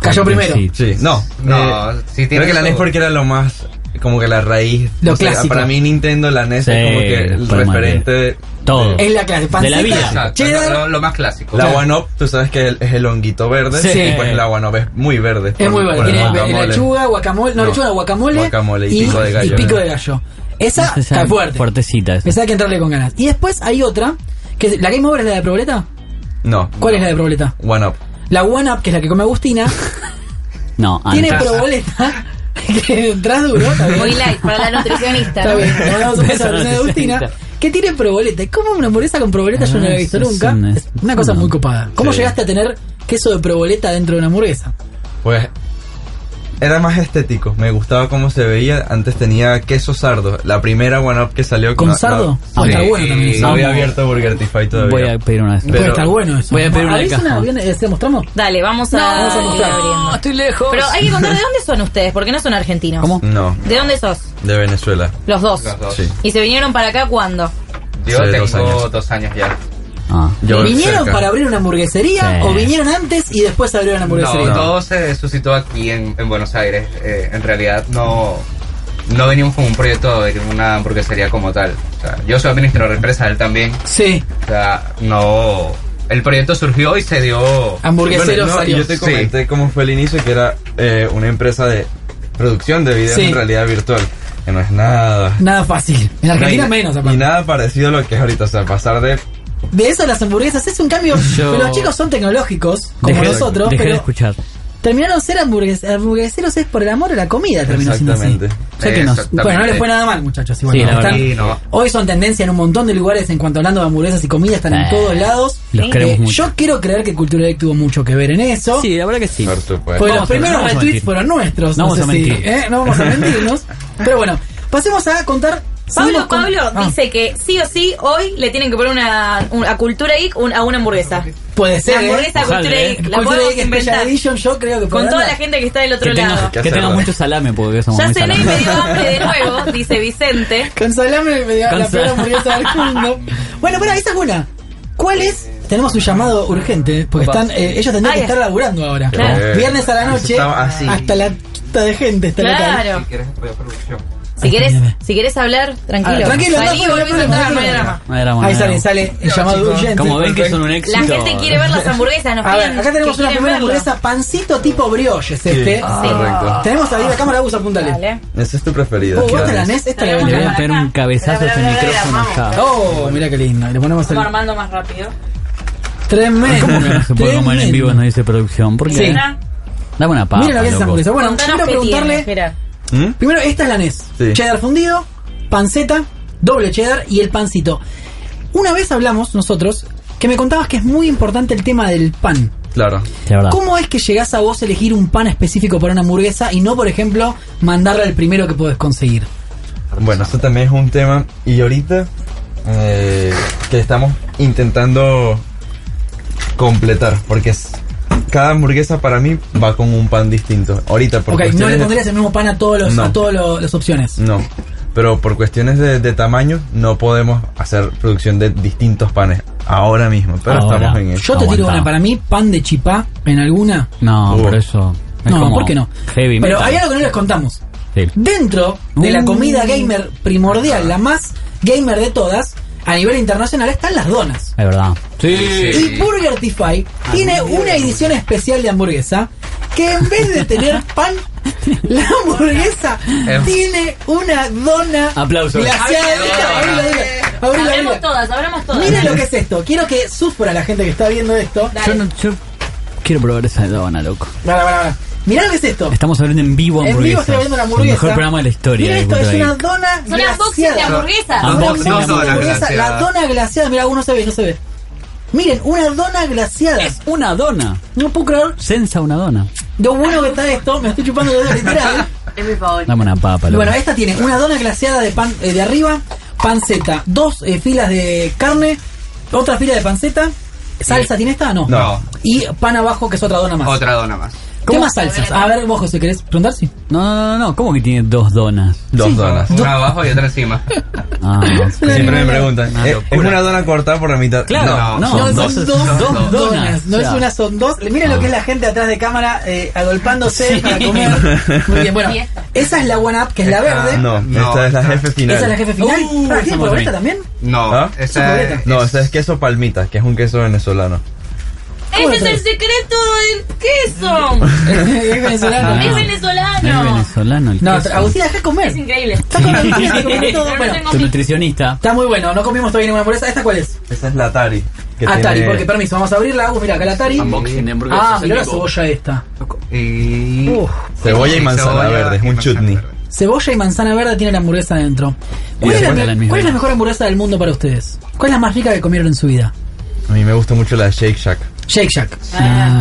B: Cayó primero.
K: Sí, sí. no.
L: No,
K: eh,
L: sí tiene
K: creo que la
L: su-
K: NES porque era lo más. Como que la raíz.
B: Lo
K: o sea,
B: clásico.
K: para mí, Nintendo, la NES es como que el
L: fue más
K: referente. de-
C: Todo.
B: Es la clase,
K: De la vida.
L: Exacto,
B: Cheddar.
L: lo, lo más clásico.
K: La One Up, tú sabes que es el honguito verde.
B: Sí.
K: Y pues la One Up es muy verde.
B: Es
K: por-
B: muy bueno.
K: por el
B: Tiene
K: guacamole.
B: lechuga, guacamole, no,
K: No.
B: lechuga, guacamole,
K: Guacamole y pico de gallo.
B: y pico de gallo. Esa
C: Esa
B: cae fuerte.
C: Fuertecita. esa.
B: Esa hay que entrarle con ganas. Y después hay otra, que es- la Game Over es la de Proboleta.
K: No.
B: ¿Cuál es la de Proboleta?
K: One Up.
B: La One Up, que es la que come Agustina,
C: No,
B: tiene
C: antes.
B: Proboleta. Que entras duro. está bien.
D: Muy light para la nutricionista.
B: Está bien, le mandamos un beso a la
C: Beso a la
B: señora Agustina. Que tiene proboleta. ¿Y ¿Cómo una hamburguesa con proboleta yo no la he visto
C: Ah, es
B: nunca?
C: un-
B: Es una cosa muy copada. ¿Cómo
K: Sí.
B: llegaste a tener queso de proboleta dentro de una hamburguesa?
K: Pues era más estético, me gustaba cómo se veía. Antes tenía queso sardo, la primera One Up que salió
B: ¿Con sardo? Ah, está bueno también eso.
K: No había
B: Amo.
K: abierto Burgertify todavía.
C: Voy a pedir una de esas.
K: Pero-
B: Puede estar bueno eso.
C: Voy a pedir una de
B: ¿Abrís
C: caja.
B: ¿Bien? Eh, ¿Se la mostramos?
D: Dale, vamos a,
B: No, vamos a
D: ir
B: mostrar.
D: abriendo.
C: estoy lejos.
D: Pero hay que contar de dónde son ustedes, porque no son argentinos.
K: No,
D: ¿De dónde sos?
K: de Venezuela.
D: Los dos.
K: Los dos. Sí.
D: ¿Y se vinieron para acá cuándo?
L: Yo
K: Hace
L: tengo
K: dos
L: dos
K: años.
L: años, ya.
K: Yo
B: ¿Vinieron
K: cerca.
B: para abrir una hamburguesería
K: Sí.
B: o vinieron antes y después abrieron la
L: No,
B: hamburguesería?
L: todo se suscitó aquí en, en Buenos Aires. Eh, en realidad no, no venimos con un proyecto de una hamburguesería como tal. O sea, yo soy administrador de empresa, él también.
B: Sí.
L: O sea, no... El proyecto surgió y se dio...
K: Bueno, no, Yo te comenté cómo fue el inicio, que era eh, una empresa de producción de videos
B: Sí.
K: en realidad virtual. Que no es nada.
B: Nada fácil. En Argentina
K: No hay-
B: menos.
K: Y nada parecido a lo que es ahorita. O sea, pasar de
B: De eso las hamburguesas es un cambio.
K: Yo-
B: Pero los chicos son tecnológicos, como
K: Dejé de-
B: nosotros,
K: dejé de
B: pero
C: escuchar.
B: terminaron ser hamburgues- hamburgueseros es por el amor a la comida. Terminó siendo así.
K: Exactamente.
B: O sea que nos- bueno, no les fue nada mal, muchachos. igual,
K: Sí,
B: ¿no?
K: la
B: Están-
K: verdad. Sí, no.
B: Hoy son tendencia en un montón de lugares en cuanto hablando de hamburguesas y comida, están en
C: Eh,
B: todos lados. Eh,
C: los queremos mucho.
B: Yo quiero creer que Cultura Geek tuvo mucho que ver en eso.
C: Sí, la verdad que sí. Por
K: supuesto.
B: Porque los primeros retweets fueron nuestros.
C: No,
B: No,
C: vamos a
B: sé si-
C: mentir.
B: ¿eh? no vamos a mentirnos. Pero bueno, pasemos a contar. seguimos
D: Pablo,
B: con-
D: Pablo
B: Ah,
D: dice que sí o sí hoy le tienen que poner una, un- a Cultura Geek un- a una hamburguesa.
B: Puede ser.
D: La hamburguesa
B: ¿eh?
D: Cultura Geek. La
B: Cultura
D: podemos
B: Geek Special
D: inventar.
B: Edition, yo creo que
D: Con
B: podrán
D: toda
B: dar.
D: la gente que está del otro
C: Que tenga,
D: lado.
C: que tenga mucho salame, porque somos
D: Ya
C: muy
D: cené y
C: salames.
D: me dio hambre de nuevo, dice Vicente.
B: Con salame me dio
C: Con
B: la peor
C: sal-
B: hamburguesa del mundo. Bueno, pará, esa es una. ¿Cuál es? Tenemos un llamado urgente, porque
C: Opa.
B: están, eh, ellos tendrían
C: Ay,
B: que estar laburando ahora.
C: Claro.
B: Viernes a la noche,
C: Estaba así.
B: hasta la quita de gente está
D: Claro. Si
L: quieres producción.
D: Si quieres, si quieres hablar, tranquilo.
B: Ah, tranquilo,
D: Salí,
B: no, no,
D: volvés
B: no,
D: a entrar,
B: no,
D: no hay
B: no,
D: drama.
C: No era bueno,
B: Ahí
C: no
B: sale,
C: era
B: sale el llamado urgente.
C: Como ven que son un éxito.
D: La gente quiere ver las hamburguesas, nos
B: A ver,
D: piden
B: acá tenemos
D: que
B: una
D: quieren
B: primera
D: verlo.
B: hamburguesa pancito tipo brioche, es este.
K: Ah, Sí. correcto.
B: Tenemos ahí la cámara, Gus, apuntale.
K: Esa es tu preferida.
B: Oh, ¿vos te la NES? Esta la
C: Le voy
B: venía.
C: a pegar un cabezazo a este micrófono acá.
B: Oh, mira qué lindo. Y le ponemos el
D: Vamos armando más rápido.
B: tremendo.
C: ¿Cómo que no se puede comer en vivo? No dice producción. ¿Por qué?
B: Sí.
C: Dame una papa.
B: Miren lo que es esa
C: loco.
B: hamburguesa. Bueno,
D: Contanos
B: quiero
D: qué
B: preguntarle.
D: tiene, Gerard.
C: ¿Mm?
B: Primero, esta es la NES.
C: Sí.
B: Cheddar fundido, panceta, doble cheddar y el pancito. Una vez hablamos nosotros que me contabas que es muy importante el tema del pan.
K: Claro.
C: Ah.
B: ¿Cómo es que llegás a vos a elegir un pan específico para una hamburguesa y no, por ejemplo, mandarle el primero que podés conseguir?
K: Bueno, eso también es un tema. Y ahorita eh, que estamos intentando completar, porque es- cada hamburguesa para mí va con un pan distinto. Ahorita, por
B: Ok, no le
K: cuestiones-
B: pondrías el mismo pan a todos los,
K: No.
B: a todos los- las opciones.
K: No, pero por cuestiones de, de tamaño no podemos hacer producción de distintos panes ahora mismo, pero
C: Ahora.
K: estamos en eso.
B: Yo te tiro una para mí, pan de chipá en alguna.
K: Uh.
C: No, por eso. es
B: No,
C: como
B: ¿por qué no?
C: Heavy
B: Pero
C: metal.
B: hay algo que no les contamos.
C: Sí.
B: Dentro de la
C: Uh.
B: comida gamer primordial, la más gamer de todas, a nivel internacional están las donas.
C: Es verdad. Sí.
B: Y Burgertify
K: Ah,
B: tiene una edición especial de hamburguesa que en vez de tener pan, la hamburguesa
C: Eh.
B: tiene una dona
C: Aplausos.
B: glaseada. Abrila, abrila, abrila,
D: Hablemos
B: abrila.
D: todas, hablamos todas.
B: Miren lo que es esto. Quiero que sufra la gente que está viendo esto.
C: Yo, no- yo quiero probar esa dona, loco.
B: Para, para, para. Mirá lo que es esto.
C: Estamos hablando en vivo
B: En vivo
C: hamburguesas.
B: estoy viendo una
C: El
B: hamburguesa.
C: mejor programa de la historia.
B: Mira
C: de
B: esto,
C: Cultura
B: es una
C: Geek.
B: dona
D: Son las boxes de
B: glaseada.
D: hamburguesas.
B: Una
C: Unboxing
B: box
C: de
B: de hamburguesa.
C: hamburguesa.
B: La dona glaseada. Mira, uno se ve, no se ve. Miren, una dona glaseada. Es
C: una dona.
B: No puedo creer
C: Sensa una dona.
B: lo bueno que está esto. Me estoy chupando los dedos literal.
E: Es mi favorito.
C: Dame una papa, loco.
B: Bueno, esta tiene una dona glaseada de pan eh, de arriba, panceta, dos eh, filas de carne, otra fila de panceta. ¿Salsa tiene esta? No.
L: No.
B: Y pan abajo, que es otra dona más.
L: Otra dona más.
B: ¿Qué más salsas? A ver, vos, José, ¿querés preguntar? Sí.
C: No, no, no, no. ¿Cómo que tiene dos donas?
K: Dos donas.
L: Una abajo y otra encima.
C: Ah,
K: Siempre me preguntan.
L: Eh.
K: ¿Es es Eh, una dona cortada por la mitad?
B: Claro, no, son dos, dos donas. No es una, son dos. Miren lo que es la gente atrás de cámara eh, agolpándose
K: Sí.
B: para comer. Muy bien, bueno.
K: Y
B: Esa es la One Up, que es la verde.
K: Ah, No, esta es la jefe final.
B: Esa es la jefe final.
K: Uh,
B: Ah,
K: esa
B: ¿Tiene
K: me
B: polvoreta
K: comí.
B: también?
L: No,
K: ¿Ah?
L: esa es-
K: No, ese es queso palmita, que es un queso venezolano.
D: Ese es el secreto del queso.
B: es venezolano.
D: Es venezolano.
C: venezolano el
B: No,
C: queso.
B: Agustín, dejá comer.
D: Es increíble.
B: Está con la comer todo.
D: Pero no
B: Bueno,
D: tengo
C: Tu nutricionista.
B: está muy bueno. No comimos todavía ninguna hamburguesa. ¿Esta cuál es?
K: Esa es la Atari. que
B: Ah, Atari,
K: tiene-
B: porque permiso, vamos a abrirla. Agus, mira acá la Atari.
K: Unboxing de hamburguesas
B: Ah,
K: en
B: mirá la
K: vivo.
B: cebolla esta.
L: Y...
B: Uf.
K: Cebolla y manzana
L: Cebolla
K: verde, es un chutney.
B: Cebolla y manzana verde tiene la hamburguesa adentro. ¿Cuál,
K: Y
B: es la,
K: después la
B: me-
K: misma.
B: cuál es la mejor hamburguesa del mundo para ustedes? ¿Cuál es la más rica que comieron en su vida?
K: A mí me gusta mucho la de Shake Shack.
B: Shake Shack.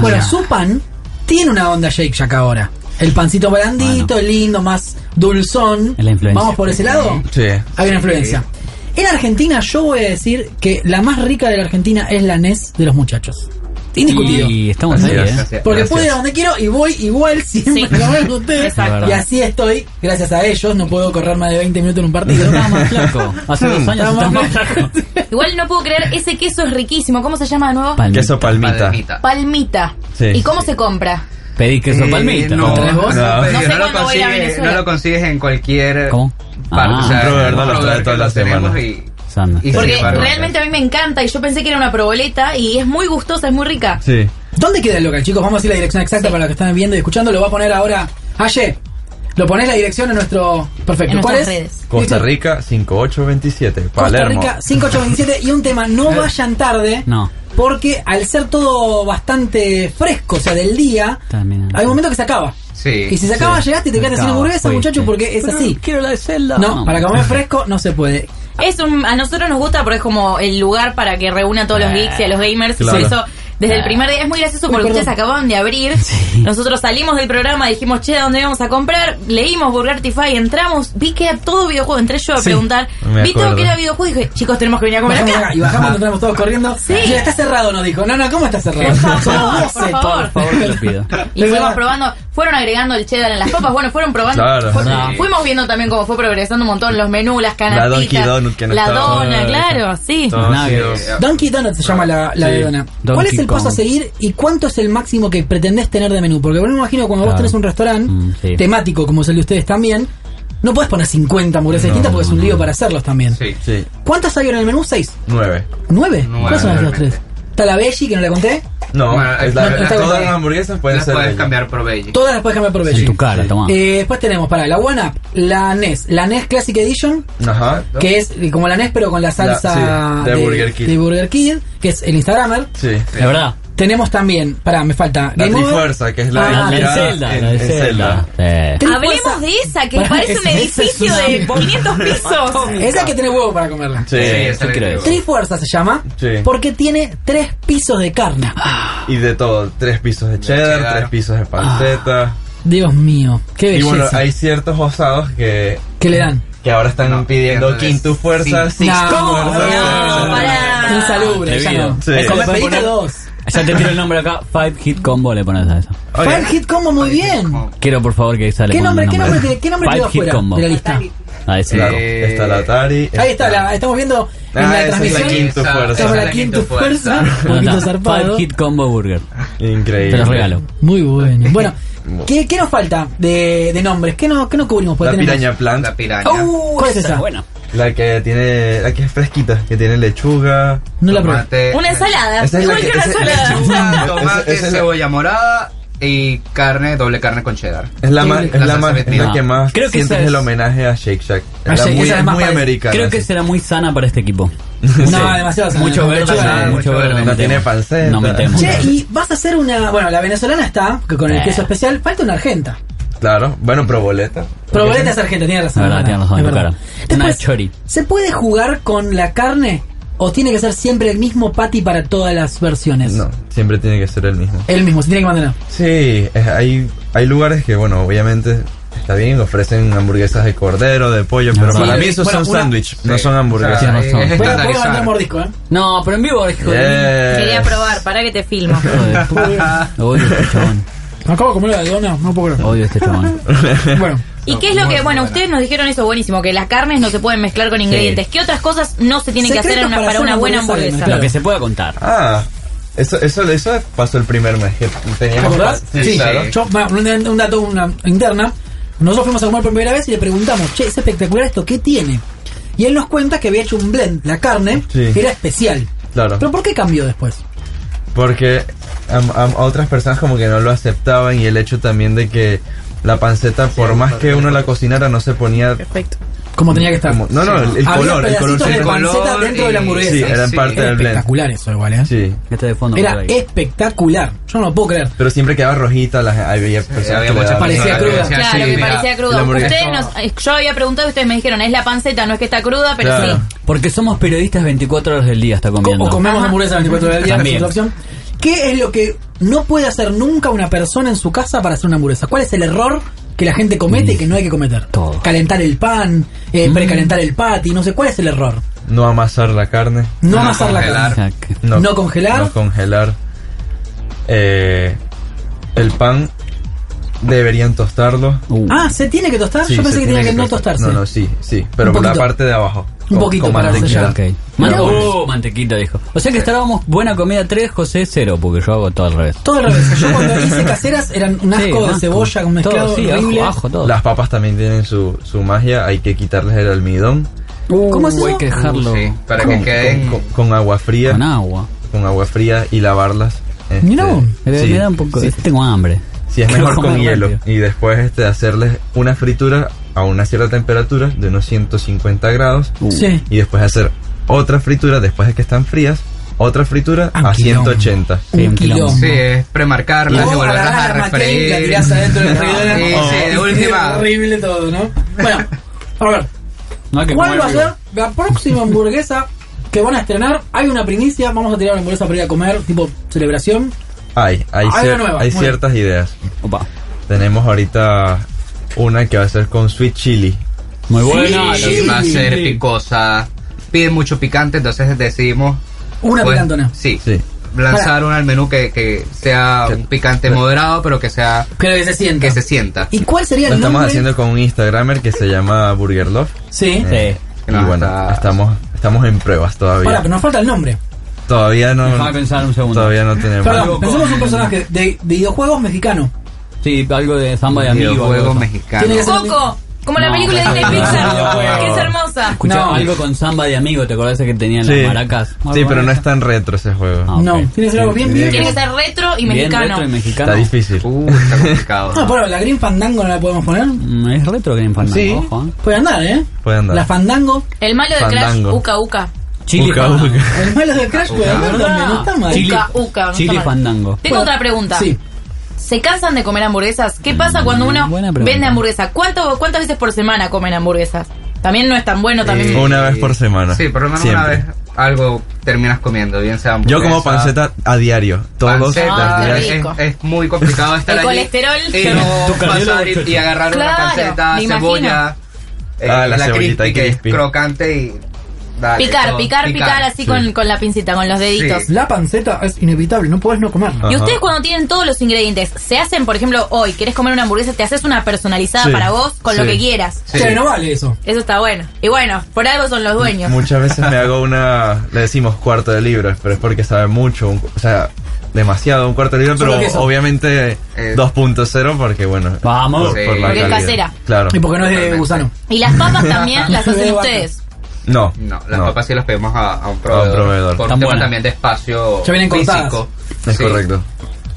B: bueno, su pan tiene una onda Shake Shack ahora. El pancito blandito, lindo, más dulzón.
C: Es la influencia.
B: ¿Vamos por ese lado?
K: Sí.
B: Hay una influencia. En Argentina yo voy a decir que la más rica de la Argentina es la NES de los muchachos. Indiscutido.
C: Y estamos ahí,
K: Gracias,
C: ¿eh?
K: gracias.
B: Porque puedo ir a donde quiero y voy igual siempre
D: Sí.
B: como ven ustedes.
C: Exacto.
B: Y así estoy, gracias a ellos. No puedo correr más de 20 minutos en un partido.
C: Estaba más flaco. Hace
L: Mm.
C: dos años
B: Estaba más
C: estaba más flaco.
D: Igual no puedo creer, ese queso es riquísimo. ¿Cómo se llama de nuevo?
K: Queso palmita.
D: Palmita.
K: Sí.
D: ¿Y cómo se compra?
C: Pedí queso
L: Eh,
C: palmita.
L: No,
C: ¿Otra vez
L: no,
C: vos?
L: no,
D: No sé
L: no lo
D: cuándo voy a ir a
L: consigues,
D: Venezuela.
L: no lo consigues en cualquier.
C: ¿Cómo?
L: parte,
C: Ah.
L: o sea,
K: Un Robert
L: en
K: no lo
L: algún
K: trae todas
L: lugar que
K: las
L: lo tenemos
K: semanas.
L: y-
C: Sandra.
L: y
D: Porque
L: sin embargo,
D: realmente a mí me encanta y yo pensé que era una proboleta y es muy gustosa, es muy rica.
K: Sí.
B: ¿Dónde queda el local, chicos? Vamos a decir la dirección exacta para los que están viendo y escuchando. Lo va a poner ahora Aye. Lo ponés la dirección en nuestro. Perfecto.
D: En
B: ¿Cuál es?
D: nuestras redes.
K: Costa Rica 5827,
B: Costa
K: Palermo.
B: Rica 5827. Y un tema, no
C: Eh.
B: vayan tarde.
C: No.
B: Porque al ser todo bastante fresco, o sea, del día,
C: También.
B: hay un momento que se acaba.
L: Sí.
B: Y si se acaba, llegaste y te quedaste sin
C: Acaba,
B: hamburguesa,
C: fuiste.
B: muchachos, porque es
C: Pero
B: así.
C: Quiero la de Zelda.
B: No, para comer fresco no se puede.
D: Es un, a nosotros nos gusta porque es como el lugar para que reúna a todos los geeks y a los gamers.
K: Eh, Claro. Eh.
D: Y por eso, desde el primer día, es muy gracioso porque ustedes acababan de abrir. Nosotros salimos del programa, dijimos, che, ¿a dónde íbamos a comprar? Leímos Burgertify, entramos, vi que era todo videojuego. Entré yo a
B: Sí,
D: preguntar,
K: me
D: vi todo
K: acuerdo.
D: que era videojuego y dije, chicos, tenemos que venir a comer
B: Bajamos
D: acá.
B: acá y bajamos, nos entramos todos corriendo. Llega, está cerrado, nos dijo. No, no, ¿cómo está cerrado?
D: Por favor,
B: Somos
D: por
B: 12.
D: favor.
C: Por favor, te lo pido.
D: Y fuimos probando, fueron agregando el cheddar en las papas, bueno, fueron probando.
K: Claro.
D: Fu-
K: Sí.
D: Fuimos viendo también cómo fue progresando un montón los menús, las canastitas.
K: Dunkin' Donut que no
D: La
K: estaba.
D: dona,
K: Ah,
D: claro, sí.
K: Todo ha sido-
C: Nuggets.
B: Donkey Donut se llama la, la
K: Sí.
B: de dona.
C: Donkey
B: ¿Cuál es el paso
C: Kong.
B: a seguir y cuánto es el máximo que pretendés tener de menú? Porque bueno, me imagino cuando vos
C: Claro.
B: tenés un restaurante
C: Mm, sí.
B: temático como es el de ustedes también, no podés poner 50 hamburguesas distintas porque es un lío para hacerlos también.
L: Sí.
K: Sí,
B: ¿Cuántas hay en el menú? ¿Seis?
K: 9.
B: ¿Nueve?
L: Nueve,
B: ¿Cuáles son las otras tres?
L: realmente.
B: Está la Veggie, que no la conté.
K: No,
L: Bueno,
K: la-
L: está-
K: la-
B: está
K: todas
B: bien.
K: las hamburguesas pueden
L: Las
K: ser.
L: puedes
K: bellas.
L: cambiar por Belly.
B: Todas las puedes cambiar por Veggie.
C: En tu cara, toma.
B: Eh, después tenemos, para la One Up, la NES, la NES Classic Edition,
K: Ajá.
B: que es eh, como la NES pero con la salsa
K: sí, de Burger Kid.
B: de Burger Kid, que es el Instagramer.
K: Sí.
C: La verdad.
B: Tenemos también, pará, me falta
K: La
B: Game Over.
K: Trifuerza, que es la
B: Ah,
C: La de
K: inspirada
C: Zelda.
K: en-
C: La de
K: en Zelda.
C: Zelda. Eh.
B: Trifuerza.
D: Hablemos de esa, que
B: Pará,
D: parece un
B: esa-
D: edificio
B: esa es
D: de 500 pisos.
B: Esa que tiene huevo para comerla.
K: Sí,
L: esa
C: ¿qué
L: la
C: crees?
L: digo.
B: Trifuerza se llama
K: Sí.
B: porque tiene tres pisos de carne.
K: Y de todo, tres pisos de cheddar,
L: cheddar.
K: tres pisos de
C: Ah.
K: panceta.
B: Dios mío, qué
K: y
B: belleza.
K: bueno, hay ciertos osados que,
B: ¿Qué le dan?
K: que ahora están
L: No,
K: pidiendo
L: entonces,
K: quinto fuerza,
L: sí.
K: six
B: No,
K: fuerza.
D: no, pará. Ah,
B: Insalubre, ya
C: debido.
B: no.
K: Sí.
B: Es como
C: Pueden
B: pediste
C: poner-
B: dos.
C: Ya te tiro el nombre acá. Five Hit Combo le pones a eso.
K: Oye,
B: Five Hit Combo, muy bien.
C: Quiero por favor que sale
B: ¿Qué
C: con
B: nombre,
C: un
B: ¿qué nombre, te- ¿qué nombre
C: Five
B: quedó
C: Hit
B: afuera
C: Combo.
B: de la lista?
C: Ah, ese
K: claro,
C: loco.
L: Eh,
K: está la Atari.
B: Ahí está, la, estamos viendo en la
K: Ah, esa es la
B: transmisión.
K: quinta fuerza.
B: Estamos en la quinta fuerza. Un
C: Ahí
B: poquito
C: está.
B: zarpado.
C: Five Hit Combo Burger.
K: Increíble.
C: Te los regalo.
B: Muy bueno. Bueno, ¿qué, qué nos falta de, de nombres? ¿Qué no, qué no cubrimos? Porque
K: La
B: tenemos-
K: piraña plant,
L: La piraña.
B: Uh, ¿Cuál es esa?
C: Bueno.
K: la que tiene, la que es fresquita, que tiene lechuga.
B: No la probé.
L: Tomate-
D: Una ensalada,
K: Esa es la
D: igual
K: que-
D: que una
K: esa es la
D: ensalada.
L: Lechuga,
K: Esa-
L: tomate,
K: esa es la-
L: cebolla morada y carne, doble carne con cheddar.
K: Es la más,
L: Sí,
K: es la
L: salsa
K: más, es
L: argentina.
K: la que más
C: Creo que esa
K: sientes
C: es-
K: el homenaje a Shake Shack.
B: A
K: Es la
B: Shake,
K: muy,
B: esa es más
K: muy
B: parec-
K: americana.
C: Creo que
K: sí.
C: será muy sana para este equipo.
B: No, demasiado. sana,
C: Mucho
B: no,
C: verde,
B: lechuga,
C: no,
B: no.
C: mucho verde.
K: No
C: metemos.
K: tiene panceta.
C: No metemos.
B: Che, y vas a hacer una. Bueno, la venezolana está, que con el
C: Eh.
B: queso especial. Falta una argenta.
K: Claro, bueno, proboleta.
B: Proboleta es argenta, tiene razón.
C: La verdad,
B: es
C: tiene razón,
B: es
C: en tu
B: verdad.
C: cara.
B: Después,
C: Una chori.
B: ¿Se puede jugar con la carne o tiene que ser siempre el mismo patty para todas las versiones?
K: No, siempre tiene que ser el mismo. eh,
B: El mismo, se tiene que mantener.
K: Sí, es- hay, hay lugares que, bueno, obviamente está bien, ofrecen hamburguesas de cordero, de pollo, pero
B: Sí,
K: para mí esos
B: bueno,
K: son
B: una-
K: sándwich, no son hamburguesas.
B: Bueno, puedo mandar mordisco, ¿eh?
C: No, pero en vivo, hijo
K: Yeah.
D: Quería probar, para que te filmo.
C: Odio este chabón.
B: Acabo de comer la de dona, no puedo creer.
C: Odio este chabón.
B: bueno.
D: ¿Y qué es lo que, bueno, ustedes nos dijeron eso buenísimo, que las carnes no se pueden mezclar con ingredientes. ¿Qué otras cosas no se tienen que hacer en
B: Secretos
D: una-
B: para
D: para,
B: hacer
D: una
B: una
D: buena
B: hamburguesa de
D: hamburguesa?
C: Lo que se pueda contar.
K: Ah, eso, eso, eso pasó el primer mes que
B: ¿Te
K: teníamos.
B: acordás?
K: Sí, claro.
B: Yo, ma- un, un dato una, interna. Nosotros fuimos a comer por primera vez y le preguntamos, che, es espectacular esto, ¿qué tiene? Y él nos cuenta que había hecho un blend, la carne,
K: Sí.
B: que era especial.
K: Claro.
B: ¿Pero por qué cambió después?
K: Porque a, a- a otras personas como que no lo aceptaban y el hecho también de que la panceta, por más que uno la cocinara, no se ponía...
B: Perfecto. Como tenía que estar.
K: Como- no, no, el, el
B: Había
K: color, el color.
B: pedacitos
K: sí.
B: de panceta dentro de la hamburguesa.
K: Sí, eran
B: Sí.
K: parte
B: Era
K: del blend.
B: espectacular eso igual, ¿eh?
K: Sí.
C: Este de fondo.
B: Era e- espectacular. Yo no lo puedo creer.
K: Pero siempre quedaba rojita, las, había personas
L: había
K: que le
L: muchas
K: daban-
B: Parecía cruda.
D: Claro, que parecía
K: La
D: cruda.
K: hamburguesa-
D: Ustedes nos- eh, yo había preguntado y ustedes me dijeron, es la panceta, no es que está cruda, pero sí.
C: Porque somos periodistas 24 horas del día, está comiendo.
B: O comemos hamburguesa 24 horas del día,
C: También.
B: que es otra opción. ¿Qué es lo que no puede hacer nunca una persona en su casa para hacer una hamburguesa? ¿Cuál es el error que la gente comete y que no hay que cometer? Calentar el pan, eh, precalentar el patty, no sé, ¿cuál es el error?
K: No amasar la carne.
B: No amasar la
K: congelar.
B: carne. No, congelar.
K: No congelar. Eh, el pan deberían tostarlo.
B: Ah, ¿se tiene que tostar?
K: Sí,
B: Yo pensé
K: se
B: que tenía que, no
K: tostar.
B: tostarse.
K: No, no, sí, sí. Pero
B: Un
K: por la
B: poquito.
K: parte de abajo.
B: Un poquito para
K: mantequilla.
B: sellar. Ok.
C: Mante-
K: Pero-
C: Uh, mantequita, dijo. O sea que estábamos buena comida 3, José 0, porque yo hago todo al revés.
B: Todo lo revés. Yo cuando hice caseras eran un asco
C: Sí,
B: de
C: asco.
B: cebolla, un mezclado
C: Todo, sí, ajo,
B: horrible.
C: ajo, todo.
K: Las papas también tienen su, su magia. Hay que quitarles el almidón.
B: ¿Cómo es eso? hay que
C: dejarlo.
L: Sí, para que queden.
K: con, con agua fría. Con
C: agua.
K: Con agua fría y lavarlas. Este,
C: No, me,
K: sí,
C: me da un poco.
K: sí.
C: Tengo hambre.
K: Si es
C: Quiero
K: mejor con
C: comer
K: hielo.
C: rápido.
K: Y después este, hacerles una fritura a una cierta temperatura de unos 150 grados.
B: Sí.
K: Y después hacer otra fritura después de que están frías. Otra fritura a 180.
L: Sí,
K: un
L: Sí, es premarcarlas y volverlas a
B: Y la
L: refreír.
B: tirás adentro del freidora.
L: Sí, sí, de
K: Oh.
B: Es
L: última.
B: Horrible todo, ¿no? Bueno, a ver.
C: No hay que
B: ¿Cuál
C: comer
B: va a
C: vivo.
B: ser la próxima hamburguesa que van a estrenar? Hay una primicia, vamos a tirar una hamburguesa para ir a comer, tipo celebración.
K: Hay, hay,
B: Hay
K: cier-
B: una nueva,
K: hay
B: muy
K: ciertas ideas. Tenemos ahorita una que va a ser con sweet chili.
C: Muy
L: buena. Va a ser picosa. Pide mucho picante, entonces decidimos. pues,
B: Una picantona.
L: Sí. Lanzar una al menú que, que sea un picante moderado, pero que sea.
B: que se sienta.
L: Que se sienta.
B: ¿Y cuál sería
K: Lo
B: el
K: estamos
B: nombre?
K: haciendo con un Instagramer que se llama Burger Love.
B: Sí.
K: Eh, Y bueno, estamos, estamos en pruebas
C: Oh,
B: Pará,
K: todavía.
B: pero nos falta el nombre.
C: Eh,
K: Todavía no.
C: Déjame pensar un segundo.
K: Todavía no tenemos.
B: Perdón, pensemos un personaje de, de videojuegos mexicano.
C: Sí, algo de samba de amigo.
K: Videojuego
C: mexicano.
B: Tiene que ser-
D: Coco, como la
C: No.
D: película de Disney Pixar,
C: No.
D: que es hermosa.
C: Escuchá,
B: No.
C: algo con samba de amigo, ¿te acordás que tenían
K: Sí.
C: las maracas?
K: Sí, pero no es tan retro ese juego.
C: Ah,
B: No, tiene que ser algo bien, bien.
D: Tiene que ser retro y
C: Bien
D: mexicano.
C: retro y mexicano.
K: Uh, Está difícil.
L: está complicado.
B: No, pero Ah, la Green Fandango no la podemos poner.
C: Mm, Es retro Green Fandango,
B: Sí.
C: ojo. eh.
B: Puede andar, ¿eh?
K: Puede andar.
B: La Fandango.
D: El malo de
C: Fandango.
D: Crash, Uka Uka.
C: Chili
K: Uca,
C: Fandango.
B: El malo de Crash
C: pues,
B: puede andar también, no está mal.
C: Chili,
D: Ah, Uca, uca, no está
C: Chili
D: mal.
C: Fandango.
D: Tengo otra pregunta.
C: Sí.
D: ¿Se cansan de comer hamburguesas? ¿Qué pasa cuando uno
C: pregunta.
D: vende hamburguesa? ¿Cuánto, ¿Cuántas veces por semana comen hamburguesas? También no es tan bueno, también.
K: eh, Una vez por semana.
L: Sí, por lo menos una
K: Siempre.
L: vez algo terminas comiendo, bien sea
K: Yo como
L: hamburguesa,
K: panceta a diario. Todos los
L: panceta,
B: Ah,
K: días.
L: es- es, es muy complicado estar
D: El
L: allí
D: colesterol.
L: y no pasar y, y agarrar una
D: Claro,
L: panceta,
D: me imagino.
L: cebolla, eh,
K: Ah, la cebollita,
L: crispy, que es
K: crispy.
L: crocante y dale,
D: Picar,
L: todo,
D: picar, picar, así con, con la pincita, con los deditos.
B: La panceta es inevitable, no podés no comerla.
D: Y ustedes cuando tienen todos los ingredientes, se hacen, por ejemplo, hoy, querés comer una hamburguesa, te haces una personalizada
K: Sí.
D: para vos con lo
K: Sí.
D: que quieras.
K: Sí. Che, no vale
B: eso.
D: Eso está bueno. Y bueno, por algo son los dueños.
K: Muchas veces me hago una, le decimos cuarto de libra, pero es porque sabe mucho, un- o sea, demasiado un cuarto de libra,
B: Solo
K: pero
B: queso.
K: obviamente 2.0 porque bueno,
C: Eh. vamos,
K: por,
L: Sí.
K: por la
D: Porque es
K: calidad.
D: casera.
K: Claro.
B: Y porque no es de gusano.
D: Y las papas también las hacen ustedes.
K: No,
L: no, las papas sí las pedimos a, a un proveedor.
K: proveedor.
L: Por
K: Tan
L: un tema
K: buenas.
L: también de espacio
B: Ya vienen cortadas.
L: físico.
K: Es
L: Sí.
K: correcto.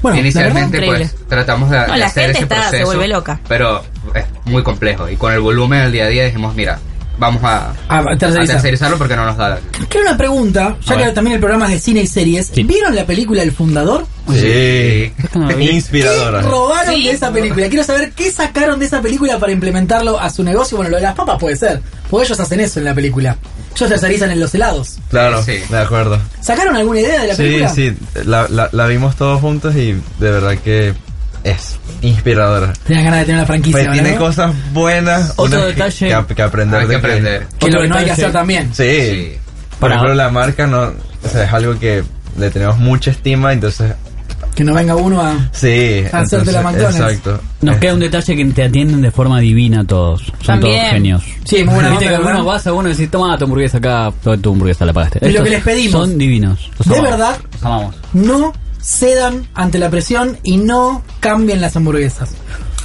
B: Bueno,
L: Inicialmente,
B: la verdad,
L: pues, tratamos de,
D: No,
L: de
D: la
L: hacer
D: gente
L: ese
D: está- se
L: proceso.
D: vuelve loca.
L: Pero es muy complejo. Y con el volumen del día a día dijimos, mira, vamos a,
B: A tercerizar.
L: a tercerizarlo porque no nos da.
B: Quiero una pregunta, ya
L: A
B: que
L: ver.
B: también el programa es de cine y series. ¿Vieron la película El Fundador?
K: Sí.
B: ¿Qué
K: Inspiradora.
B: robaron de esa película? Quiero saber qué sacaron de esa película para implementarlo a su negocio. Bueno, lo de las papas puede ser, porque ellos hacen eso en la película. Ellos tercerizan en los helados.
K: Claro, de acuerdo.
B: ¿Sacaron alguna idea de la
K: Sí,
B: película?
K: sí, la, la- la vimos todos juntos y de verdad que es inspiradora.
B: Tienes ganas de tener una franquicia.
K: Pues tiene
B: ¿no?
K: cosas buenas
B: Otro
K: otras
B: detalle-
K: que, que ap- que aprender.
L: Hay que
K: de
L: aprender.
B: Que lo que no hay que hacer también.
K: Sí. Por ejemplo, la marca no, o sea, es algo que le tenemos mucha estima, entonces
B: Que no venga uno a.
K: sí.
B: Hacerte la
K: entonces-
B: McDonald's.
K: Exacto.
C: Nos queda un detalle que te atienden de forma divina todos. Son todos
B: También.
C: genios.
B: Sí, muy buena
C: Viste
B: onda,
C: que
B: ¿verdad?
C: algunos vas a uno y decís, toma tu hamburguesa acá, toda tu hamburguesa la pagaste.
B: Y lo
C: Estos
B: que les pedimos.
C: Son divinos. Los
B: De
C: amamos.
B: verdad.
C: Los amamos.
B: No cedan ante la presión y no cambien las hamburguesas.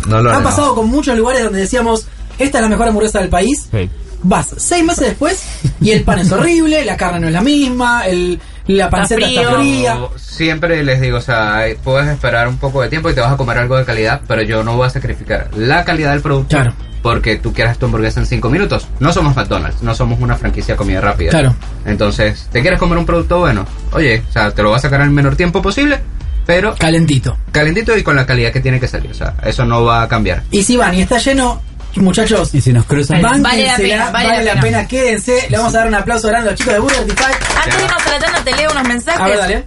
K: No lo
B: ha
K: haremos.
B: pasado con muchos lugares donde decíamos, esta es la mejor hamburguesa del país.
C: Sí.
B: Vas seis meses después y el pan es horrible, la carne no es la misma, el, la panceta está, fría.
L: Yo Siempre les digo, o sea, hay- puedes esperar un poco de tiempo y te vas a comer algo de calidad, pero yo no voy a sacrificar la calidad del producto porque tú quieras tu hamburguesa en 5 minutos. No somos McDonald's, no somos una franquicia de comida rápida.
B: Claro.
L: Entonces, ¿te quieres comer un producto bueno? Oye, o sea, te lo vas a sacar en el menor tiempo posible, pero...
B: Calentito.
L: Calentito y con la calidad que tiene que salir, o sea, eso no va a cambiar.
B: Y si van y está lleno, muchachos.
C: Y si nos cruzan.
B: Vale,
D: la pena, vale
B: vale
D: la
B: la pena, quédense. Le vamos a dar un aplauso grande a los chicos de Burger Defy.
D: Antes de irnos a la tanda, te leo unos mensajes.
B: A ver, dale.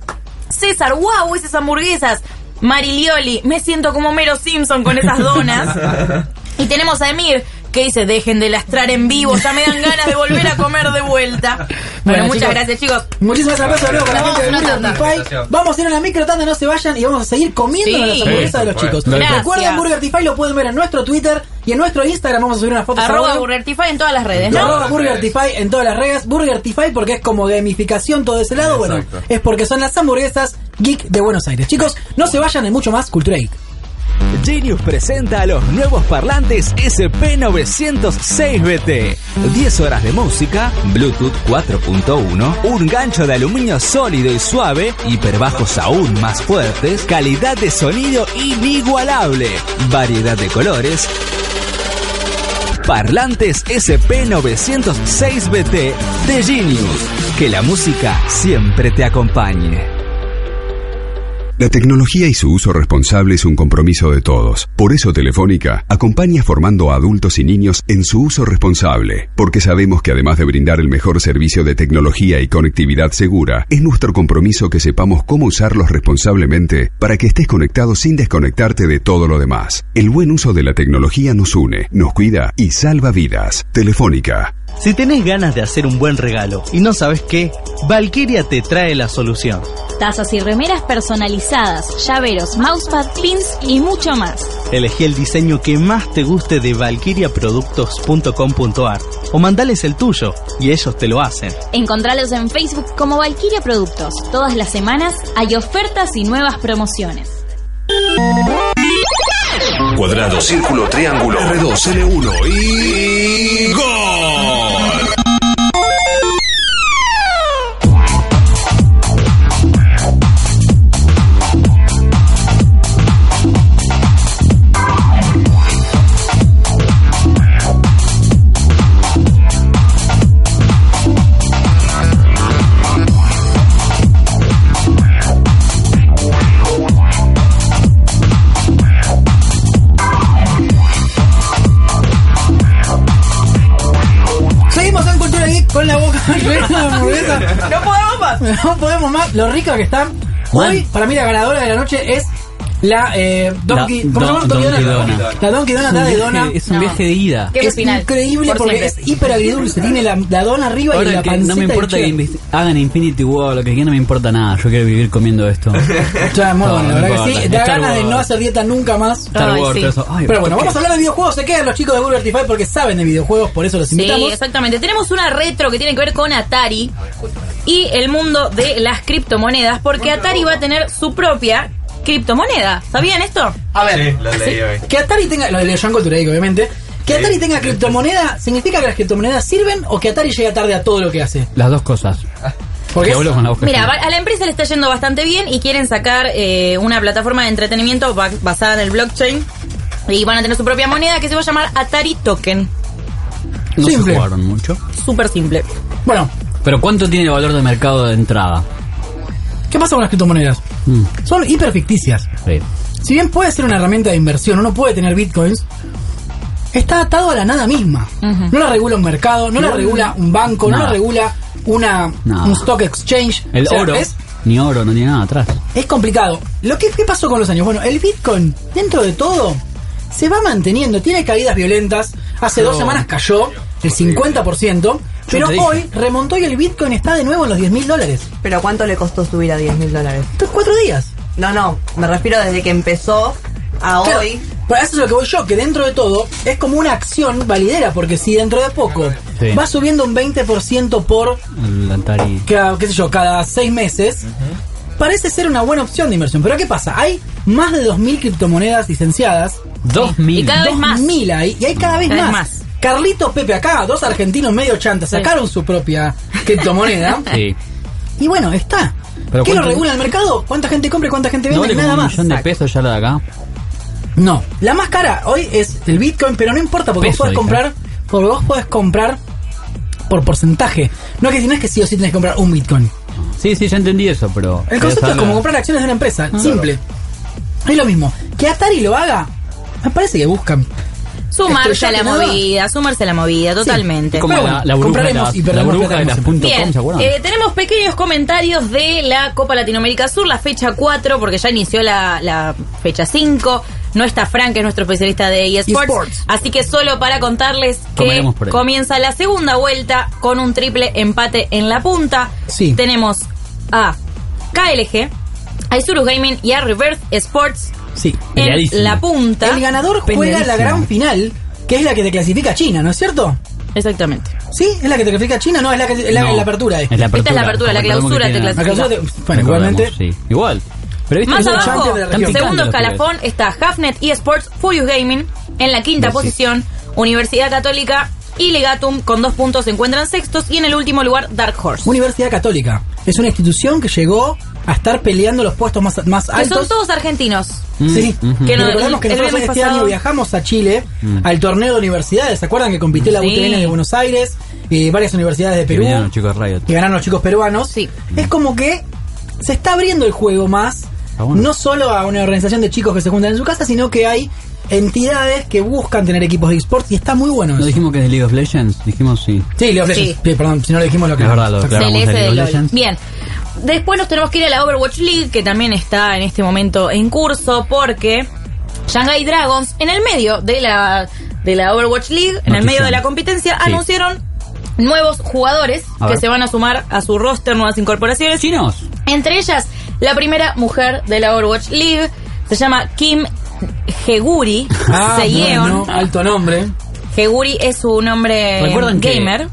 D: César, wow, esas hamburguesas. Marilioli, me siento como Mero Simpson con esas donas. y tenemos a Emir, que dice, dejen de lastrar en vivo, ya me dan ganas de volver a comer de vuelta. Bueno,
B: Bueno,
D: muchas
B: chicos,
D: gracias, chicos.
B: Muchísimas gracias, luego con la
D: Vamos a
B: gente de
D: una
B: Burger
D: tanda.
B: Defy. Vamos a ir a la micro tanda, no se vayan y vamos a seguir comiendo
D: Sí.
B: las hamburguesas
D: Sí,
B: de los
D: por
B: chicos.
D: supuesto. Gracias.
B: Recuerden Burger Defy, lo pueden ver en nuestro Twitter y en nuestro Instagram. Vamos a subir unas fotos
D: Arroba
B: ahora.
D: Burgertify en todas las redes, ¿no?
B: Arroba BurgerTify en todas las redes. BurgerTify porque es como gamificación todo ese lado. Bueno, es porque son las hamburguesas geek de Buenos Aires. Chicos, no se vayan, hay mucho más Cultura Geek.
M: Genius presenta a los nuevos parlantes SP906BT. 10 horas de música, Bluetooth 4.1, un gancho de aluminio sólido y suave, hiperbajos aún más fuertes, calidad de sonido inigualable, variedad de colores. Parlantes SP906BT de Genius. Que la música siempre te acompañe.
N: La tecnología y su uso responsable es un compromiso de todos. Por eso Telefónica acompaña formando a adultos y niños en su uso responsable, porque sabemos que además de brindar el mejor servicio de tecnología y conectividad segura, es nuestro compromiso que sepamos cómo usarlos responsablemente para que estés conectado sin desconectarte de todo lo demás. El buen uso de la tecnología nos une, nos cuida y salva vidas. Telefónica.
J: Si tenés ganas de hacer un buen regalo y no sabes qué, Valkyria te trae la solución.
H: Tazas y remeras personalizadas, llaveros, mousepad, pins y mucho más.
J: Elegí el diseño que más te guste de valkyriaproductos.com.ar o mandales el tuyo y ellos te lo hacen.
H: Encontralos en Facebook como Valkyria Productos. Todas las semanas hay ofertas y nuevas promociones.
G: Cuadrado, círculo, triángulo, R2, L1 y... ¡Gol!
B: Seguimos en Cultura Geek con la boca llena de hamburguesa. No podemos más. No podemos más. Lo rica que están. Hoy, para mí, la ganadora de la noche es la eh, Donkey.
C: La
B: ¿Cómo se
C: Don-
B: llama? Donkey
C: Donkey
B: Donut.
C: Dona.
B: La Donkey Donut
C: Es un
B: la de
C: viaje-
B: Dona.
C: es un No. viaje de ida. Qué
B: Es
C: final.
B: increíble
C: Por
B: porque
C: siempre.
B: es hiper agridulce. Tiene la, la dona arriba y
C: Ahora
B: la
C: que
B: pancita.
C: no me
B: de
C: importa que
B: cheddar.
C: invi- hagan Infinity War, lo que quieran, no me importa nada. Yo quiero vivir comiendo esto.
B: Ya, muy
C: No,
B: bueno,
C: no
B: la verdad
C: importa.
B: que sí. Da
C: Star
B: ganas de
C: Wars.
B: no hacer dieta nunca más.
C: Star Ay, Wars, sí. todo eso. Ay,
B: Pero bueno,
C: ¿por qué?
B: vamos a hablar de videojuegos. Se quedan los chicos de Google Artify porque saben de videojuegos, por eso los
D: Sí,
B: invitamos.
D: exactamente. Tenemos una retro que tiene que ver con Atari y el mundo de las criptomonedas, porque Atari va a tener su propia criptomoneda. ¿Sabían esto?
B: A ver,
K: Sí, lo leí hoy.
B: que Atari tenga, lo leyó en Cultura Geek, obviamente, que Atari tenga criptomoneda, ¿significa que las criptomonedas sirven o que Atari llega tarde a todo lo que hace?
C: Las dos cosas.
B: ¿Por
C: qué? con la boca
D: Mira,
C: llena.
D: va- a la empresa le está yendo bastante bien y quieren sacar eh, una plataforma de entretenimiento ba- basada en el blockchain y van a tener su propia moneda que se va a llamar Atari Token.
C: No
D: Simple.
C: se jugaron mucho.
D: Súper simple.
B: Bueno.
C: Pero ¿cuánto tiene el valor de mercado de entrada?
B: ¿Qué pasa con las criptomonedas?
C: Mm.
B: Son hiperficticias.
C: Sí.
B: Si bien puede ser una herramienta de inversión, uno puede tener bitcoins, está atado a la nada misma. No la regula un mercado, no la regula un banco, no,
C: Nada.
B: la regula una
C: Nada.
B: un stock exchange.
C: El
B: O sea,
C: oro.
B: es
C: ni oro, no tiene nada atrás.
B: Es complicado. Lo que, ¿Qué pasó con los años? Bueno, el Bitcoin, dentro de todo, se va manteniendo. Tiene caídas violentas. Hace dos
O: No.
B: semanas cayó el 50%. Pero
E: te dije.
B: hoy remontó y el Bitcoin está de nuevo en los 10 mil dólares.
E: ¿Pero cuánto le costó subir a 10 mil dólares?
B: Estos cuatro días.
E: No, no, me refiero desde que empezó a
B: Claro,
E: hoy.
B: Pero eso es lo que voy yo, que dentro de todo es como una acción validera, porque si dentro de poco
C: Sí.
B: va subiendo un 20% por,
C: El Atari.
B: cada, ah, qué sé yo, cada seis meses, parece ser una buena opción de inversión. Pero ¿qué pasa? Hay más de 2.000 criptomonedas licenciadas.
C: 2.000.
D: Y cada vez más.
B: 2.000 hay, y hay cada vez
D: Cada vez
B: más.
D: más.
B: Carlito Pepe acá, dos argentinos medio chantas, sacaron su propia criptomoneda.
C: Sí.
B: Y bueno, está.
C: Pero
B: Eh, ¿Qué lo
C: cuánto-
B: regula el mercado? ¿Cuánta gente compra y cuánta gente
C: ¿No
B: vende?
C: vale como
B: Nada
C: un
B: más.
C: millón de pesos ya la de acá?
B: No, la más cara hoy es el Bitcoin, pero no importa porque
C: Peso,
B: vos podés
C: dije.
B: comprar, porque vos podés comprar por porcentaje. No es que tienes que sí o sí tenés que comprar un Bitcoin.
C: Sí, sí, ya entendí eso, pero...
B: El concepto
C: pero
B: es como
C: sabe-
B: comprar acciones de una empresa, simple. Es lo mismo. Que Atari lo haga, me parece que buscan.
D: Sumarse a
B: Estrellate
D: la
B: nada.
D: movida, sumarse a la movida, totalmente.
C: Es como Ah, la, la bruja de las, la bruja de las punto
D: Bien,
C: com, ¿se acuerdan?
D: eh, tenemos pequeños comentarios de la Copa Latinoamérica Sur, la fecha 4, porque ya inició la, la fecha 5. No está Frank, que es nuestro especialista de eSports.
B: eSports.
D: Así que solo para contarles que
B: Comeremos por ahí.
D: comienza la segunda vuelta con un triple empate en la punta.
B: Sí.
D: Tenemos a KLG, a Isurus Gaming y a Reverse Sports
B: Sí.
D: en la punta.
B: El ganador juega la gran final, que es la que te clasifica a China, ¿no es cierto?
D: Exactamente.
B: ¿Sí? ¿Es la que te clasifica a China? No, es la, que, es la,
C: No.
B: la apertura.
C: Es la
D: Esta es la apertura, la
C: Recordemos
D: clausura
C: que
D: te
C: tiene-
D: clasifica.
B: La clausura te- bueno,
C: Recordemos,
B: igualmente.
C: sí. Igual. Pero viste,
D: Más
C: son
D: abajo,
C: champions de la región.
D: segundo
C: Están picantes los
D: escalafón, está Hafnet eSports, Furious Gaming en la quinta
C: Gracias.
D: posición, Universidad Católica y Legatum con dos puntos se encuentran sextos y en el último lugar Dark Horse.
B: Universidad Católica. Es una institución que llegó a estar peleando los puestos más, más
D: Que son
B: altos. Mm,
D: todos argentinos.
B: Sí,
D: Ujú.
B: que
D: Que no-
B: recordemos que
D: el- el
B: nosotros
D: viernes
B: este
D: pasado-
B: año viajamos a Chile
C: Mm.
B: al torneo de universidades. ¿Se acuerdan que compitió la
D: Sí.
B: UTN de Buenos Aires y varias universidades de
C: Que
B: Perú?
C: venían los chicos de Riot.
B: que ganaron los chicos peruanos. Es como que se está abriendo el juego más,
C: Ah, bueno.
B: no solo a una organización de chicos que se juntan en su casa, sino que hay entidades que buscan tener equipos de esports y está muy bueno
C: ¿No
B: eso.
C: dijimos que es de League of Legends? Dijimos sí.
B: Sí, League of Legends. Sí, perdón, si no lo dijimos lo que
C: Es verdad, lo declaramos
D: CLS de
C: de League of
D: LOL.
C: Legends.
D: Bien. Después nos tenemos que ir a la Overwatch League, que también está en este momento en curso, porque Shanghai Dragons, en el medio de la, de la Overwatch League, en
H: Notición.
D: el medio de la competencia,
H: Sí.
D: anunciaron nuevos jugadores
H: A
D: que
H: ver.
D: se van a sumar a su roster, nuevas incorporaciones.
C: Chinos.
D: Entre ellas, la primera mujer de la Overwatch League se llama Kim Heguri
B: Ah,
D: Seyeon.
B: bueno, alto nombre.
D: Heguri es su nombre
C: ¿Recuerdan que-
D: gamer.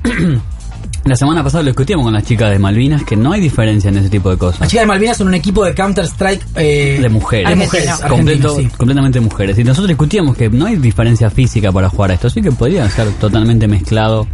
C: La semana pasada lo discutíamos con las chicas de Malvinas que no hay diferencia en ese tipo de
B: Las
C: cosas.
B: chicas de Malvinas son un equipo de Counter-Strike eh,
C: De mujeres.
B: De mujeres.
C: Completo-
B: argentinas, sí.
C: Completamente mujeres. Y nosotros discutíamos que no hay diferencia física para jugar a esto, así que podría ser totalmente mezclado.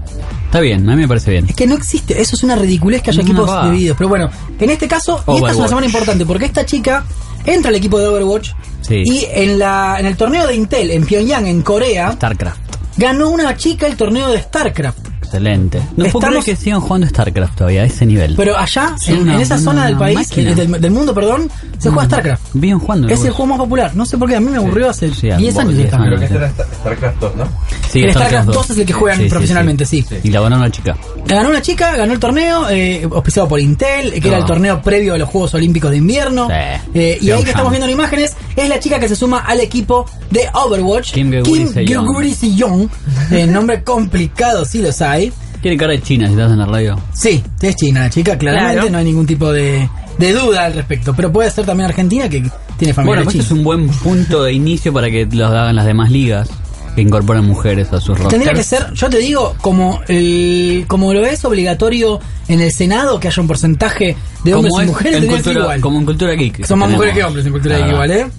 C: Está bien, a mí me parece bien.
B: Es que no existe, eso es una ridiculez que haya
C: No,
B: equipos
C: no va.
B: divididos. Pero bueno, en este caso, y esta es una
C: Overwatch.
B: semana importante porque esta chica entra al equipo de Overwatch
C: Sí.
B: y en la en el torneo de Intel en Pyongyang, en Corea,
C: StarCraft.
B: ganó una chica el torneo de StarCraft.
C: Excelente. No puedo
B: Estamos-
C: creer que sigan jugando StarCraft todavía a ese nivel.
B: Pero allá,
C: Sí,
B: en,
C: una-
B: en esa
C: una-
B: zona del
C: una
B: país, eh,
C: máquina. Mm.
B: del, del mundo, perdón, se juega StarCraft.
C: Bien jugando.
B: Es el juego más popular. No sé por qué, a mí me aburrió hace
C: sí,
B: 10
C: un
B: años.
C: poco,
B: esta.
C: 10
K: Creo que
C: años,
K: este
C: sí.
K: era Star- StarCraft 2, ¿no?
C: Sí,
B: el StarCraft 2 es el que juegan profesionalmente, sí.
C: Y la ganaron los chicas.
B: La ganó una chica, ganó el torneo, eh, auspiciado por Intel, que
C: No.
B: era el torneo previo a los Juegos Olímpicos de Invierno.
C: Ah. Sí.
B: Eh, y
C: Pyongyang.
B: ahí que estamos viendo en imágenes, es la chica que se suma al equipo de Overwatch.
C: Kim Geuguri Sejong.
B: Geuguri Sejong. Eh, nombre complicado, sí los hay.
C: Tiene cara de China si estás en la radio.
B: Sí, es china la chica, claramente
C: Claro.
B: no hay ningún tipo de, de duda al respecto. Pero puede ser también argentina, que tiene familia
C: Bueno, pues
B: china.
C: es un buen punto de inicio para que los hagan las demás ligas que incorporen mujeres a sus rosters.
B: Tendría que ser, yo te digo, como el, como lo es obligatorio en el Senado que haya un porcentaje de
C: Como
B: hombres y
C: es
B: mujeres,
C: en
B: tendría que ser
C: cultura-
B: igual.
C: Como en cultura geek.
B: Son más
C: tenemos.
B: mujeres que hombres en cultura
C: La
B: geek igual,
C: verdad.
B: ¿eh?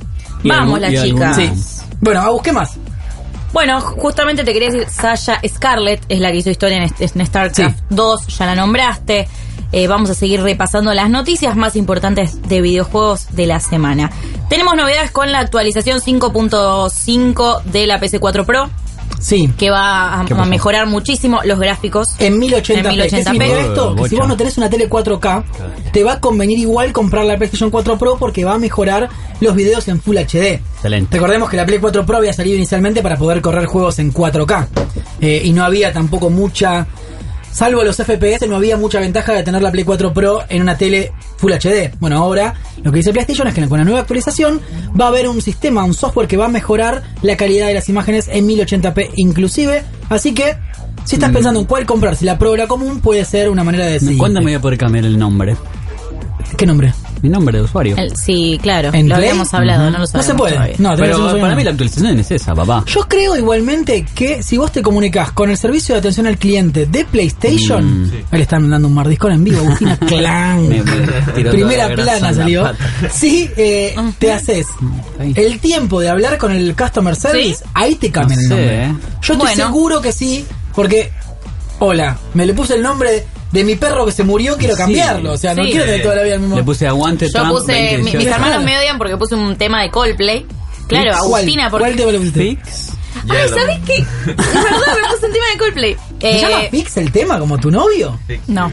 C: Y
D: Vamos,
C: algún-
D: la
C: y
D: chica.
C: alguna-
B: Sí. Bueno, a busqué más.
D: Bueno, justamente te quería decir, Sasha Scarlett es la que hizo historia en, est- en StarCraft 2, ya la nombraste. Eh, vamos a seguir repasando las noticias más importantes de videojuegos de la semana. Tenemos novedades con la actualización 5.5 de la PC4 Pro.
B: Sí.
D: Que va a,
B: ¿Qué
D: a
B: pasó?
D: mejorar muchísimo los gráficos.
B: En 1080p.
D: En 1080p.
B: ¿Qué significa esto? Que si vos no tenés una tele 4K, te va a convenir igual comprar la PlayStation 4 Pro porque va a mejorar los videos en Full HD.
C: Excelente.
B: Recordemos que la Play 4 Pro había salido inicialmente para poder correr juegos en 4K. eh, y no había tampoco mucha salvo los FPS, no había mucha ventaja de tener la Play 4 Pro en una tele Full HD. Bueno, ahora lo que dice PlayStation es que con la nueva actualización va a haber un sistema, un software que va a mejorar la calidad de las imágenes en 1080p inclusive. Así que, si estás
C: Mm.
B: pensando en cuál comprar, si la Pro o la común, puede ser una manera de decidir.
C: ¿Cuándo me voy a poder cambiar el nombre?
B: ¿Qué nombre?
C: Mi nombre de usuario.
D: El- sí, claro.
C: ¿En
D: Lo
C: Play?
D: habíamos hablado,
C: Ujú.
D: no lo
B: No
D: sabemos.
B: se puede.
D: todavía.
B: No, tenemos un
C: Pero
B: usuario
C: para
B: nombre.
C: mí la actualización es esa, papá.
B: Yo creo igualmente que si vos te comunicás con el servicio de atención al cliente de PlayStation,
C: Mm.
B: ahí le están mandando un mardiscón en vivo, Agustina Clan.
C: Me- me tiró toda
B: Primera
C: la grasa en
B: plana
C: la
B: salió.
C: pata.
B: Si eh,
D: Ah.
B: te haces el tiempo de hablar con el customer service, ahí te cambian
C: No
B: el
C: sé,
B: nombre.
C: eh.
B: Yo estoy
C: Bueno.
B: seguro que sí, porque, hola, me le puse el nombre de mi perro que se murió, quiero
C: Sí.
B: cambiarlo. O sea, no
C: Sí.
B: quiero tener toda la vida el mismo.
C: Le puse aguante
D: Yo
C: Trump
D: puse.
C: 20,
D: mi- mis
C: yo-
D: hermanos me odian porque puse un tema de Coldplay. Claro,
B: ¿Cuál?
D: Agustina, porque.
B: ¿Cuál te lo pusiste?
D: Ay, ¿sabes qué? La verdad, me puse un tema de Coldplay.
B: ¿Se
D: Eh,
B: llama Pix el tema como tu novio?
D: no.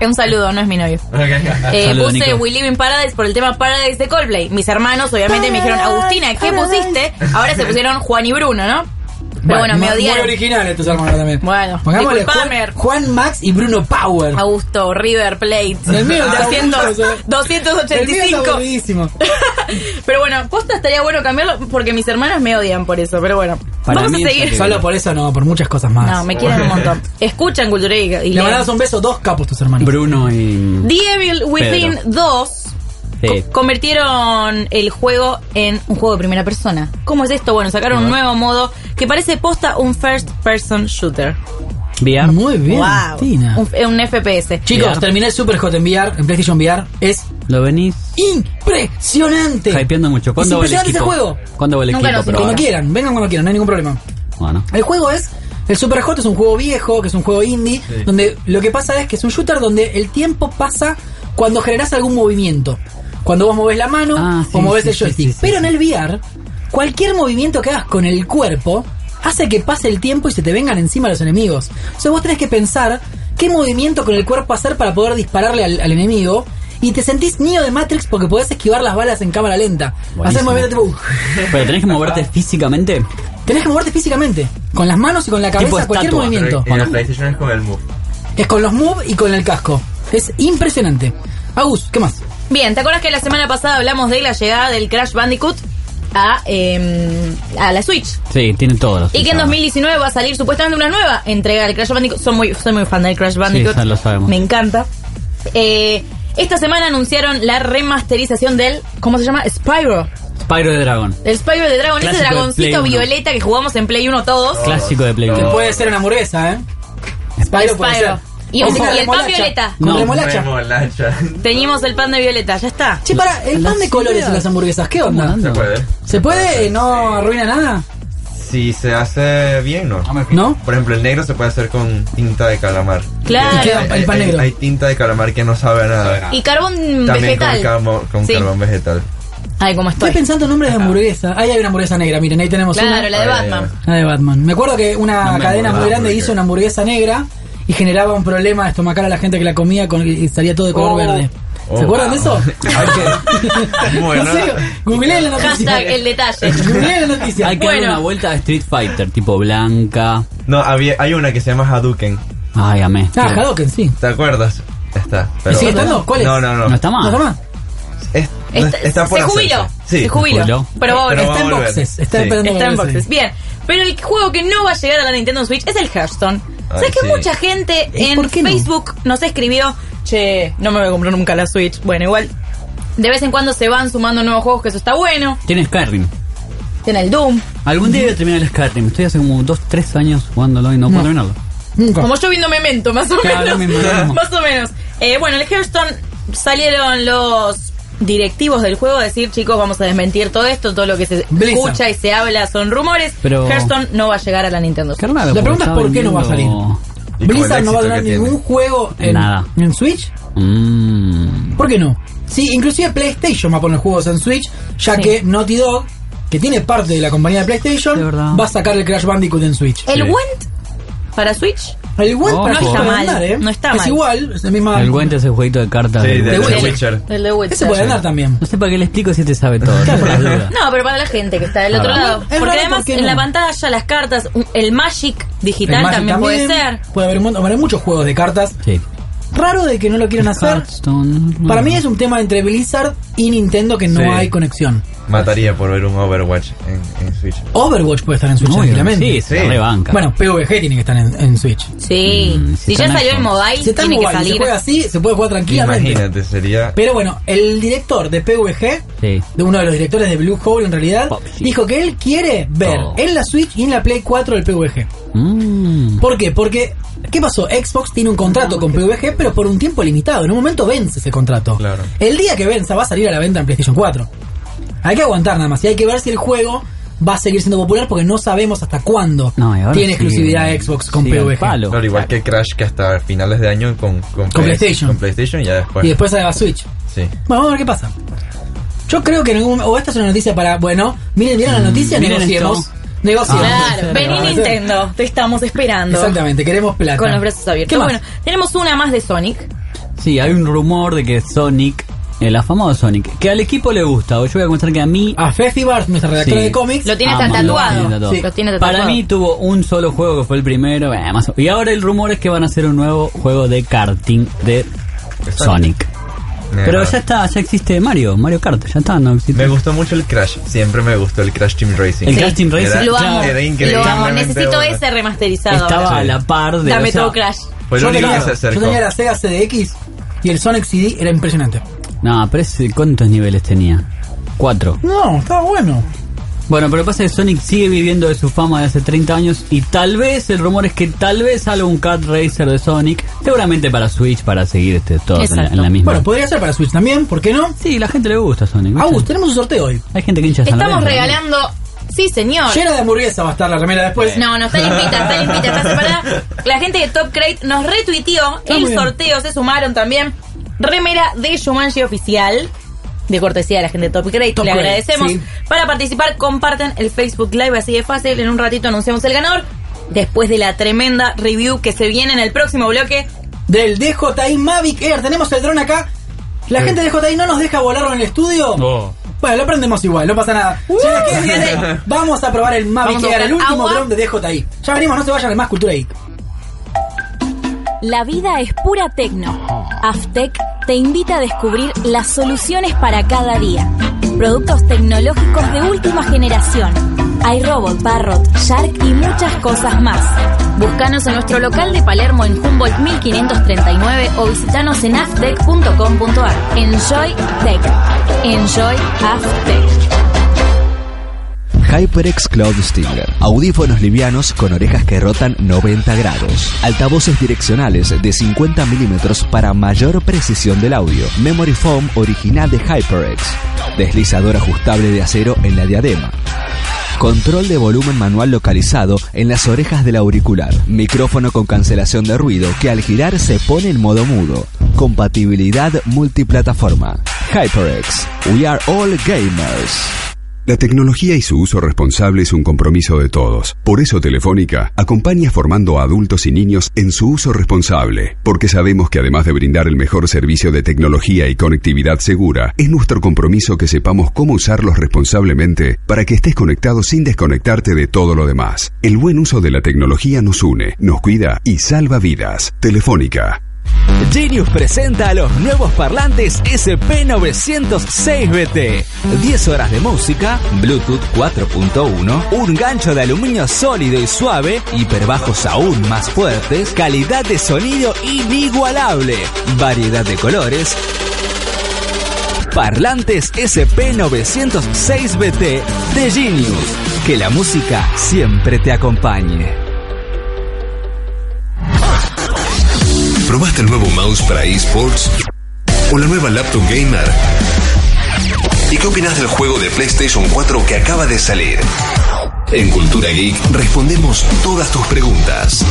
D: Es un saludo, no es mi novio. Eh,
B: Ah, Saludo,
D: puse
B: Nico.
D: We Live in Paradise por el tema Paradise de Coldplay. Mis hermanos, obviamente, me dijeron, Agustina, ¿qué pusiste? Ahora se pusieron Juan y Bruno, ¿no? Pero bueno, me
B: mu-
D: odiaron.
B: Muy originales tus hermanos también. Bueno, pongámosle
D: disculpame.
B: Juan, Juan Max y Bruno Power.
D: Augusto, River Plate.
B: El mío es
D: 200,
B: Augusto, o sea, El mío es
D: 285.
B: aburridísimo.
D: Pero bueno, posta estaría bueno cambiarlo porque mis hermanos me odian por eso. Pero bueno,
B: Para
D: vamos
B: mí
D: a
B: es
D: seguir.
B: increíble. Solo por eso no, por muchas cosas más.
D: No, me quieren un montón. Escuchan Cultura y, y
B: Le
D: leen.
B: mandamos un beso, dos capos tus hermanos.
C: Bruno y.
D: The Evil Within 2
C: Sí.
D: convirtieron el juego en un juego de primera persona. ¿Cómo es esto? Bueno, sacaron un nuevo modo que parece posta un first person shooter.
B: Muy bien,
D: Wow.
B: Tina.
D: Un, eh, un FPS.
B: Chicos,
D: VR.
B: terminé el Super Hot en VR, en PlayStation VR. Es
C: Lo venís
B: impresionante.
C: hypeando mucho.
B: Es
C: ¿Cuándo va el
B: impresionante ese
C: equipo?
B: juego.
C: ¿Cuándo va el
B: Nunca
C: equipo?
B: nos- Cuando quieran, vengan cuando quieran, no hay ningún problema.
C: Bueno.
B: El juego es. El Super Hot es un juego viejo, que es un juego indie,
C: Sí.
B: donde lo que pasa es que es un shooter donde el tiempo pasa cuando generas algún movimiento. Cuando vos movés la mano o
C: Ah, sí,
B: movés
C: sí,
B: el
C: sí,
B: joystick.
C: sí, sí,
B: Pero en el VR, cualquier movimiento que hagas con el cuerpo hace que pase el tiempo y se te vengan encima los enemigos. O sea, vos tenés que pensar qué movimiento con el cuerpo hacer para poder dispararle al, al enemigo. Y te sentís niño de Matrix porque podés esquivar las balas en cámara lenta. Haces
C: Buenísimo.
B: movimiento tipo.
C: Pero tenés que moverte
B: Ah.
C: físicamente.
B: Tenés que moverte físicamente, con las manos y con la cabeza, cualquier
C: eh?
B: movimiento.
K: En el PlayStation es con el move.
B: Es con los moves y con el casco. Es impresionante. Agus, ¿qué más?
D: Bien, ¿te acuerdas que la semana pasada hablamos de la llegada del Crash Bandicoot a, eh, a la Switch?
C: Sí, tiene todos los.
D: Y que en 2019 va a salir supuestamente una nueva entrega del Crash Bandicoot. Soy muy, soy muy fan del Crash Bandicoot.
C: ya lo sabemos.
D: Me encanta. Eh, esta semana anunciaron la remasterización del, ¿cómo se llama? Spyro.
C: Spyro de Dragón.
D: El Spyro de Dragon, ese
C: Clásico de
D: dragoncito
C: Play uno.
D: violeta que jugamos en Play 1 todos.
C: Clásico de Play
B: Que
C: uno.
B: puede ser una hamburguesa, ¿eh? Spyro, puede
D: Spyro.
B: ser.
D: Y,
B: Ojo,
D: y el pan
B: remolacha.
D: violeta.
B: Con remolacha.
D: Teníamos el pan de violeta, ya está.
B: Che, para, el pan de colores en las hamburguesas, ¿qué onda?
K: Se puede.
B: ¿Se puede? ¿No arruina nada?
K: Si se hace bien, ¿no?
B: Ah, ¿No?
K: Por ejemplo, el negro se puede hacer con tinta de calamar.
D: Claro. ¿Y qué
K: Hay,
D: da el pan
K: hay-
D: negro?
K: hay tinta de calamar que no sabe a nada.
D: Y carbón
K: También
D: vegetal.
K: con, carbón, con
D: Sí.
K: carbón vegetal.
D: Ay, cómo
B: estoy. Estoy pensando en nombres de hamburguesa. Ahí hay una hamburguesa negra, miren, ahí tenemos
D: Claro,
B: una.
D: la de Batman.
B: La de Batman. Me acuerdo que una
C: No me
B: cadena
C: acordaba,
B: muy grande
C: porque-
B: hizo una hamburguesa negra y generaba un problema estomacal a la gente que la comía con, y salía todo de color
C: Oh.
B: verde. ¿Se
C: Oh.
B: acuerdan de eso?
C: Bueno.
B: No sé, googleé la noticia.
D: Hashtag el detalle.
B: Googleé la noticia.
C: Hay que dar una vuelta a Street Fighter, tipo blanca.
K: No, había, hay una que se llama Hadouken.
C: Ay, amé.
B: Ah, Hadouken, sí.
K: ¿Te acuerdas? Está.
B: ¿Y sigue estando? ¿Cuál es?
K: No, no, no.
B: ¿No está más? ¿No está más?
K: Es- no-
D: Está-
K: está por
D: se jubiló.
K: hacerse. Sí.
D: Se jubiló. Pero va a volver.
K: va a volver. Sí.
D: Está en boxes. Bien. Pero el juego que no va a llegar a la Nintendo Switch es el Hearthstone.
K: Ay,
D: ¿Sabes que
K: sí.
D: mucha gente en Facebook nos escribió, che, no me voy a comprar nunca la Switch? Bueno, igual. De vez en cuando se van sumando nuevos juegos, que eso está bueno.
C: Tiene Skyrim.
D: Tiene el Doom.
C: Algún día voy a terminar el Skyrim. Estoy hace como 2, 3 años jugándolo y no, puedo terminarlo.
D: Como yo viendo Memento, más o
C: Claro,
D: menos.
C: me imagino.
D: más o menos. Eh, bueno, el Hearthstone salieron los directivos del juego a decir, chicos, vamos a desmentir todo esto, todo lo que se
B: Blizzard.
D: escucha y se habla son rumores.
B: Pero-
D: Hearthstone no va a llegar a la Nintendo Switch.
B: La pregunta es por qué no va a salir. Blizzard no va a tener ningún juego en,
C: Nada. Mm.
B: en Switch. ¿Por qué no? Sí, inclusive PlayStation va a poner juegos en Switch, ya que Naughty Dog, que tiene parte de la compañía de PlayStation, va a sacar el Crash Bandicoot en Switch.
D: ¿El Went para Switch?
B: El Gwent
D: No
B: para mí
D: está
B: puede
D: mal,
B: andar, ¿eh?
D: no está
B: es
D: mal.
B: igual, es la misma.
C: El Gwent es el jueguito de cartas
K: Sí,
C: del-
K: de-
C: del
K: de
C: Witcher.
K: Witcher.
D: El de Witcher.
B: Ah, Ese puede andar también.
C: No sé para qué le explico si te sabe todo. ¿no? Por las dudas.
D: No, pero para la gente que está del otro
C: Para mí,
D: lado.
B: es
D: Porque
B: raro,
D: además
B: ¿por qué
D: en
B: no?
D: la pantalla, las cartas, un- el Magic digital
B: El Magic
D: también, puede ser.
B: Puede haber un montón, bueno, hay muchos juegos de cartas.
C: Sí.
B: Raro de que no lo quieran hacer. Para mí es un tema entre Blizzard y Nintendo que no
K: Sí.
B: hay conexión.
K: Mataría por ver un Overwatch en, en Switch.
B: Overwatch puede estar en Switch
K: Obvio,
B: tranquilamente.
K: sí, se Sí. rebanca.
B: Bueno, PvG tiene que estar en, en Switch.
D: Sí.
C: Mm,
D: si ya salió el mobile,
B: Si está en
D: tiene que
B: mobile,
D: salir.
B: Se juega así, se puede jugar tranquilamente.
K: Imagínate, sería.
B: Pero bueno, el director de PvG,
C: Sí.
B: de uno de los directores de Blue Hole en realidad, dijo que él quiere ver
C: Oh.
B: en la Switch y en la Play 4 el PvG. ¿Por qué? Porque, ¿qué pasó? Xbox tiene un contrato con PvG, pero por un tiempo limitado. En un momento vence ese contrato.
K: Claro.
B: El día que venza va a salir a la venta en PlayStation 4. Hay que aguantar nada más y hay que ver si el juego va a seguir siendo popular porque no sabemos hasta cuándo
C: No, y ahora
B: tiene
C: sigue-
B: exclusividad Xbox con
K: Sí, al
B: PvG.
K: palo. Claro, igual que Crash que hasta finales de año con,
B: Con
K: con, PS-
B: PlayStation.
K: Con PlayStation y ya después.
B: Y después a la Switch.
K: Sí.
B: Bueno, vamos a ver qué pasa. Yo creo que en algún o esta es una noticia para, bueno, miren, miren la noticia,
C: Mm, miren
B: negociemos.
C: esto. Ah,
B: Negociemos.
D: Claro, vení Nintendo, te estamos esperando.
B: Exactamente, queremos plata.
D: Con los brazos
B: ¿Qué
D: abiertos.
B: más?
D: Bueno, tenemos una más de Sonic.
C: Sí, hay un rumor de que Sonic, el afamado Sonic, que al equipo le gusta, o yo voy a contar que a mí... Ah,
B: A Fefi Bart, nuestra
D: redactora de cómics. Lo tiene hasta tatuado. Sí. Lo tiene tatuado.
C: Para mí tuvo un solo juego que fue el primero, eh, más o- y ahora el rumor es que van a hacer un nuevo juego de karting de Sonic. Pero ya está, ya existe Mario, Mario Kart, ya está, no existe.
K: Me gustó mucho el Crash, siempre me gustó el Crash Team Racing.
C: El Crash Team Racing,
K: era,
D: lo amo.
K: era increíble.
D: Lo amo.
K: Realmente
D: Necesito
K: bueno.
D: ese remasterizado.
C: Estaba
D: ahora.
C: a la par de...
D: Dame
C: o sea,
D: todo Crash.
K: Fue el
B: yo,
K: único
B: tenía,
K: que se
B: yo
K: acercó.
B: tenía la Sega CDX y el Sonic CD era impresionante.
C: No, pero ese- ¿cuántos niveles tenía? Cuatro.
B: No, estaba bueno.
C: Bueno, pero pasa que Sonic sigue viviendo de su fama de hace 30 años y tal vez, el rumor es que tal vez salga un Cat Racer de Sonic, seguramente para Switch, para seguir este todo en la, en la misma.
B: Bueno, podría ser para Switch Pues también, ¿por qué no?
C: Sí, la gente le gusta Sonic.
B: Agus, tenemos un sorteo hoy.
C: Hay gente que hincha San
D: Estamos
C: Lorenzo, ¿no?
D: regalando. Sí, señor. Pues,
B: Llena de hamburguesa va a estar la remera después.
D: No, no, está limpita, está limpita, está separada. La gente de Top Crate nos retuiteó
B: muy
D: el
B: bien.
D: sorteo, se sumaron también. Remera de Shumanji oficial. De cortesía de la gente de Top Crate,
B: Top
D: le
B: Crate,
D: agradecemos.
B: sí.
D: Para participar, comparten el Facebook Live, así de fácil. En un ratito anunciamos el ganador. Después de la tremenda review que se viene en el próximo bloque.
B: Del DJI Mavic Air, tenemos el dron acá. La
D: Sí.
B: gente de DJI no nos deja volarlo en el estudio. Bueno, lo prendemos igual, no pasa nada. Ya que-
D: Fíjate.
B: Vamos a probar el Mavic
D: Uh. Vamos a
B: Air,
D: buscar
B: el último
D: agua.
B: dron de DJI. Ya venimos, no se vayan de más cultura geek.
H: La vida es pura tecno. Aftec te invita a descubrir las soluciones para cada día. Productos tecnológicos de última generación. Hay robot, Parrot, Shark y muchas cosas más. Búscanos en nuestro local de Palermo en Humboldt 1539 o visitanos en aftec.com.ar. Enjoy Tech. Enjoy Aftec.
I: HyperX Cloud Stinger. Audífonos livianos con orejas que rotan 90 grados. Altavoces direccionales de 50 milímetros para mayor precisión del audio. Memory foam original de HyperX. Deslizador ajustable de acero en la diadema. Control de volumen manual localizado en las orejas del auricular. Micrófono con cancelación de ruido que al girar se pone en modo mudo. Compatibilidad multiplataforma. HyperX. We are all gamers.
N: La tecnología y su uso responsable es un compromiso de todos. Por eso Telefónica acompaña formando a adultos y niños en su uso responsable, porque sabemos que además de brindar el mejor servicio de tecnología y conectividad segura, es nuestro compromiso que sepamos cómo usarlos responsablemente para que estés conectado sin desconectarte de todo lo demás. El buen uso de la tecnología nos une, nos cuida y salva vidas. Telefónica,
M: Genius presenta a los nuevos parlantes SP906BT. 10 horas de música, Bluetooth 4.1, un gancho de aluminio sólido y suave, hiperbajos aún más fuertes, calidad de sonido inigualable, variedad de colores. Parlantes SP906BT de Genius. Que la música siempre te acompañe.
G: ¿Probaste el nuevo mouse para eSports? ¿O la nueva laptop gamer? ¿Y qué opinas del juego de PlayStation 4 que acaba de salir? En Cultura Geek respondemos todas tus preguntas.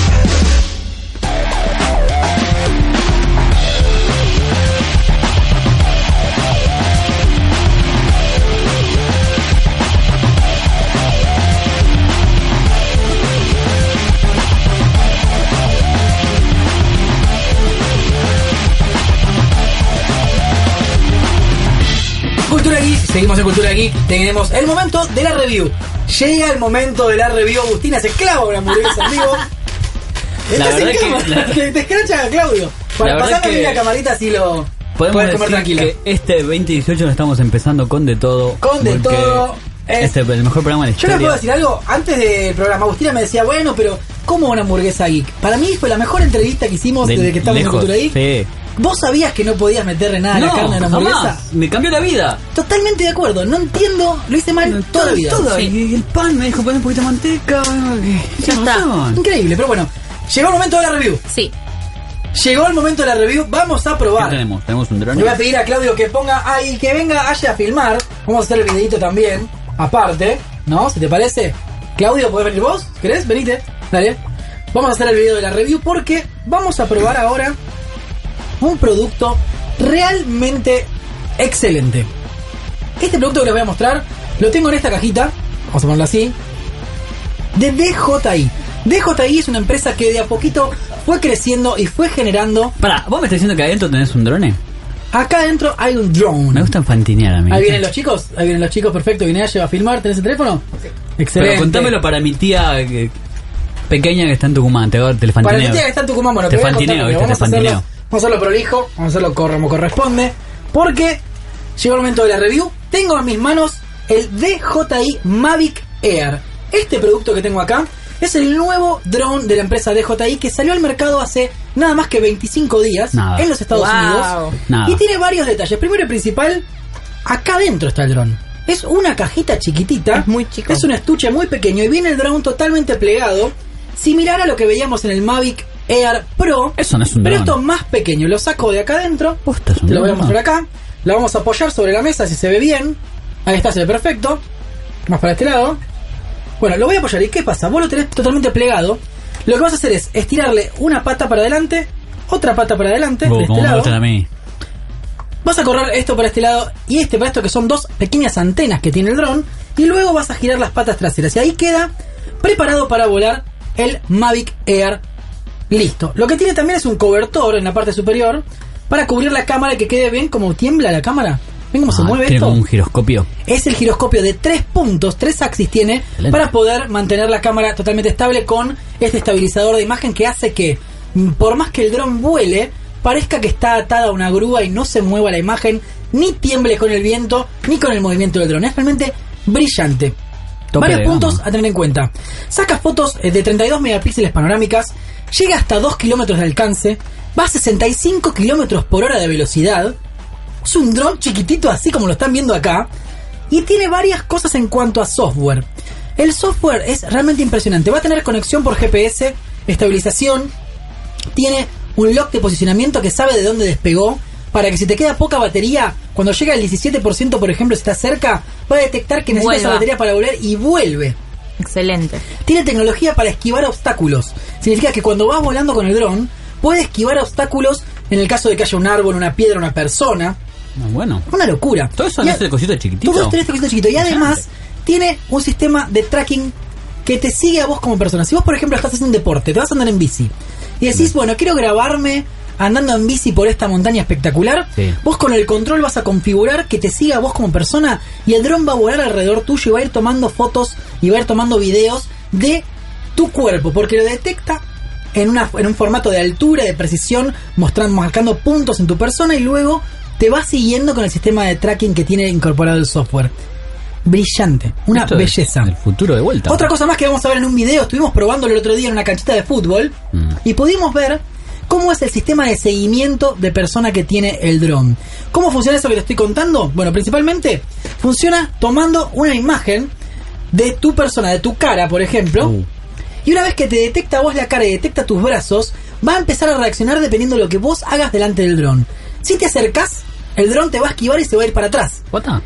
B: Cultura Geek, seguimos en Cultura Geek, tenemos el momento de la review. Llega el momento de la review, Agustina se clava una hamburguesa en vivo.
C: La
B: Estás
C: verdad
B: en
C: que-
B: cama,
C: la-
B: Te, te escrachan a Claudio. Para
C: verdad
B: pasarme
C: que-
B: la camarita así lo
C: Podemos
B: puedes comer
C: decir
B: tranquilo.
C: que este 2018 lo estamos empezando con de todo.
B: Con de
C: porque
B: todo, es-
C: Este es el mejor programa de la
B: Yo les
C: historia.
B: puedo decir algo, antes del programa, Agustina me decía, bueno, pero ¿cómo una hamburguesa geek? Para mí fue la mejor entrevista que hicimos
C: De
B: desde que estamos
C: lejos,
B: en Cultura Geek.
C: sí.
B: ¿Vos sabías que no podías meterle nada a la
C: No,
B: carne de la hamburguesa?
C: jamás. Me cambió la vida.
B: Totalmente de acuerdo, no entiendo, lo hice mal toda la vida.
C: todo.
B: Y el pan me dijo, pon un poquito de manteca. Ya está. Increíble, pero bueno, llegó el momento de la review.
D: Sí.
B: Llegó el momento de la review, vamos a
C: ¿Qué
B: probar.
C: tenemos? Tenemos un drone.
B: Ah. Le voy a pedir a Claudio que ponga ahí, que venga Aya a filmar. Vamos a hacer el videito también, aparte, ¿no? ¿Se te parece? Claudio, ¿podés venir vos? ¿Querés? Venite, dale. Vamos a hacer el video de la review porque vamos a probar ahora un producto realmente excelente. Este producto que les voy a mostrar lo tengo en esta cajita, vamos a ponerlo así, de DJI. DJI es una empresa que de a poquito fue creciendo y fue generando.
C: Pará, ¿vos me estás diciendo que adentro tenés un drone?
B: Acá adentro hay un drone.
C: Me gustan fantinear a mí.
B: Ahí vienen los chicos, ahí vienen los chicos, perfecto. Viene Aye, va a filmar, ¿tenés el teléfono? Excelente.
C: Pero contámelo para mi tía eh, pequeña que está en Tucumán. Te, te le
B: Para
C: fantineo.
B: el que está en Tucumán, bueno,
C: te
B: voy a contar,
C: fantineo,
B: pero
C: viste, te
B: vamos, a hacerlo,
C: fantineo.
B: vamos a hacerlo prolijo, vamos a hacerlo cor- como corresponde, porque llegó el momento de la review. Tengo en mis manos el DJI Mavic Air. Este producto que tengo acá es el nuevo drone de la empresa DJI que salió al mercado hace nada más que 25 días
C: Nada.
B: en los Estados
C: Wow.
B: Unidos.
C: Nada.
B: Y tiene varios detalles. Primero y principal, acá adentro está el dron. Es una cajita chiquitita. Es muy chico. Es un estuche muy pequeño y viene el dron totalmente plegado, similar a lo que veíamos en el Mavic Air Pro.
C: Eso no es un
B: Pero
C: dron.
B: esto es más pequeño. Lo saco de acá adentro.
C: un
B: Lo voy a
C: dron,
B: mostrar acá. La vamos a apoyar sobre la mesa si se ve bien. Ahí está, se ve perfecto. Más para este lado. Bueno, lo voy a apoyar. ¿Y qué pasa? Vos lo tenés totalmente plegado. Lo que vas a hacer es estirarle una pata para adelante, otra pata para adelante,
C: Vos,
B: de este
C: como me
B: lado.
C: gustan a mí.
B: Vas a correr esto para este lado y este para esto, que son dos pequeñas antenas que tiene el dron. Y luego vas a girar las patas traseras. Y ahí queda preparado para volar el Mavic Air. Listo. Lo que tiene también es un cobertor en la parte superior para cubrir la cámara y que quede bien como tiembla la cámara. ¿Ven cómo se
C: Ah,
B: mueve
C: tiene
B: esto?
C: como un giroscopio.
B: Es el giroscopio de tres puntos, tres axis tiene, para poder mantener la cámara totalmente estable con este estabilizador de imagen que hace que, mm, por más que el dron vuele, parezca que está atada a una grúa y no se mueva la imagen, ni tiemble con el viento, ni con el movimiento del dron. Es realmente brillante.
C: Tope de
B: Varios
C: gama.
B: puntos a tener en cuenta. Sacas fotos eh, de 32 megapíxeles panorámicas, llega hasta 2 kilómetros de alcance, va a 65 kilómetros por hora de velocidad. Es un dron chiquitito así como lo están viendo acá. Y tiene varias cosas en cuanto a software. El software es realmente impresionante. Va a tener conexión por GPS, estabilización. Tiene un lock de posicionamiento que sabe de dónde despegó. Para que si te queda poca batería, cuando llega al 17%, por ejemplo, si está cerca, va a detectar que necesita esa
D: Vuelva.
B: batería para volver y vuelve.
D: Excelente.
B: Tiene tecnología para esquivar obstáculos. Significa que cuando vas volando con el dron, puede esquivar obstáculos en el caso de que haya un árbol, una piedra, una persona.
C: Ah, Bueno.
B: Una locura.
C: Todo eso
B: Y
C: no
B: a-
C: es el cosito chiquitito.
B: todo esto en este cosito chiquito. Y además, tiene un sistema de tracking que te sigue a vos como persona. Si vos, por ejemplo, estás haciendo un deporte, te vas a andar en bici y decís, bueno, quiero grabarme andando en bici por esta montaña espectacular,
C: Sí.
B: vos con el control vas a configurar que te siga a vos como persona y el dron va a volar alrededor tuyo y va a ir tomando fotos y va a ir tomando videos de tu cuerpo, porque lo detecta en, una, en un formato de altura, de precisión, mostrando, marcando puntos en tu persona y luego te va siguiendo con el sistema de tracking que tiene incorporado el software. Brillante, una
C: Esto es
B: belleza.
C: El futuro de vuelta.
B: Otra cosa más que vamos a ver en un video, estuvimos probándolo el otro día en una canchita de fútbol
C: Mm,
B: y pudimos ver cómo es el sistema de seguimiento de persona que tiene el dron. ¿Cómo funciona eso que te estoy contando? Bueno, principalmente funciona tomando una imagen de tu persona, de tu cara, por ejemplo. Y una vez que te detecta vos la cara y detecta tus brazos, va a empezar a reaccionar dependiendo de lo que vos hagas delante del dron. Si te acercas, el dron te va a esquivar y se va a ir para atrás.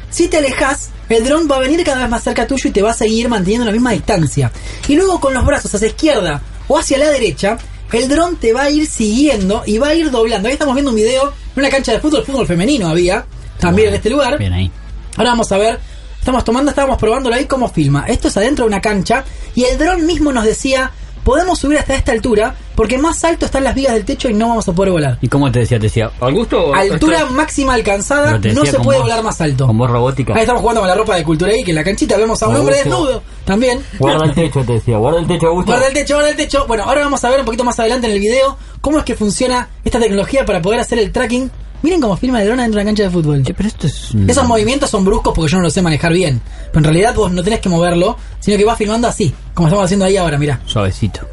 B: Si te alejas, el dron va a venir cada vez más cerca tuyo y te va a seguir manteniendo la misma distancia. Y luego con los brazos hacia izquierda o hacia la derecha, el dron te va a ir siguiendo y va a ir doblando. Ahí estamos viendo un video en una cancha de fútbol, fútbol femenino había, también en este lugar.
C: Bien ahí.
B: Ahora vamos a ver. Estamos tomando, estábamos probándolo ahí cómo filma. Esto es adentro de una cancha y el dron mismo nos decía podemos subir hasta esta altura, porque más alto están las vigas del techo y no vamos a poder volar.
C: ¿Y cómo te decía? Te decía, Augusto.
B: Altura máxima alcanzada, no se puede volar más alto.
C: Con voz robótica.
B: Ahí estamos jugando con la ropa de Cultura Geek, en la canchita vemos a un
C: Me
B: hombre
C: gusta.
B: desnudo, también.
C: Oh, Guarda el techo, te decía. Guarda el techo, Augusto.
B: Guarda el techo, guarda el techo. Bueno, ahora vamos a ver un poquito más adelante en el video cómo es que funciona esta tecnología para poder hacer el tracking. Miren cómo filma el dron dentro de una cancha de fútbol.
C: pero esto es...
B: Esos movimientos son bruscos porque yo no lo sé manejar bien. Pero en realidad vos no tenés que moverlo, sino que vas filmando así, como estamos haciendo ahí ahora, mirá.
C: Suavecito.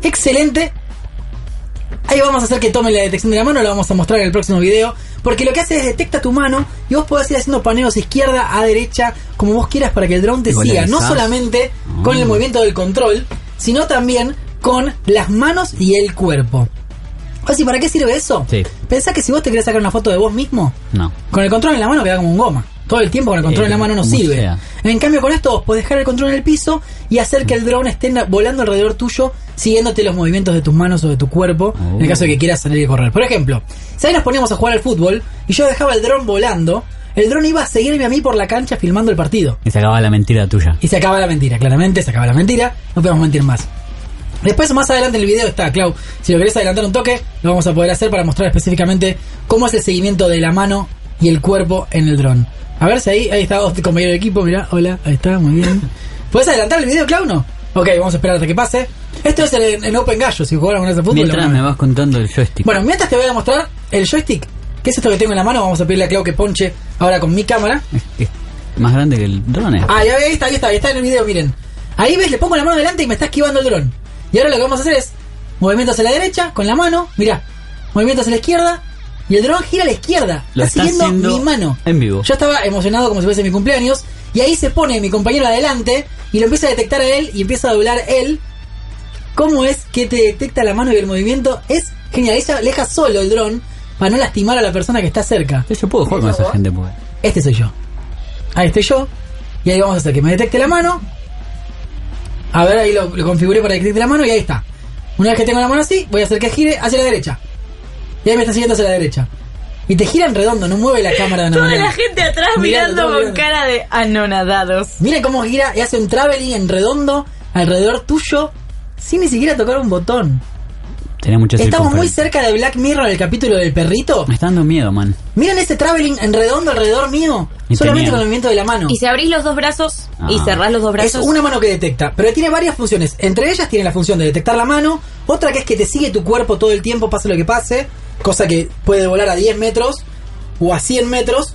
B: Excelente. Ahí vamos a hacer que tomen la detección de la mano, la vamos a mostrar en el próximo video. Porque lo que hace es detecta tu mano y vos podés ir haciendo paneos izquierda a derecha, como vos quieras, para que el dron te
C: Igual Mm.
B: siga. No
C: avisás.
B: solamente con el movimiento del control, sino también con las manos y el cuerpo. Así, ¿para qué sirve eso?
C: Sí.
B: Pensá que si vos te querés sacar una foto de vos mismo,
C: No.
B: con el control en la mano queda como un goma. Todo el tiempo con el control
C: Eh,
B: en la mano no
C: como
B: sirve.
C: sea.
B: En cambio, con esto vos podés dejar el control en el piso y hacer que el dron esté na- volando alrededor tuyo, siguiéndote los movimientos de tus manos o de tu cuerpo, en
C: Oh.
B: el caso de que quieras salir y correr. Por ejemplo, si ahí nos poníamos a jugar al fútbol y yo dejaba el dron volando, el dron iba a seguirme a mí por la cancha filmando el partido.
C: Y se acababa la mentira tuya.
B: Y se acaba la mentira, claramente se acaba la mentira, no podemos mentir más. Después, más adelante en el video está, Clau, si lo querés adelantar un toque, lo vamos a poder hacer para mostrar específicamente cómo es el seguimiento de la mano y el cuerpo en el dron. A ver si ahí, ahí está otro compañero de equipo, mirá, hola, ahí está, muy bien. ¿Puedes adelantar el video, Clau, no? Ok, vamos a esperar hasta que pase. Esto es en, en Open Gallo, si jugaron con ese fútbol. lo
C: Mientras
B: van a
C: me vas contando el joystick.
B: bueno, mientras te voy a mostrar el joystick, que es esto que tengo en la mano, vamos a pedirle a Clau que ponche ahora con mi cámara.
C: Más grande que el dron. eh.
B: Ah, ya ve, ahí está, ahí está, ahí está en el video, miren. Ahí ves, le pongo la mano delante y me está esquivando el dron. Y ahora lo que vamos a hacer es movimiento hacia la derecha con la mano, mirá, movimiento hacia la izquierda y el dron gira a la izquierda.
C: Lo
B: está
C: está
B: siguiendo
C: haciendo
B: mi mano.
C: en vivo.
B: Yo estaba emocionado como si fuese mi cumpleaños y ahí se pone mi compañero adelante y lo empieza a detectar a él y empieza a doblar él. ¿Cómo es que te detecta la mano y el movimiento? Es genial, ella le deja solo el dron para no lastimar a la persona que está cerca.
C: Yo puedo jugar con esa gente, pues.
B: Este soy yo. Ahí estoy yo. Y ahí vamos a hacer que me detecte la mano. A ver, ahí lo, lo configuré para que detecte la mano y ahí está. Una vez que tengo la mano así, voy a hacer que gire hacia la derecha. Y ahí me está siguiendo hacia la derecha. Y te gira en redondo, no mueve la cámara de una
D: Toda
B: manera.
D: la gente atrás
B: Mirando,
D: mirando
B: todo
D: con cara de anonadados.
B: Mira cómo gira y hace un traveling en redondo alrededor tuyo sin ni siquiera tocar un botón.
C: Tenía mucha
B: Estamos muy
C: circunferencia.
B: cerca de Black Mirror, el capítulo del perrito.
C: Me está dando miedo, man.
B: Miren ese traveling en redondo alrededor mío,
C: Y
B: solamente
C: tenía-
B: con el movimiento de la mano.
D: Y si abrís los dos brazos y
B: Ah.
D: cerrás los dos
B: Es
D: brazos.
B: una mano que detecta, pero tiene varias funciones. Entre ellas tiene la función de detectar la mano, otra que es que te sigue tu cuerpo todo el tiempo, pase lo que pase, cosa que puede volar a 10 metros o a 100 metros,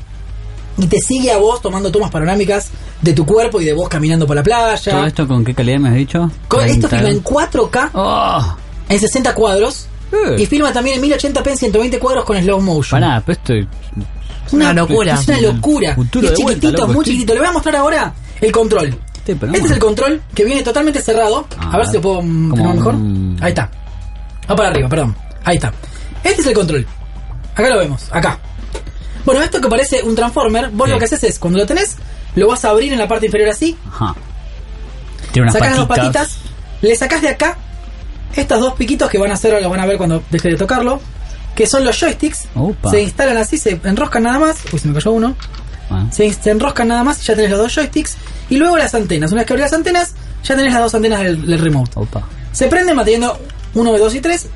B: y te sigue a vos tomando tomas panorámicas de tu cuerpo y de vos caminando por la playa.
C: ¿Todo esto con qué calidad me has dicho?
B: Con esto
C: 30.
B: filma en 4K,
C: Oh.
B: en 60 cuadros,
C: Eh.
B: y filma también en 1080p en 120 cuadros con slow motion.
C: Pará, pero esto es
B: Una locura. Es una locura.
C: Futuro
B: Y es
C: de vuelta,
B: chiquitito, es
C: loco,
B: muy
C: estoy-
B: chiquitito. Le voy a mostrar ahora el control.
C: Este
B: este es el control que viene totalmente cerrado. a
C: Ah,
B: ver si lo puedo mm,
C: como
B: filmar mejor.
C: un-
B: Ahí está. Va para arriba, perdón. Ahí está. Este es el control. Acá lo vemos, acá. Bueno, esto que parece un transformer, vos
C: Sí.
B: lo que haces es, cuando lo tenés, lo vas a abrir en la parte inferior así,
C: Ajá. Tiene unas
B: sacás las
C: patitas.
B: dos patitas, le sacás de acá estos dos piquitos que van a hacer, los van a ver cuando deje de tocarlo, que son los joysticks,
C: Opa.
B: se instalan así, se enroscan nada más. Uy, se me cayó uno.
C: Ah.
B: Se, se enroscan nada más y ya tenés los dos joysticks. Y luego las antenas. Una vez que abrís las antenas, ya tenés las dos antenas del, del remote.
C: Opa.
B: Se prende manteniendo 1, 2 y 3.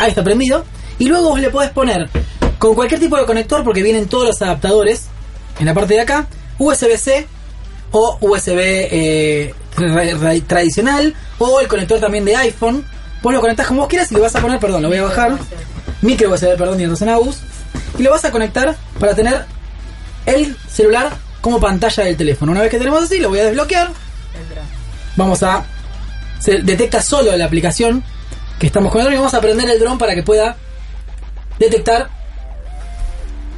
B: Ahí está prendido. Y luego vos le podés poner con cualquier tipo de conector, porque vienen todos los adaptadores en la parte de acá, USB-C o USB eh, tra- tra- tradicional o el conector también de iPhone. Vos lo conectás como vos quieras y le vas a poner, perdón, lo voy a bajar, micro USB, perdón, y en AUX, y lo vas a conectar para tener el celular como pantalla del teléfono. Una vez que tenemos así, lo voy a desbloquear. Vamos a. Se detecta solo la aplicación que estamos con el dron y vamos a prender el dron para que pueda detectar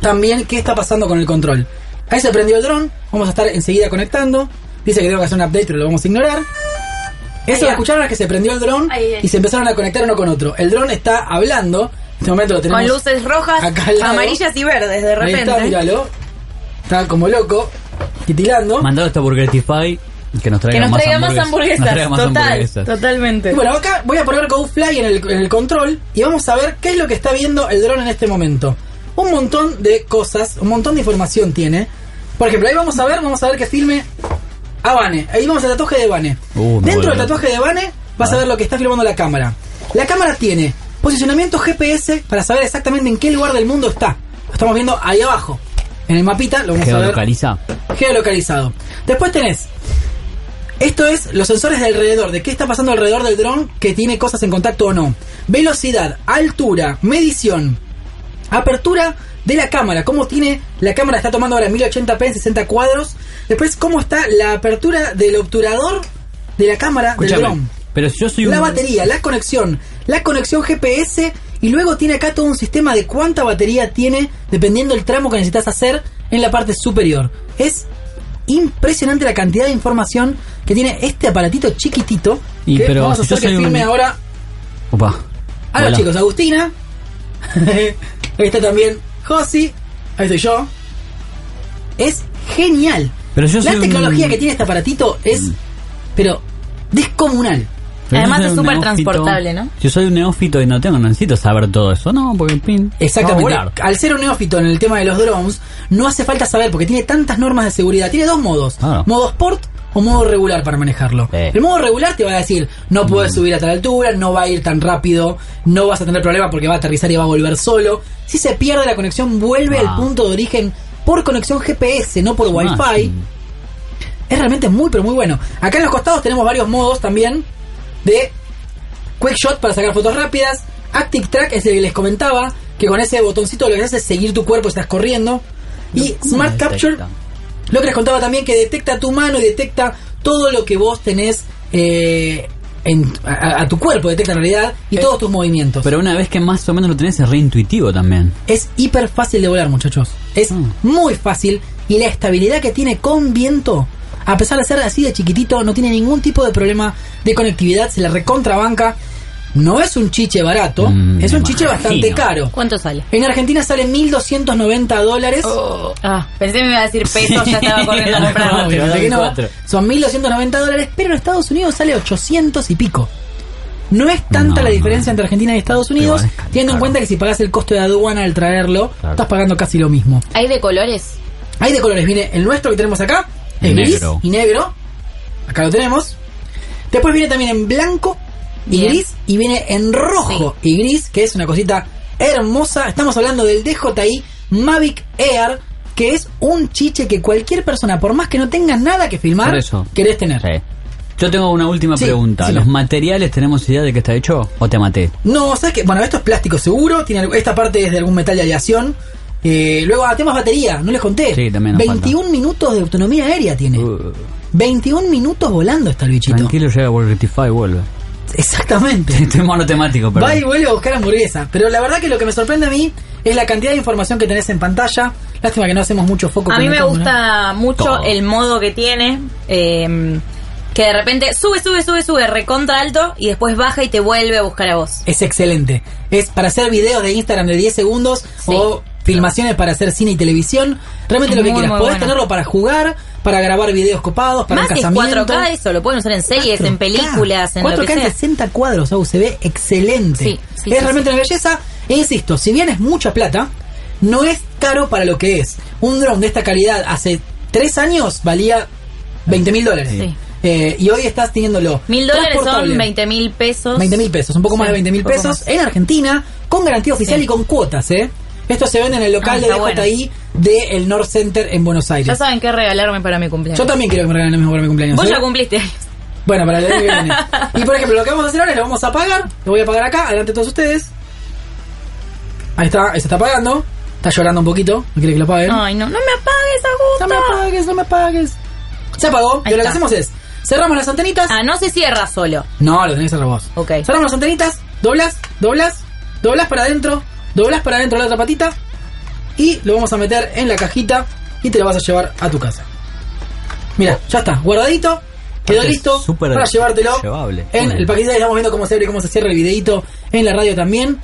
B: también qué está pasando con el control. Ahí se prendió el dron, vamos a estar enseguida conectando. Dice que tengo que hacer un update, pero lo vamos a ignorar. Eso lo escucharon es que se prendió el dron
D: Ahí, ahí.
B: y se empezaron a conectar uno con otro. El dron está hablando. En este momento lo tenemos.
D: Con luces rojas,
B: acá al lado.
D: amarillas y verdes de repente.
B: Ahí está, míralo. Está como loco, titilando.
C: Mandado hasta Burgertify que nos traiga,
D: Que nos traiga más hamburguesas.
C: Nos traiga más
D: Total,
C: hamburguesas.
D: totalmente.
B: Y bueno, acá voy a poner GoFly en el, en el control y vamos a ver qué es lo que está viendo el dron en este momento. Un montón de cosas, un montón de información tiene. Por ejemplo, ahí vamos a ver, vamos a ver que filme a Vane. Ahí vamos al tatuaje de Vane.
C: Uh, me
B: Dentro
C: vuelvo
B: del
C: loco.
B: tatuaje de Vane vas a ver lo que está filmando la cámara. La cámara tiene posicionamiento GPS para saber exactamente en qué lugar del mundo está. Lo estamos viendo ahí abajo. En el mapita lo vamos a ver
C: Geolocaliza.
B: geolocalizado. Después tenés. Esto es los sensores de alrededor, de qué está pasando alrededor del dron, que tiene cosas en contacto o no. Velocidad, altura, medición, apertura de la cámara, cómo tiene la cámara, está tomando ahora 1080p en 60 cuadros. Después, cómo está la apertura del obturador de la cámara del
C: Escúchame,
B: dron.
C: Pero si yo soy
B: La
C: un.
B: batería, la conexión, la conexión GPS y luego tiene acá todo un sistema de cuánta batería tiene dependiendo el tramo que necesitas hacer en la parte superior. Es impresionante la cantidad de información que tiene este aparatito chiquitito
C: Y
B: que
C: pero
B: vamos a
C: si yo
B: hacer que
C: soy un-
B: firme ahora
C: Opa.
B: a Ah, los
C: Hola.
B: chicos. Agustina, ahí está también Josi, ahí estoy yo. Es genial.
C: Pero yo
B: la
C: soy un- Mm.
B: tecnología que tiene este aparatito es, pero descomunal.
C: Pero yo soy un neófito. Yo soy un neófito y no tengo, no necesito saber todo eso, no, porque pin.
B: Exactamente.
C: no, volar.
B: Al ser un neófito en el tema de los drones, no hace falta saber porque tiene tantas normas de seguridad. Tiene dos modos:
C: Claro.
B: modo sport o modo regular para manejarlo. El modo regular te va a decir: no puedes subir a tal altura, no va a ir tan rápido, no vas a tener problemas porque va a aterrizar y va a volver solo. Si se pierde la conexión, vuelve al punto de origen por conexión GPS, no por Wi-Fi. Es realmente muy, pero muy bueno. Acá en los costados tenemos varios modos también de Quick Shot para sacar fotos rápidas. Active Track es el que les comentaba, que con ese botoncito lo que hace es seguir tu cuerpo, estás corriendo. Y Smart Capture, lo que les contaba también, que detecta tu mano y detecta todo lo que vos tenés eh, en- a, a tu cuerpo, detecta en realidad, y todos tus movimientos.
C: Pero una vez que más o menos lo tenés, es reintuitivo también.
B: Es hiper fácil de volar, muchachos. Es
C: Mm.
B: muy fácil y la estabilidad que tiene con viento, a pesar de ser así de chiquitito, no tiene ningún tipo de problema de conectividad, se la recontrabanca. No es un chiche barato,
C: Mm,
B: es un
C: me
B: chiche
C: imagino.
B: bastante caro.
D: ¿Cuánto sale?
B: En Argentina sale 1.290 dólares.
D: Ah, pensé que me iba a decir pesos, ya estaba corriendo a comprar.
B: No, obviamente
C: Te dan
B: que no.
C: cuatro.
B: Son 1.290 dólares, pero en Estados Unidos sale 800 y pico. No es tanta la diferencia entre Argentina y Estados Unidos, teniendo en cuenta que si pagás el costo de aduana al traerlo, estás pagando casi lo mismo.
D: ¿Hay de colores?
B: Hay de colores, viene el nuestro que tenemos acá, es
C: Negro.
B: gris y negro. Acá lo tenemos. Después viene también en blanco y
D: Bien.
B: gris y viene en rojo y gris, que es una cosita hermosa. Estamos hablando del DJI Mavic Air, que es un chiche que cualquier persona, por más que no tenga nada que filmar,
C: Por eso.
B: querés tener.
C: Yo tengo una última
B: Sí,
C: pregunta.
B: sí.
C: ¿Los materiales tenemos idea de qué está hecho o te maté?
B: No, ¿sabes qué? Bueno, esto es plástico seguro. Tiene, algo- esta parte es de algún metal de aleación. Eh, luego, ah, temas batería, no les conté.
C: Sí, también nos Uh.
B: 21 minutos de autonomía aérea tiene. 21 minutos volando está el bichito.
C: Tranquilo, llega por Rectify y vuelve.
B: Exactamente.
C: Estoy mono temático, pero.
B: Va y vuelve a buscar hamburguesa. Pero la verdad que lo que me sorprende a mí es la cantidad de información que tenés en pantalla. Lástima que no hacemos mucho foco.
D: A
B: con
D: mí
B: la
D: me
B: cámara.
D: gusta mucho
B: Todo.
D: el modo que tiene. eh, que de repente sube, sube, sube, sube, recontra alto y después baja y te vuelve a buscar a vos.
B: Es excelente. Es para hacer videos de Instagram de 10 segundos o filmaciones para hacer cine y televisión. Realmente
D: Es
B: lo que
D: muy,
B: quieras.
D: muy
B: Podés
D: bueno.
B: tenerlo para jugar, para grabar videos copados, para
D: Más
B: un
D: es
B: casamiento.
D: 4K eso, lo pueden usar en series, en películas, en lo
B: 4K
D: que
B: en
D: sea.
B: 60 cuadros, Agus, se ve excelente.
D: Sí, sí,
B: es
D: sí,
B: realmente una belleza. E insisto, si bien es mucha plata, no es caro para lo que es. Un dron de esta calidad hace 3 años valía 20 mil dólares.
D: Sí.
B: Eh, y hoy estás teniéndolo.
D: Mil dólares son
B: transportable.
D: 20 mil pesos.
B: 20 mil pesos, un poco más
D: Sí,
B: de 20 mil
D: poco
B: pesos
D: más.
B: en Argentina, con garantía oficial
D: Sí.
B: y con cuotas, ¿eh? Esto se vende en el
D: Ah,
B: local
D: está
B: de DJI del North Center en Buenos
D: Ya
B: Aires.
D: saben qué regalarme para mi cumpleaños.
B: Yo también quiero que me regalen lo mismo para mi cumpleaños.
D: Vos
B: ¿eh?
D: ya cumpliste.
B: Bueno, para el año que viene. Y por ejemplo, lo que vamos a hacer ahora es lo vamos a pagar. Lo voy a pagar acá, adelante todos ustedes. Ahí está, se está pagando. Está llorando un poquito, no quiere que lo paguen.
D: Ay, no, no me apagues, Augusto.
B: No me apagues, no me apagues. Se apagó.
D: Ahí
B: Y lo que
D: está.
B: hacemos es, cerramos las antenitas.
D: Ah, no se cierra solo.
B: No, lo tenés que cerrar vos.
D: Ok.
B: Cerramos las antenitas, doblas, doblas, doblas para adentro, doblas para adentro la otra patita y lo vamos a meter en la cajita y te lo vas a llevar a tu casa. Mira, ya está, guardadito, quedó
C: Aparte,
B: listo
C: Este súper
B: para llevártelo
C: llevable.
B: en
C: Mm.
B: el paquete. Estamos viendo cómo se abre y cómo se cierra el videito en la radio también.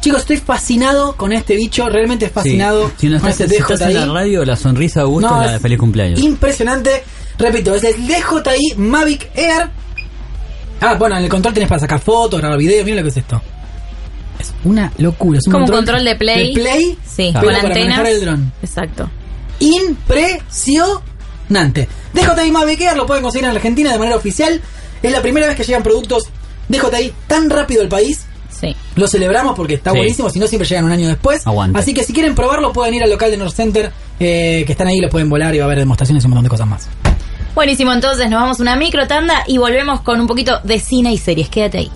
B: Chicos, estoy fascinado con este bicho, realmente fascinado
C: Si no
B: con
C: estás,
B: este
C: si estás en
B: DJI.
C: la radio, la sonrisa de Augusto
B: No,
C: es la de
B: es
C: feliz cumpleaños.
B: Impresionante. Repito, es el DJI Mavic Air. Ah, bueno, en el control tenés para sacar fotos, grabar videos, mira lo que es esto. Es una locura. Es un
D: Como control de play.
B: play.
D: Sí,
B: pero
D: con
B: para
D: antenas.
B: manejar el dron.
D: Exacto.
B: Impresionante. DJI Mavic Air lo pueden conseguir en Argentina de manera oficial. Es la primera vez que llegan productos de JI tan rápido al país.
D: Sí.
B: Lo celebramos porque está
C: Sí.
B: buenísimo, si no siempre llegan un año después.
C: Aguante.
B: Así que si quieren probarlo pueden ir al local de North Center, eh, que están ahí, lo pueden volar y va a haber demostraciones y un montón de cosas más.
D: Buenísimo, entonces nos vamos a una micro tanda y volvemos con un poquito de cine y series. Quédate ahí.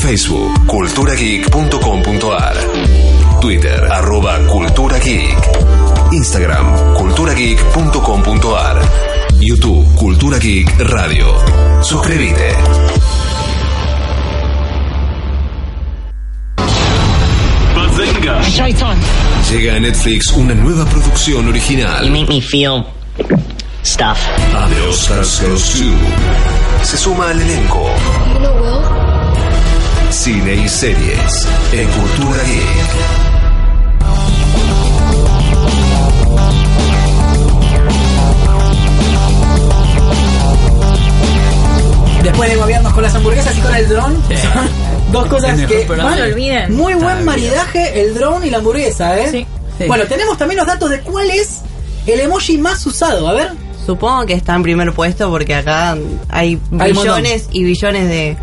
F: Facebook, culturageek.com.ar. Twitter, arroba culturageek. Instagram, culturageek.com.ar. YouTube, Cultura Geek Radio. Suscríbete.
O: Bazinga. Shaitan.
F: Llega a Netflix una nueva producción original.
O: You make me feel stuff.
F: Adiós, Stars Goes To. Se suma al elenco. Cine y series en Cultura Geek.
B: Después de moviarnos con las hamburguesas y con el dron, son dos cosas
C: El mejor
B: que
C: programa.
B: van-
C: No lo olviden.
B: Muy buen
C: Está bien.
B: maridaje el dron y la hamburguesa, ¿eh? Bueno, tenemos también los datos de cuál es el emoji más usado, a ver.
E: Supongo que está en primer puesto porque acá hay
B: Hay un
E: billones y billones de.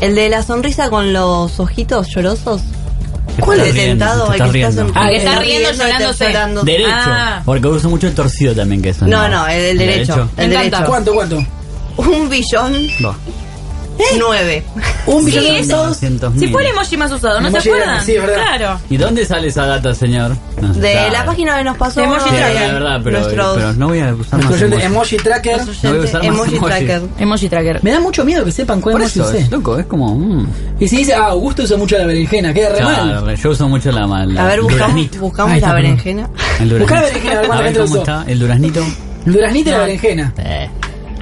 E: El de la sonrisa con los ojitos llorosos.
C: ¿Cuál
E: es? Sentado,
C: Te
E: hay que
C: estás
E: estar
C: riendo.
E: sonriendo. Ah, que está riendo,
D: Riendo, llorándose.
E: llorando.
C: Derecho.
E: Ah.
C: Porque uso mucho el torcido también que es.
E: No, no, el, el derecho. El derecho.
B: ¿Cuánto, cuánto?
E: Un billón
C: No.
E: nueve.
B: ¿Eh? Un
D: Sí, billón es-
E: dos.
D: Si fue el emoji más usado, ¿no
C: Emoji
D: se acuerdan?
C: grande, sí, es verdad.
D: Claro.
C: ¿Y dónde sale esa data, señor? No se
E: De
C: sabe.
E: la página que nos pasó.
D: De Emoji
C: Sí,
D: Tracker.
C: la verdad, pero, eh,
D: Nuestros-
C: pero no voy a usar más
B: Nuestro oyente,
C: emojis.
B: Pues emoji tracker.
C: No voy a usar más emojis.
D: Emoji tracker.
B: Me da mucho miedo que sepan cuál
C: Por
B: emoji
C: eso,
B: usé.
C: es loco, es como... mm.
B: Y si dice, ah, Augusto usa mucho la berenjena, queda re mal.
C: Claro, yo uso mucho la mala.
B: A ver, buscamos-
E: Buscamos la berenjena.
C: El duraznito.
B: Buscá la berenjena, a ver
C: a
B: cuánto
C: ver
B: entra
C: cómo
B: el
C: está. El duraznito.
B: El duraznito y la
E: No.
B: berenjena.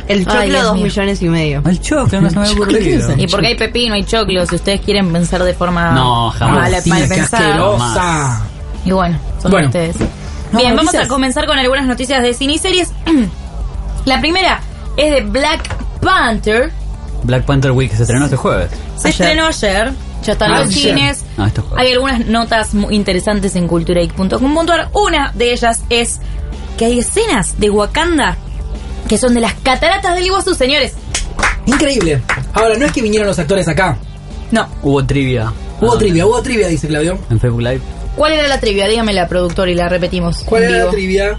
E: El
D: Ay,
E: choclo,
D: Dios
E: dos
D: mío.
E: millones y medio.
C: El choclo,
E: no se me había ocurrido.
D: Y porque hay pepino y choclo, si ustedes quieren pensar de forma
C: No, jamás.
D: mala,
C: Sí,
D: mal
C: qué
D: pensada.
C: asquerosa.
D: Y bueno, son
C: Bueno.
D: ustedes.
C: No,
D: Bien, vamos
C: noticias.
D: a comenzar con algunas noticias de cine y series. La primera es de Black Panther.
C: Black Panther Week se estrenó este jueves.
D: Se estrenó ayer. Ya están los
C: Ah, Ayer.
D: cines.
C: No, este jueves.
D: Hay algunas notas muy interesantes en culturaic.com.ar. Una de ellas es que hay escenas de Wakanda que son de las cataratas del Iguazú, señores.
B: Increíble. Ahora, no es que vinieron los actores acá.
D: No.
C: Hubo trivia.
B: Hubo trivia, hubo trivia, dice Claudio.
C: En Facebook Live.
D: ¿Cuál era la trivia? Dígame la productora y la repetimos.
B: ¿Cuál
D: en
B: era la
D: vivo.
B: trivia?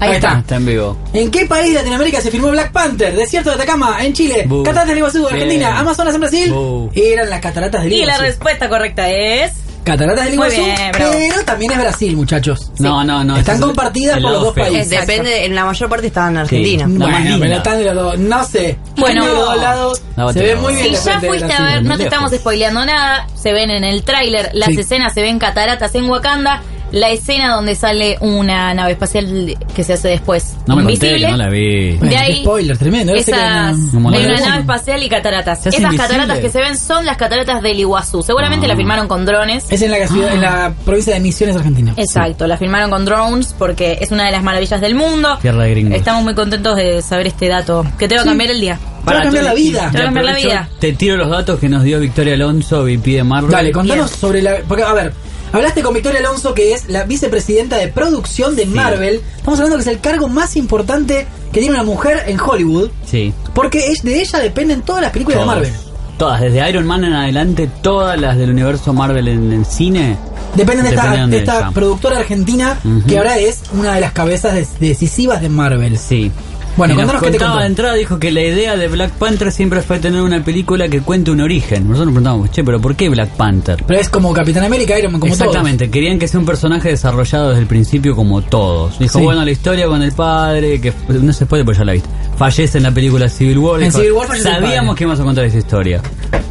D: Ahí está.
C: Está en vivo.
B: ¿En qué país de Latinoamérica se firmó Black Panther? Desierto de Atacama, en Chile,
C: Bu.
B: Cataratas del Iguazú,
C: Bien.
B: Argentina, Amazonas en Brasil.
C: Bu.
B: Eran las Cataratas del
D: Y la
B: Iguazú.
D: respuesta correcta es.
B: Cataratas del
D: Muy
B: Iguazú,
D: bien, bravo.
B: pero también es Brasil, muchachos.
C: No, no, no.
B: Están
C: eso es
B: compartidas
C: el
B: por los
C: lado
B: dos
C: feo.
B: países.
E: Exacto. Depende, en la mayor parte estaban en Argentina.
B: Bueno,
C: más linda.
B: pero están de los dos. No sé.
D: Bueno.
B: Están de los dos lados.
C: La
B: se
C: otra.
B: ve muy bien.
D: Si
B: la
D: ya
B: gente de
D: fuiste a
B: Brasil.
D: ver, no te
B: Lejos.
D: estamos spoileando nada, se ven en el tráiler, las
B: Sí.
D: escenas se ven cataratas en Wakanda, la escena donde sale una nave espacial que se hace después
C: No me conté
D: invisible.
C: que no la vi.
D: De ahí,
B: Spoiler, tremendo. ese
D: esas,
B: que-
C: no-
D: hay
C: no,
D: una
C: no.
D: nave espacial y cataratas.
C: Se
D: Esas
C: hace invisible.
D: cataratas que se ven son las cataratas del Iguazú. Seguramente
B: Ah.
D: la filmaron con drones.
B: Es en la, ciudad- en la provincia de Misiones,
C: Ah.
B: Argentina.
D: Exacto, la filmaron con drones porque es una de las maravillas del mundo.
C: Tierra de gringos.
D: Estamos muy contentos de saber este dato, que te va a
B: Sí.
D: cambiar el día.
C: Pará,
B: cambiar la
C: te-
B: vida.
D: Te va a cambiar la
C: aprovecho,
D: vida.
C: Te tiro los datos que nos dio Victoria Alonso, VP de Marvel.
B: Dale, contanos sobre la. Porque, a ver, hablaste con Victoria Alonso, que es la vicepresidenta de producción de Marvel. Estamos hablando que es el cargo más importante que tiene una mujer en Hollywood.
C: Sí.
B: Porque es, de ella dependen todas las películas
C: Todas.
B: de Marvel.
C: Todas, desde Iron Man en adelante, todas las del universo Marvel en, en cine.
B: Dependen de esta,
C: dependieron
B: de esta
C: ella.
B: productora argentina,
C: Ujú.
B: que ahora es una de las cabezas des- decisivas de Marvel.
C: Sí.
B: Bueno,
C: Y nos
B: contanos qué te
C: contaba
B: contó.
C: de entrada, dijo que la idea de Black Panther siempre fue tener una película que cuente un origen. Nosotros nos preguntamos, che, pero ¿por qué Black Panther?
B: Pero es como Capitán América, Iron Man, como todos.
C: Exactamente, querían que sea un personaje desarrollado desde el principio como todos. Dijo,
B: Sí.
C: bueno, la historia con el padre, que no se puede, pues ya la viste. Fallece en la película Civil War.
B: En
C: dijo,
B: Civil War fallece el
C: Sabíamos
B: padre".
C: que íbamos a contar esa historia.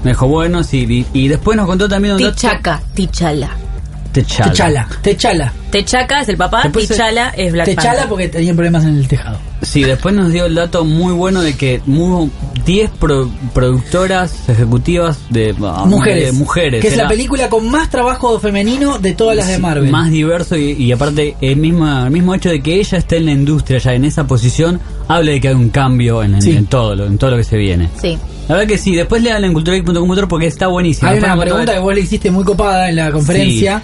C: Me dijo, bueno, sí. Y, y después nos contó también un dato-
D: Tichaca, Tichala.
C: T'Challa.
B: Techala, Techala.
D: Techaca es el papá,
C: Después se-
D: Tichala es Black
B: Techala
D: Panther.
B: porque tenían problemas en el tejado.
C: Sí, después nos dio el dato muy bueno de que hubo 10 pro- productoras ejecutivas de ah,
B: mujeres.
C: de mujeres.
B: Que es la
C: Era-
B: película con más trabajo femenino de todas las de
C: Sí,
B: Marvel.
C: Más diverso y, y aparte el mismo, el mismo hecho de que ella esté en la industria ya en esa posición habla de que hay un cambio en, en-
B: Sí.
C: en todo, lo, en todo lo que se viene.
D: Sí.
C: La verdad que sí, después le hablan en culturaic.com porque está buenísimo.
B: Hay
C: Después
B: una
C: me contó
B: pregunta que
C: de-
B: vos le hiciste muy copada en la conferencia,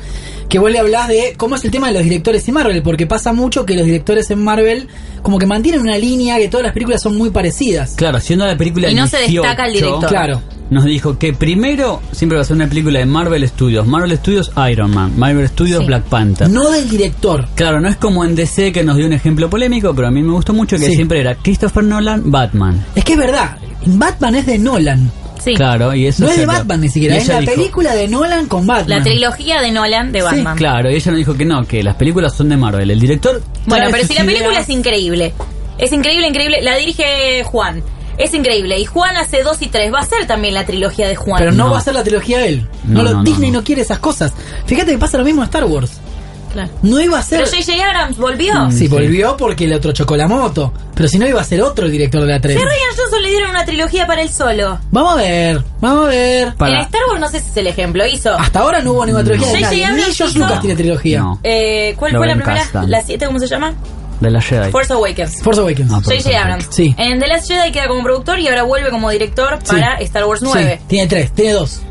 B: que vos le hablás de cómo es el tema de los directores en Marvel, porque pasa mucho que los directores en Marvel como que mantienen una línea que todas las películas son muy parecidas.
C: Claro, siendo la película
B: Y no se destaca el
C: 18,
B: director. Claro.
C: Nos dijo que primero siempre va a ser una película de Marvel Studios. Marvel Studios Iron Man, Marvel Studios
B: Sí.
C: Black Panther.
B: No del director.
C: Claro, no es como en DC que nos dio un ejemplo polémico, pero a mí me gustó mucho que
B: Sí.
C: siempre era Christopher Nolan, Batman.
B: Es que es verdad, Batman es de Nolan.
C: Claro, y eso
B: no es de
C: salió.
B: Batman ni siquiera,
C: Y
B: es
C: ella
B: la
C: dijo-
B: película de Nolan con Batman.
D: La trilogía de Nolan de Batman.
C: Claro, y ella nos dijo que no, que las películas son de Marvel. El director.
D: Bueno,
C: trae este
D: pero
C: sus
D: si la película
C: ideas-
D: es increíble. Es increíble, increíble. La dirige Juan. Es increíble. Y Juan hace dos y tres. Va a ser también la trilogía de Juan.
B: Pero no, va a ser la trilogía de él.
C: No,
B: No, lo-
C: no, no,
B: Disney no. quiere esas cosas. Fíjate que pasa lo mismo en Star Wars.
D: Claro.
B: No iba a ser.
D: Pero J.J. Abrams volvió.
B: Mm, Sí, volvió porque el otro chocó la moto. Pero si no, iba a ser otro el director de la
D: Si a
B: 3.
D: Ryan Johnson le dieron una trilogía para él solo.
B: Vamos a ver, vamos a ver.
D: En Star Wars no sé si es el ejemplo. Hizo.
B: Hasta ahora no hubo ninguna trilogía de
D: J.J.
B: nadie. Ni
D: Abrams
B: George
D: hizo-
B: Lucas tiene trilogía.
D: Eh, ¿Cuál
C: Lo
D: fue la
C: ven
D: primera?
C: Kasdan.
D: ¿La 7 cómo se llama?
C: De la Jedi. Ah,
D: Force Awakens.
B: Ah, Force Awakens.
D: J.J. Abrams.
B: Sí.
D: En The Last Jedi queda como productor y ahora vuelve como director
B: Sí.
D: para Star Wars
B: Sí,
D: 9.
B: tiene tres, tiene dos.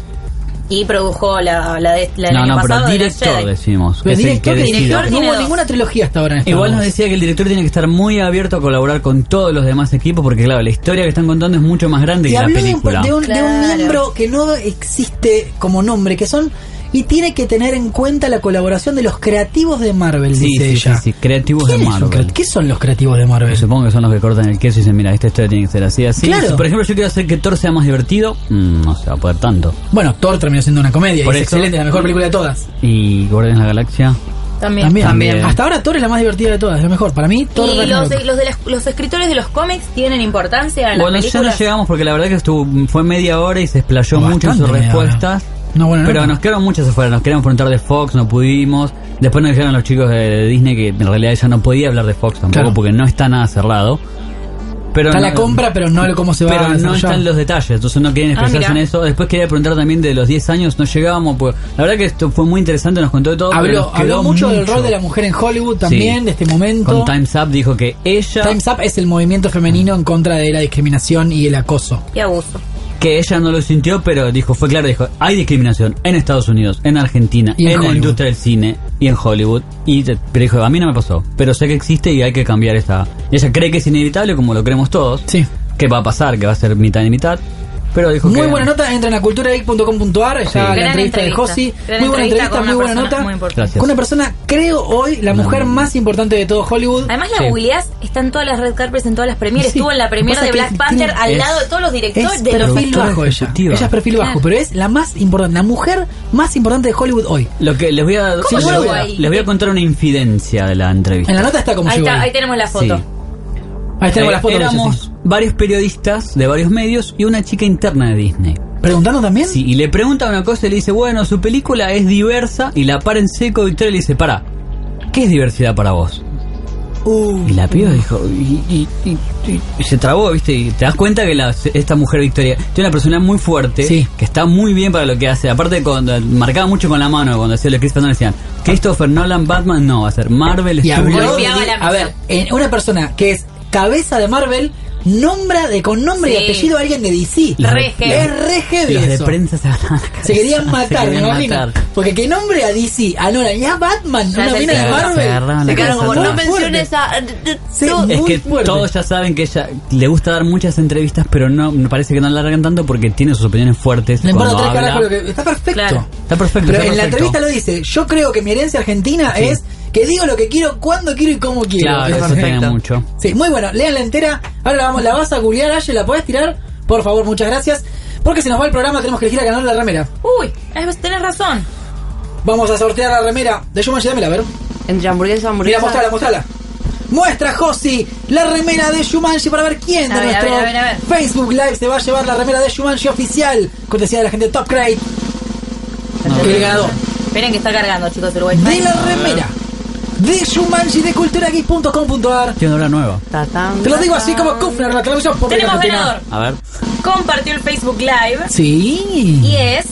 D: Y produjo la, la, de, la del
C: No,
D: año
C: no, pero
D: pasado. de The Last
C: director
D: Jedi.
C: decimos.
B: Pero
C: es el
B: director,
C: que
B: que
C: decide.
B: director no
D: Tiene
B: hubo
D: dos.
B: ninguna trilogía hasta ahora. en Star
C: Igual nos
B: Wars.
C: decía que el director tiene que estar muy abierto a colaborar con todos los demás equipos porque claro, la historia que están contando es mucho más grande
B: Te
C: que la
B: habló de un-
C: película.
B: de un, de un miembro que no existe como nombre, que son. Y tiene que tener en cuenta la colaboración de los creativos de Marvel,
C: Sí,
B: dice
C: sí,
B: ella.
C: sí, sí, creativos de
B: ¿Quiénes son
C: Marvel.
B: ¿Qué son los creativos de Marvel?
C: Supongo que son los que cortan el queso y dicen, mira, esta historia tiene que ser así, así.
B: Claro.
C: Si, por ejemplo, yo quiero hacer que Thor sea más divertido, mm, no se va a poder tanto.
B: Bueno, Thor terminó siendo una comedia.
C: Por
B: y es
C: eso-
B: excelente, la mejor película de todas.
C: Y Guardianes de la Galaxia.
D: También.
B: También.
C: También.
B: Hasta ahora Thor es la más divertida de todas, es la mejor. Para mí, Thor
D: ¿Y los,
B: Ragnarok.
D: los, de las- los escritores de los cómics tienen importancia en
C: Bueno,
D: las
C: ya no
D: películas?
C: llegamos porque la verdad que estuvo, fue media hora y se explayó mucho en sus
B: bastante media hora.
C: respuestas.
B: No, bueno, no.
C: Pero nos quedaron muchas afuera, nos querían preguntar de Fox, no pudimos. Después nos dijeron los chicos de, de Disney que en realidad ella no podía hablar de Fox tampoco
B: Claro.
C: porque no está nada cerrado. Pero
B: Está
C: no-
B: la compra, pero no lo- cómo se va a
C: Pero no
B: desarrollar.
C: están los detalles, entonces no quieren
B: Ah,
C: expresarse
B: mirá.
C: en eso. Después quería preguntar también de los 10 años, no llegábamos. Pues, la verdad que esto fue muy interesante, nos contó de todo. pero
B: Habló,
C: nos quedó
B: habló mucho, del rol de la mujer en Hollywood también,
C: Sí.
B: de este momento.
C: Con Time's Up dijo que ella.
B: Time's Up es el movimiento femenino en contra de la discriminación y el acoso.
D: Y abuso.
C: que ella no lo sintió, pero dijo, fue claro, dijo, hay discriminación en Estados Unidos, en Argentina,
B: Y en
C: en, la
B: Hollywood.
C: industria del cine y en Hollywood. Y te- pero dijo, a mí no me pasó, pero sé que existe y hay que cambiar esta... Y ella cree que es inevitable, como lo creemos todos, que va a pasar, que va a ser mitad y mitad. Pero dijo
B: Muy
C: que-
B: buena nota, entren a culturageek.com.ar, ya
C: Sí.
B: la
C: Gran
B: entrevista, de
C: entrevista.
B: Josi.
C: Gran
B: Muy buena
C: entrevista
B: entrevista,
C: con
B: muy
C: una
B: buena
C: persona
B: nota.
C: muy importante. Gracias.
B: Con una persona, creo hoy, la mujer más importante de todo Hollywood.
D: Además la
B: Sí.
D: googleás, está en todas las red carpets, en todas las premieres.
B: Sí.
D: Estuvo en la premier
B: Pasa
D: de
B: que
D: Black
B: tiene-
D: Panther al
B: es-
D: lado de todos los directores
B: Es
D: de los
B: perfil bajo ella.
C: ejecutiva.
B: Ella es perfil bajo,
D: Claro.
B: pero es la más importante, la mujer más importante de Hollywood hoy.
C: Lo que les voy a,
B: ¿Cómo
C: les,
B: llegó
C: voy a
B: ahí?
C: les voy a contar una infidencia de la entrevista.
B: En la nota está como
D: Eh, Ahí,
B: llegó.
D: está,
B: ahí.
D: ahí tenemos la foto.
C: Sí.
B: Ahí tenemos
C: Eh,
B: la foto. de ella,
C: Éramos
B: sí.
C: varios periodistas de varios medios y una chica interna de Disney.
B: ¿Preguntando también?
C: Sí, y le pregunta una cosa y le dice, bueno, su película es diversa y la para en seco Victoria le dice, para, ¿qué es diversidad para vos?
B: Uh.
C: Y la piba dijo, y, y- y- y- y se trabó, ¿viste? Y te das cuenta que la- esta mujer Victoria es una persona muy fuerte, que está muy bien para lo que hace. Aparte, cuando, marcaba mucho con la mano cuando hacía lo que Chris Nolan decían, Christopher Nolan, Batman, no, va a ser Marvel,
B: Y habló
C: Studios".
B: de- a ver, en una persona que es cabeza de Marvel, nombra de con nombre y
C: Sí.
B: apellido a alguien de DC.
C: Los-
B: Es re heavy
C: Los de
B: eso.
C: prensa se agarraban la
B: Se querían
C: cabeza,
B: matar,
C: se
B: me
C: querían
B: imagino.
C: matar.
B: Porque que nombre a DC, a Nolan y a Batman,
D: Ya
B: una
D: se
B: mina de
C: agarraron, se agarraron
B: Marvel.
C: la
B: Se quedaron
C: cabeza.
B: como, no
C: Muy
B: menciones
D: a...
B: Sí,
C: es
B: muy
C: que
B: fuerte.
C: todos ya saben que ella le gusta dar muchas entrevistas, pero no me parece que no largan tanto porque tiene sus opiniones fuertes.
B: Le importa
C: cuando
B: tres
C: habla.
B: carajos lo que... Está perfecto.
C: Está perfecto.
B: Pero
C: está
B: en la
C: perfecto.
B: entrevista lo dice, yo creo que mi herencia argentina
C: Sí.
B: es que digo lo que quiero, cuando quiero y cómo quiero.
C: Claro, eso
B: perfecto.
C: tiene mucho.
B: Sí, muy bueno, léanla entera. Ahora la, vamos, la vas a googlear, Aye, ¿la podés tirar? Por favor, muchas gracias. Porque se nos va el programa, tenemos que elegir a ganar la remera.
D: Uy, es- tenés razón.
B: Vamos a sortear la remera de Shumanji, dámela, a ver.
E: Entre hamburguesa, hamburguesa.
B: Mira, mostrala, mostrala. Muestra, Josi, la remera de Shumanji para ver quién
D: A
B: de
D: ver,
B: nuestro
D: a ver, a ver, a ver.
B: Facebook Live se va a llevar la remera de Shumanji oficial. Cortesía de la gente de Top Crate. el ganador
D: Esperen que está cargando, chicos, el wifi.
B: de la remera de Shumanji de culturageek.com.ar.
C: Tiene una nueva.
B: Te lo digo así como Kufner, la televisión por
D: Tenemos ganador.
C: A ver.
D: Compartió el Facebook Live.
B: Sí.
D: Y es...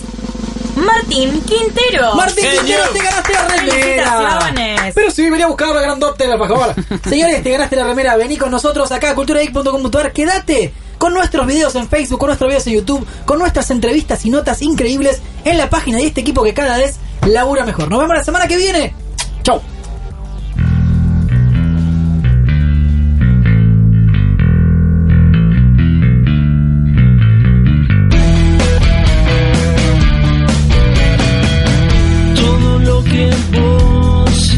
D: Martín Quintero.
B: Martín Quintero, te ganaste la remera.
D: ¡Felicitaciones!
B: Pero sí, venía a buscar la grandote, por favor. Señores, te ganaste la remera. Vení con nosotros acá a culturageek.com.ar. Quédate con nuestros videos en Facebook, con nuestros videos en YouTube, con nuestras entrevistas y notas increíbles en la página de este equipo que cada vez labura mejor. Nos vemos la semana que viene. Chau.
G: todo lo que vos,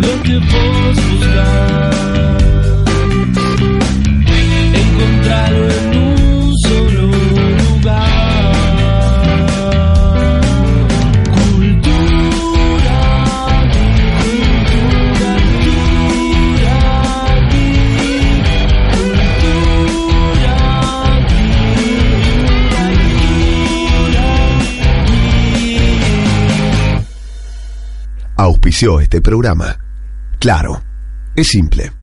G: lo que vos buscás. Encontrarlo en un solo lugar. Cultura, cultura, cultura, cultura,
P: Auspició este programa. Claro, es simple.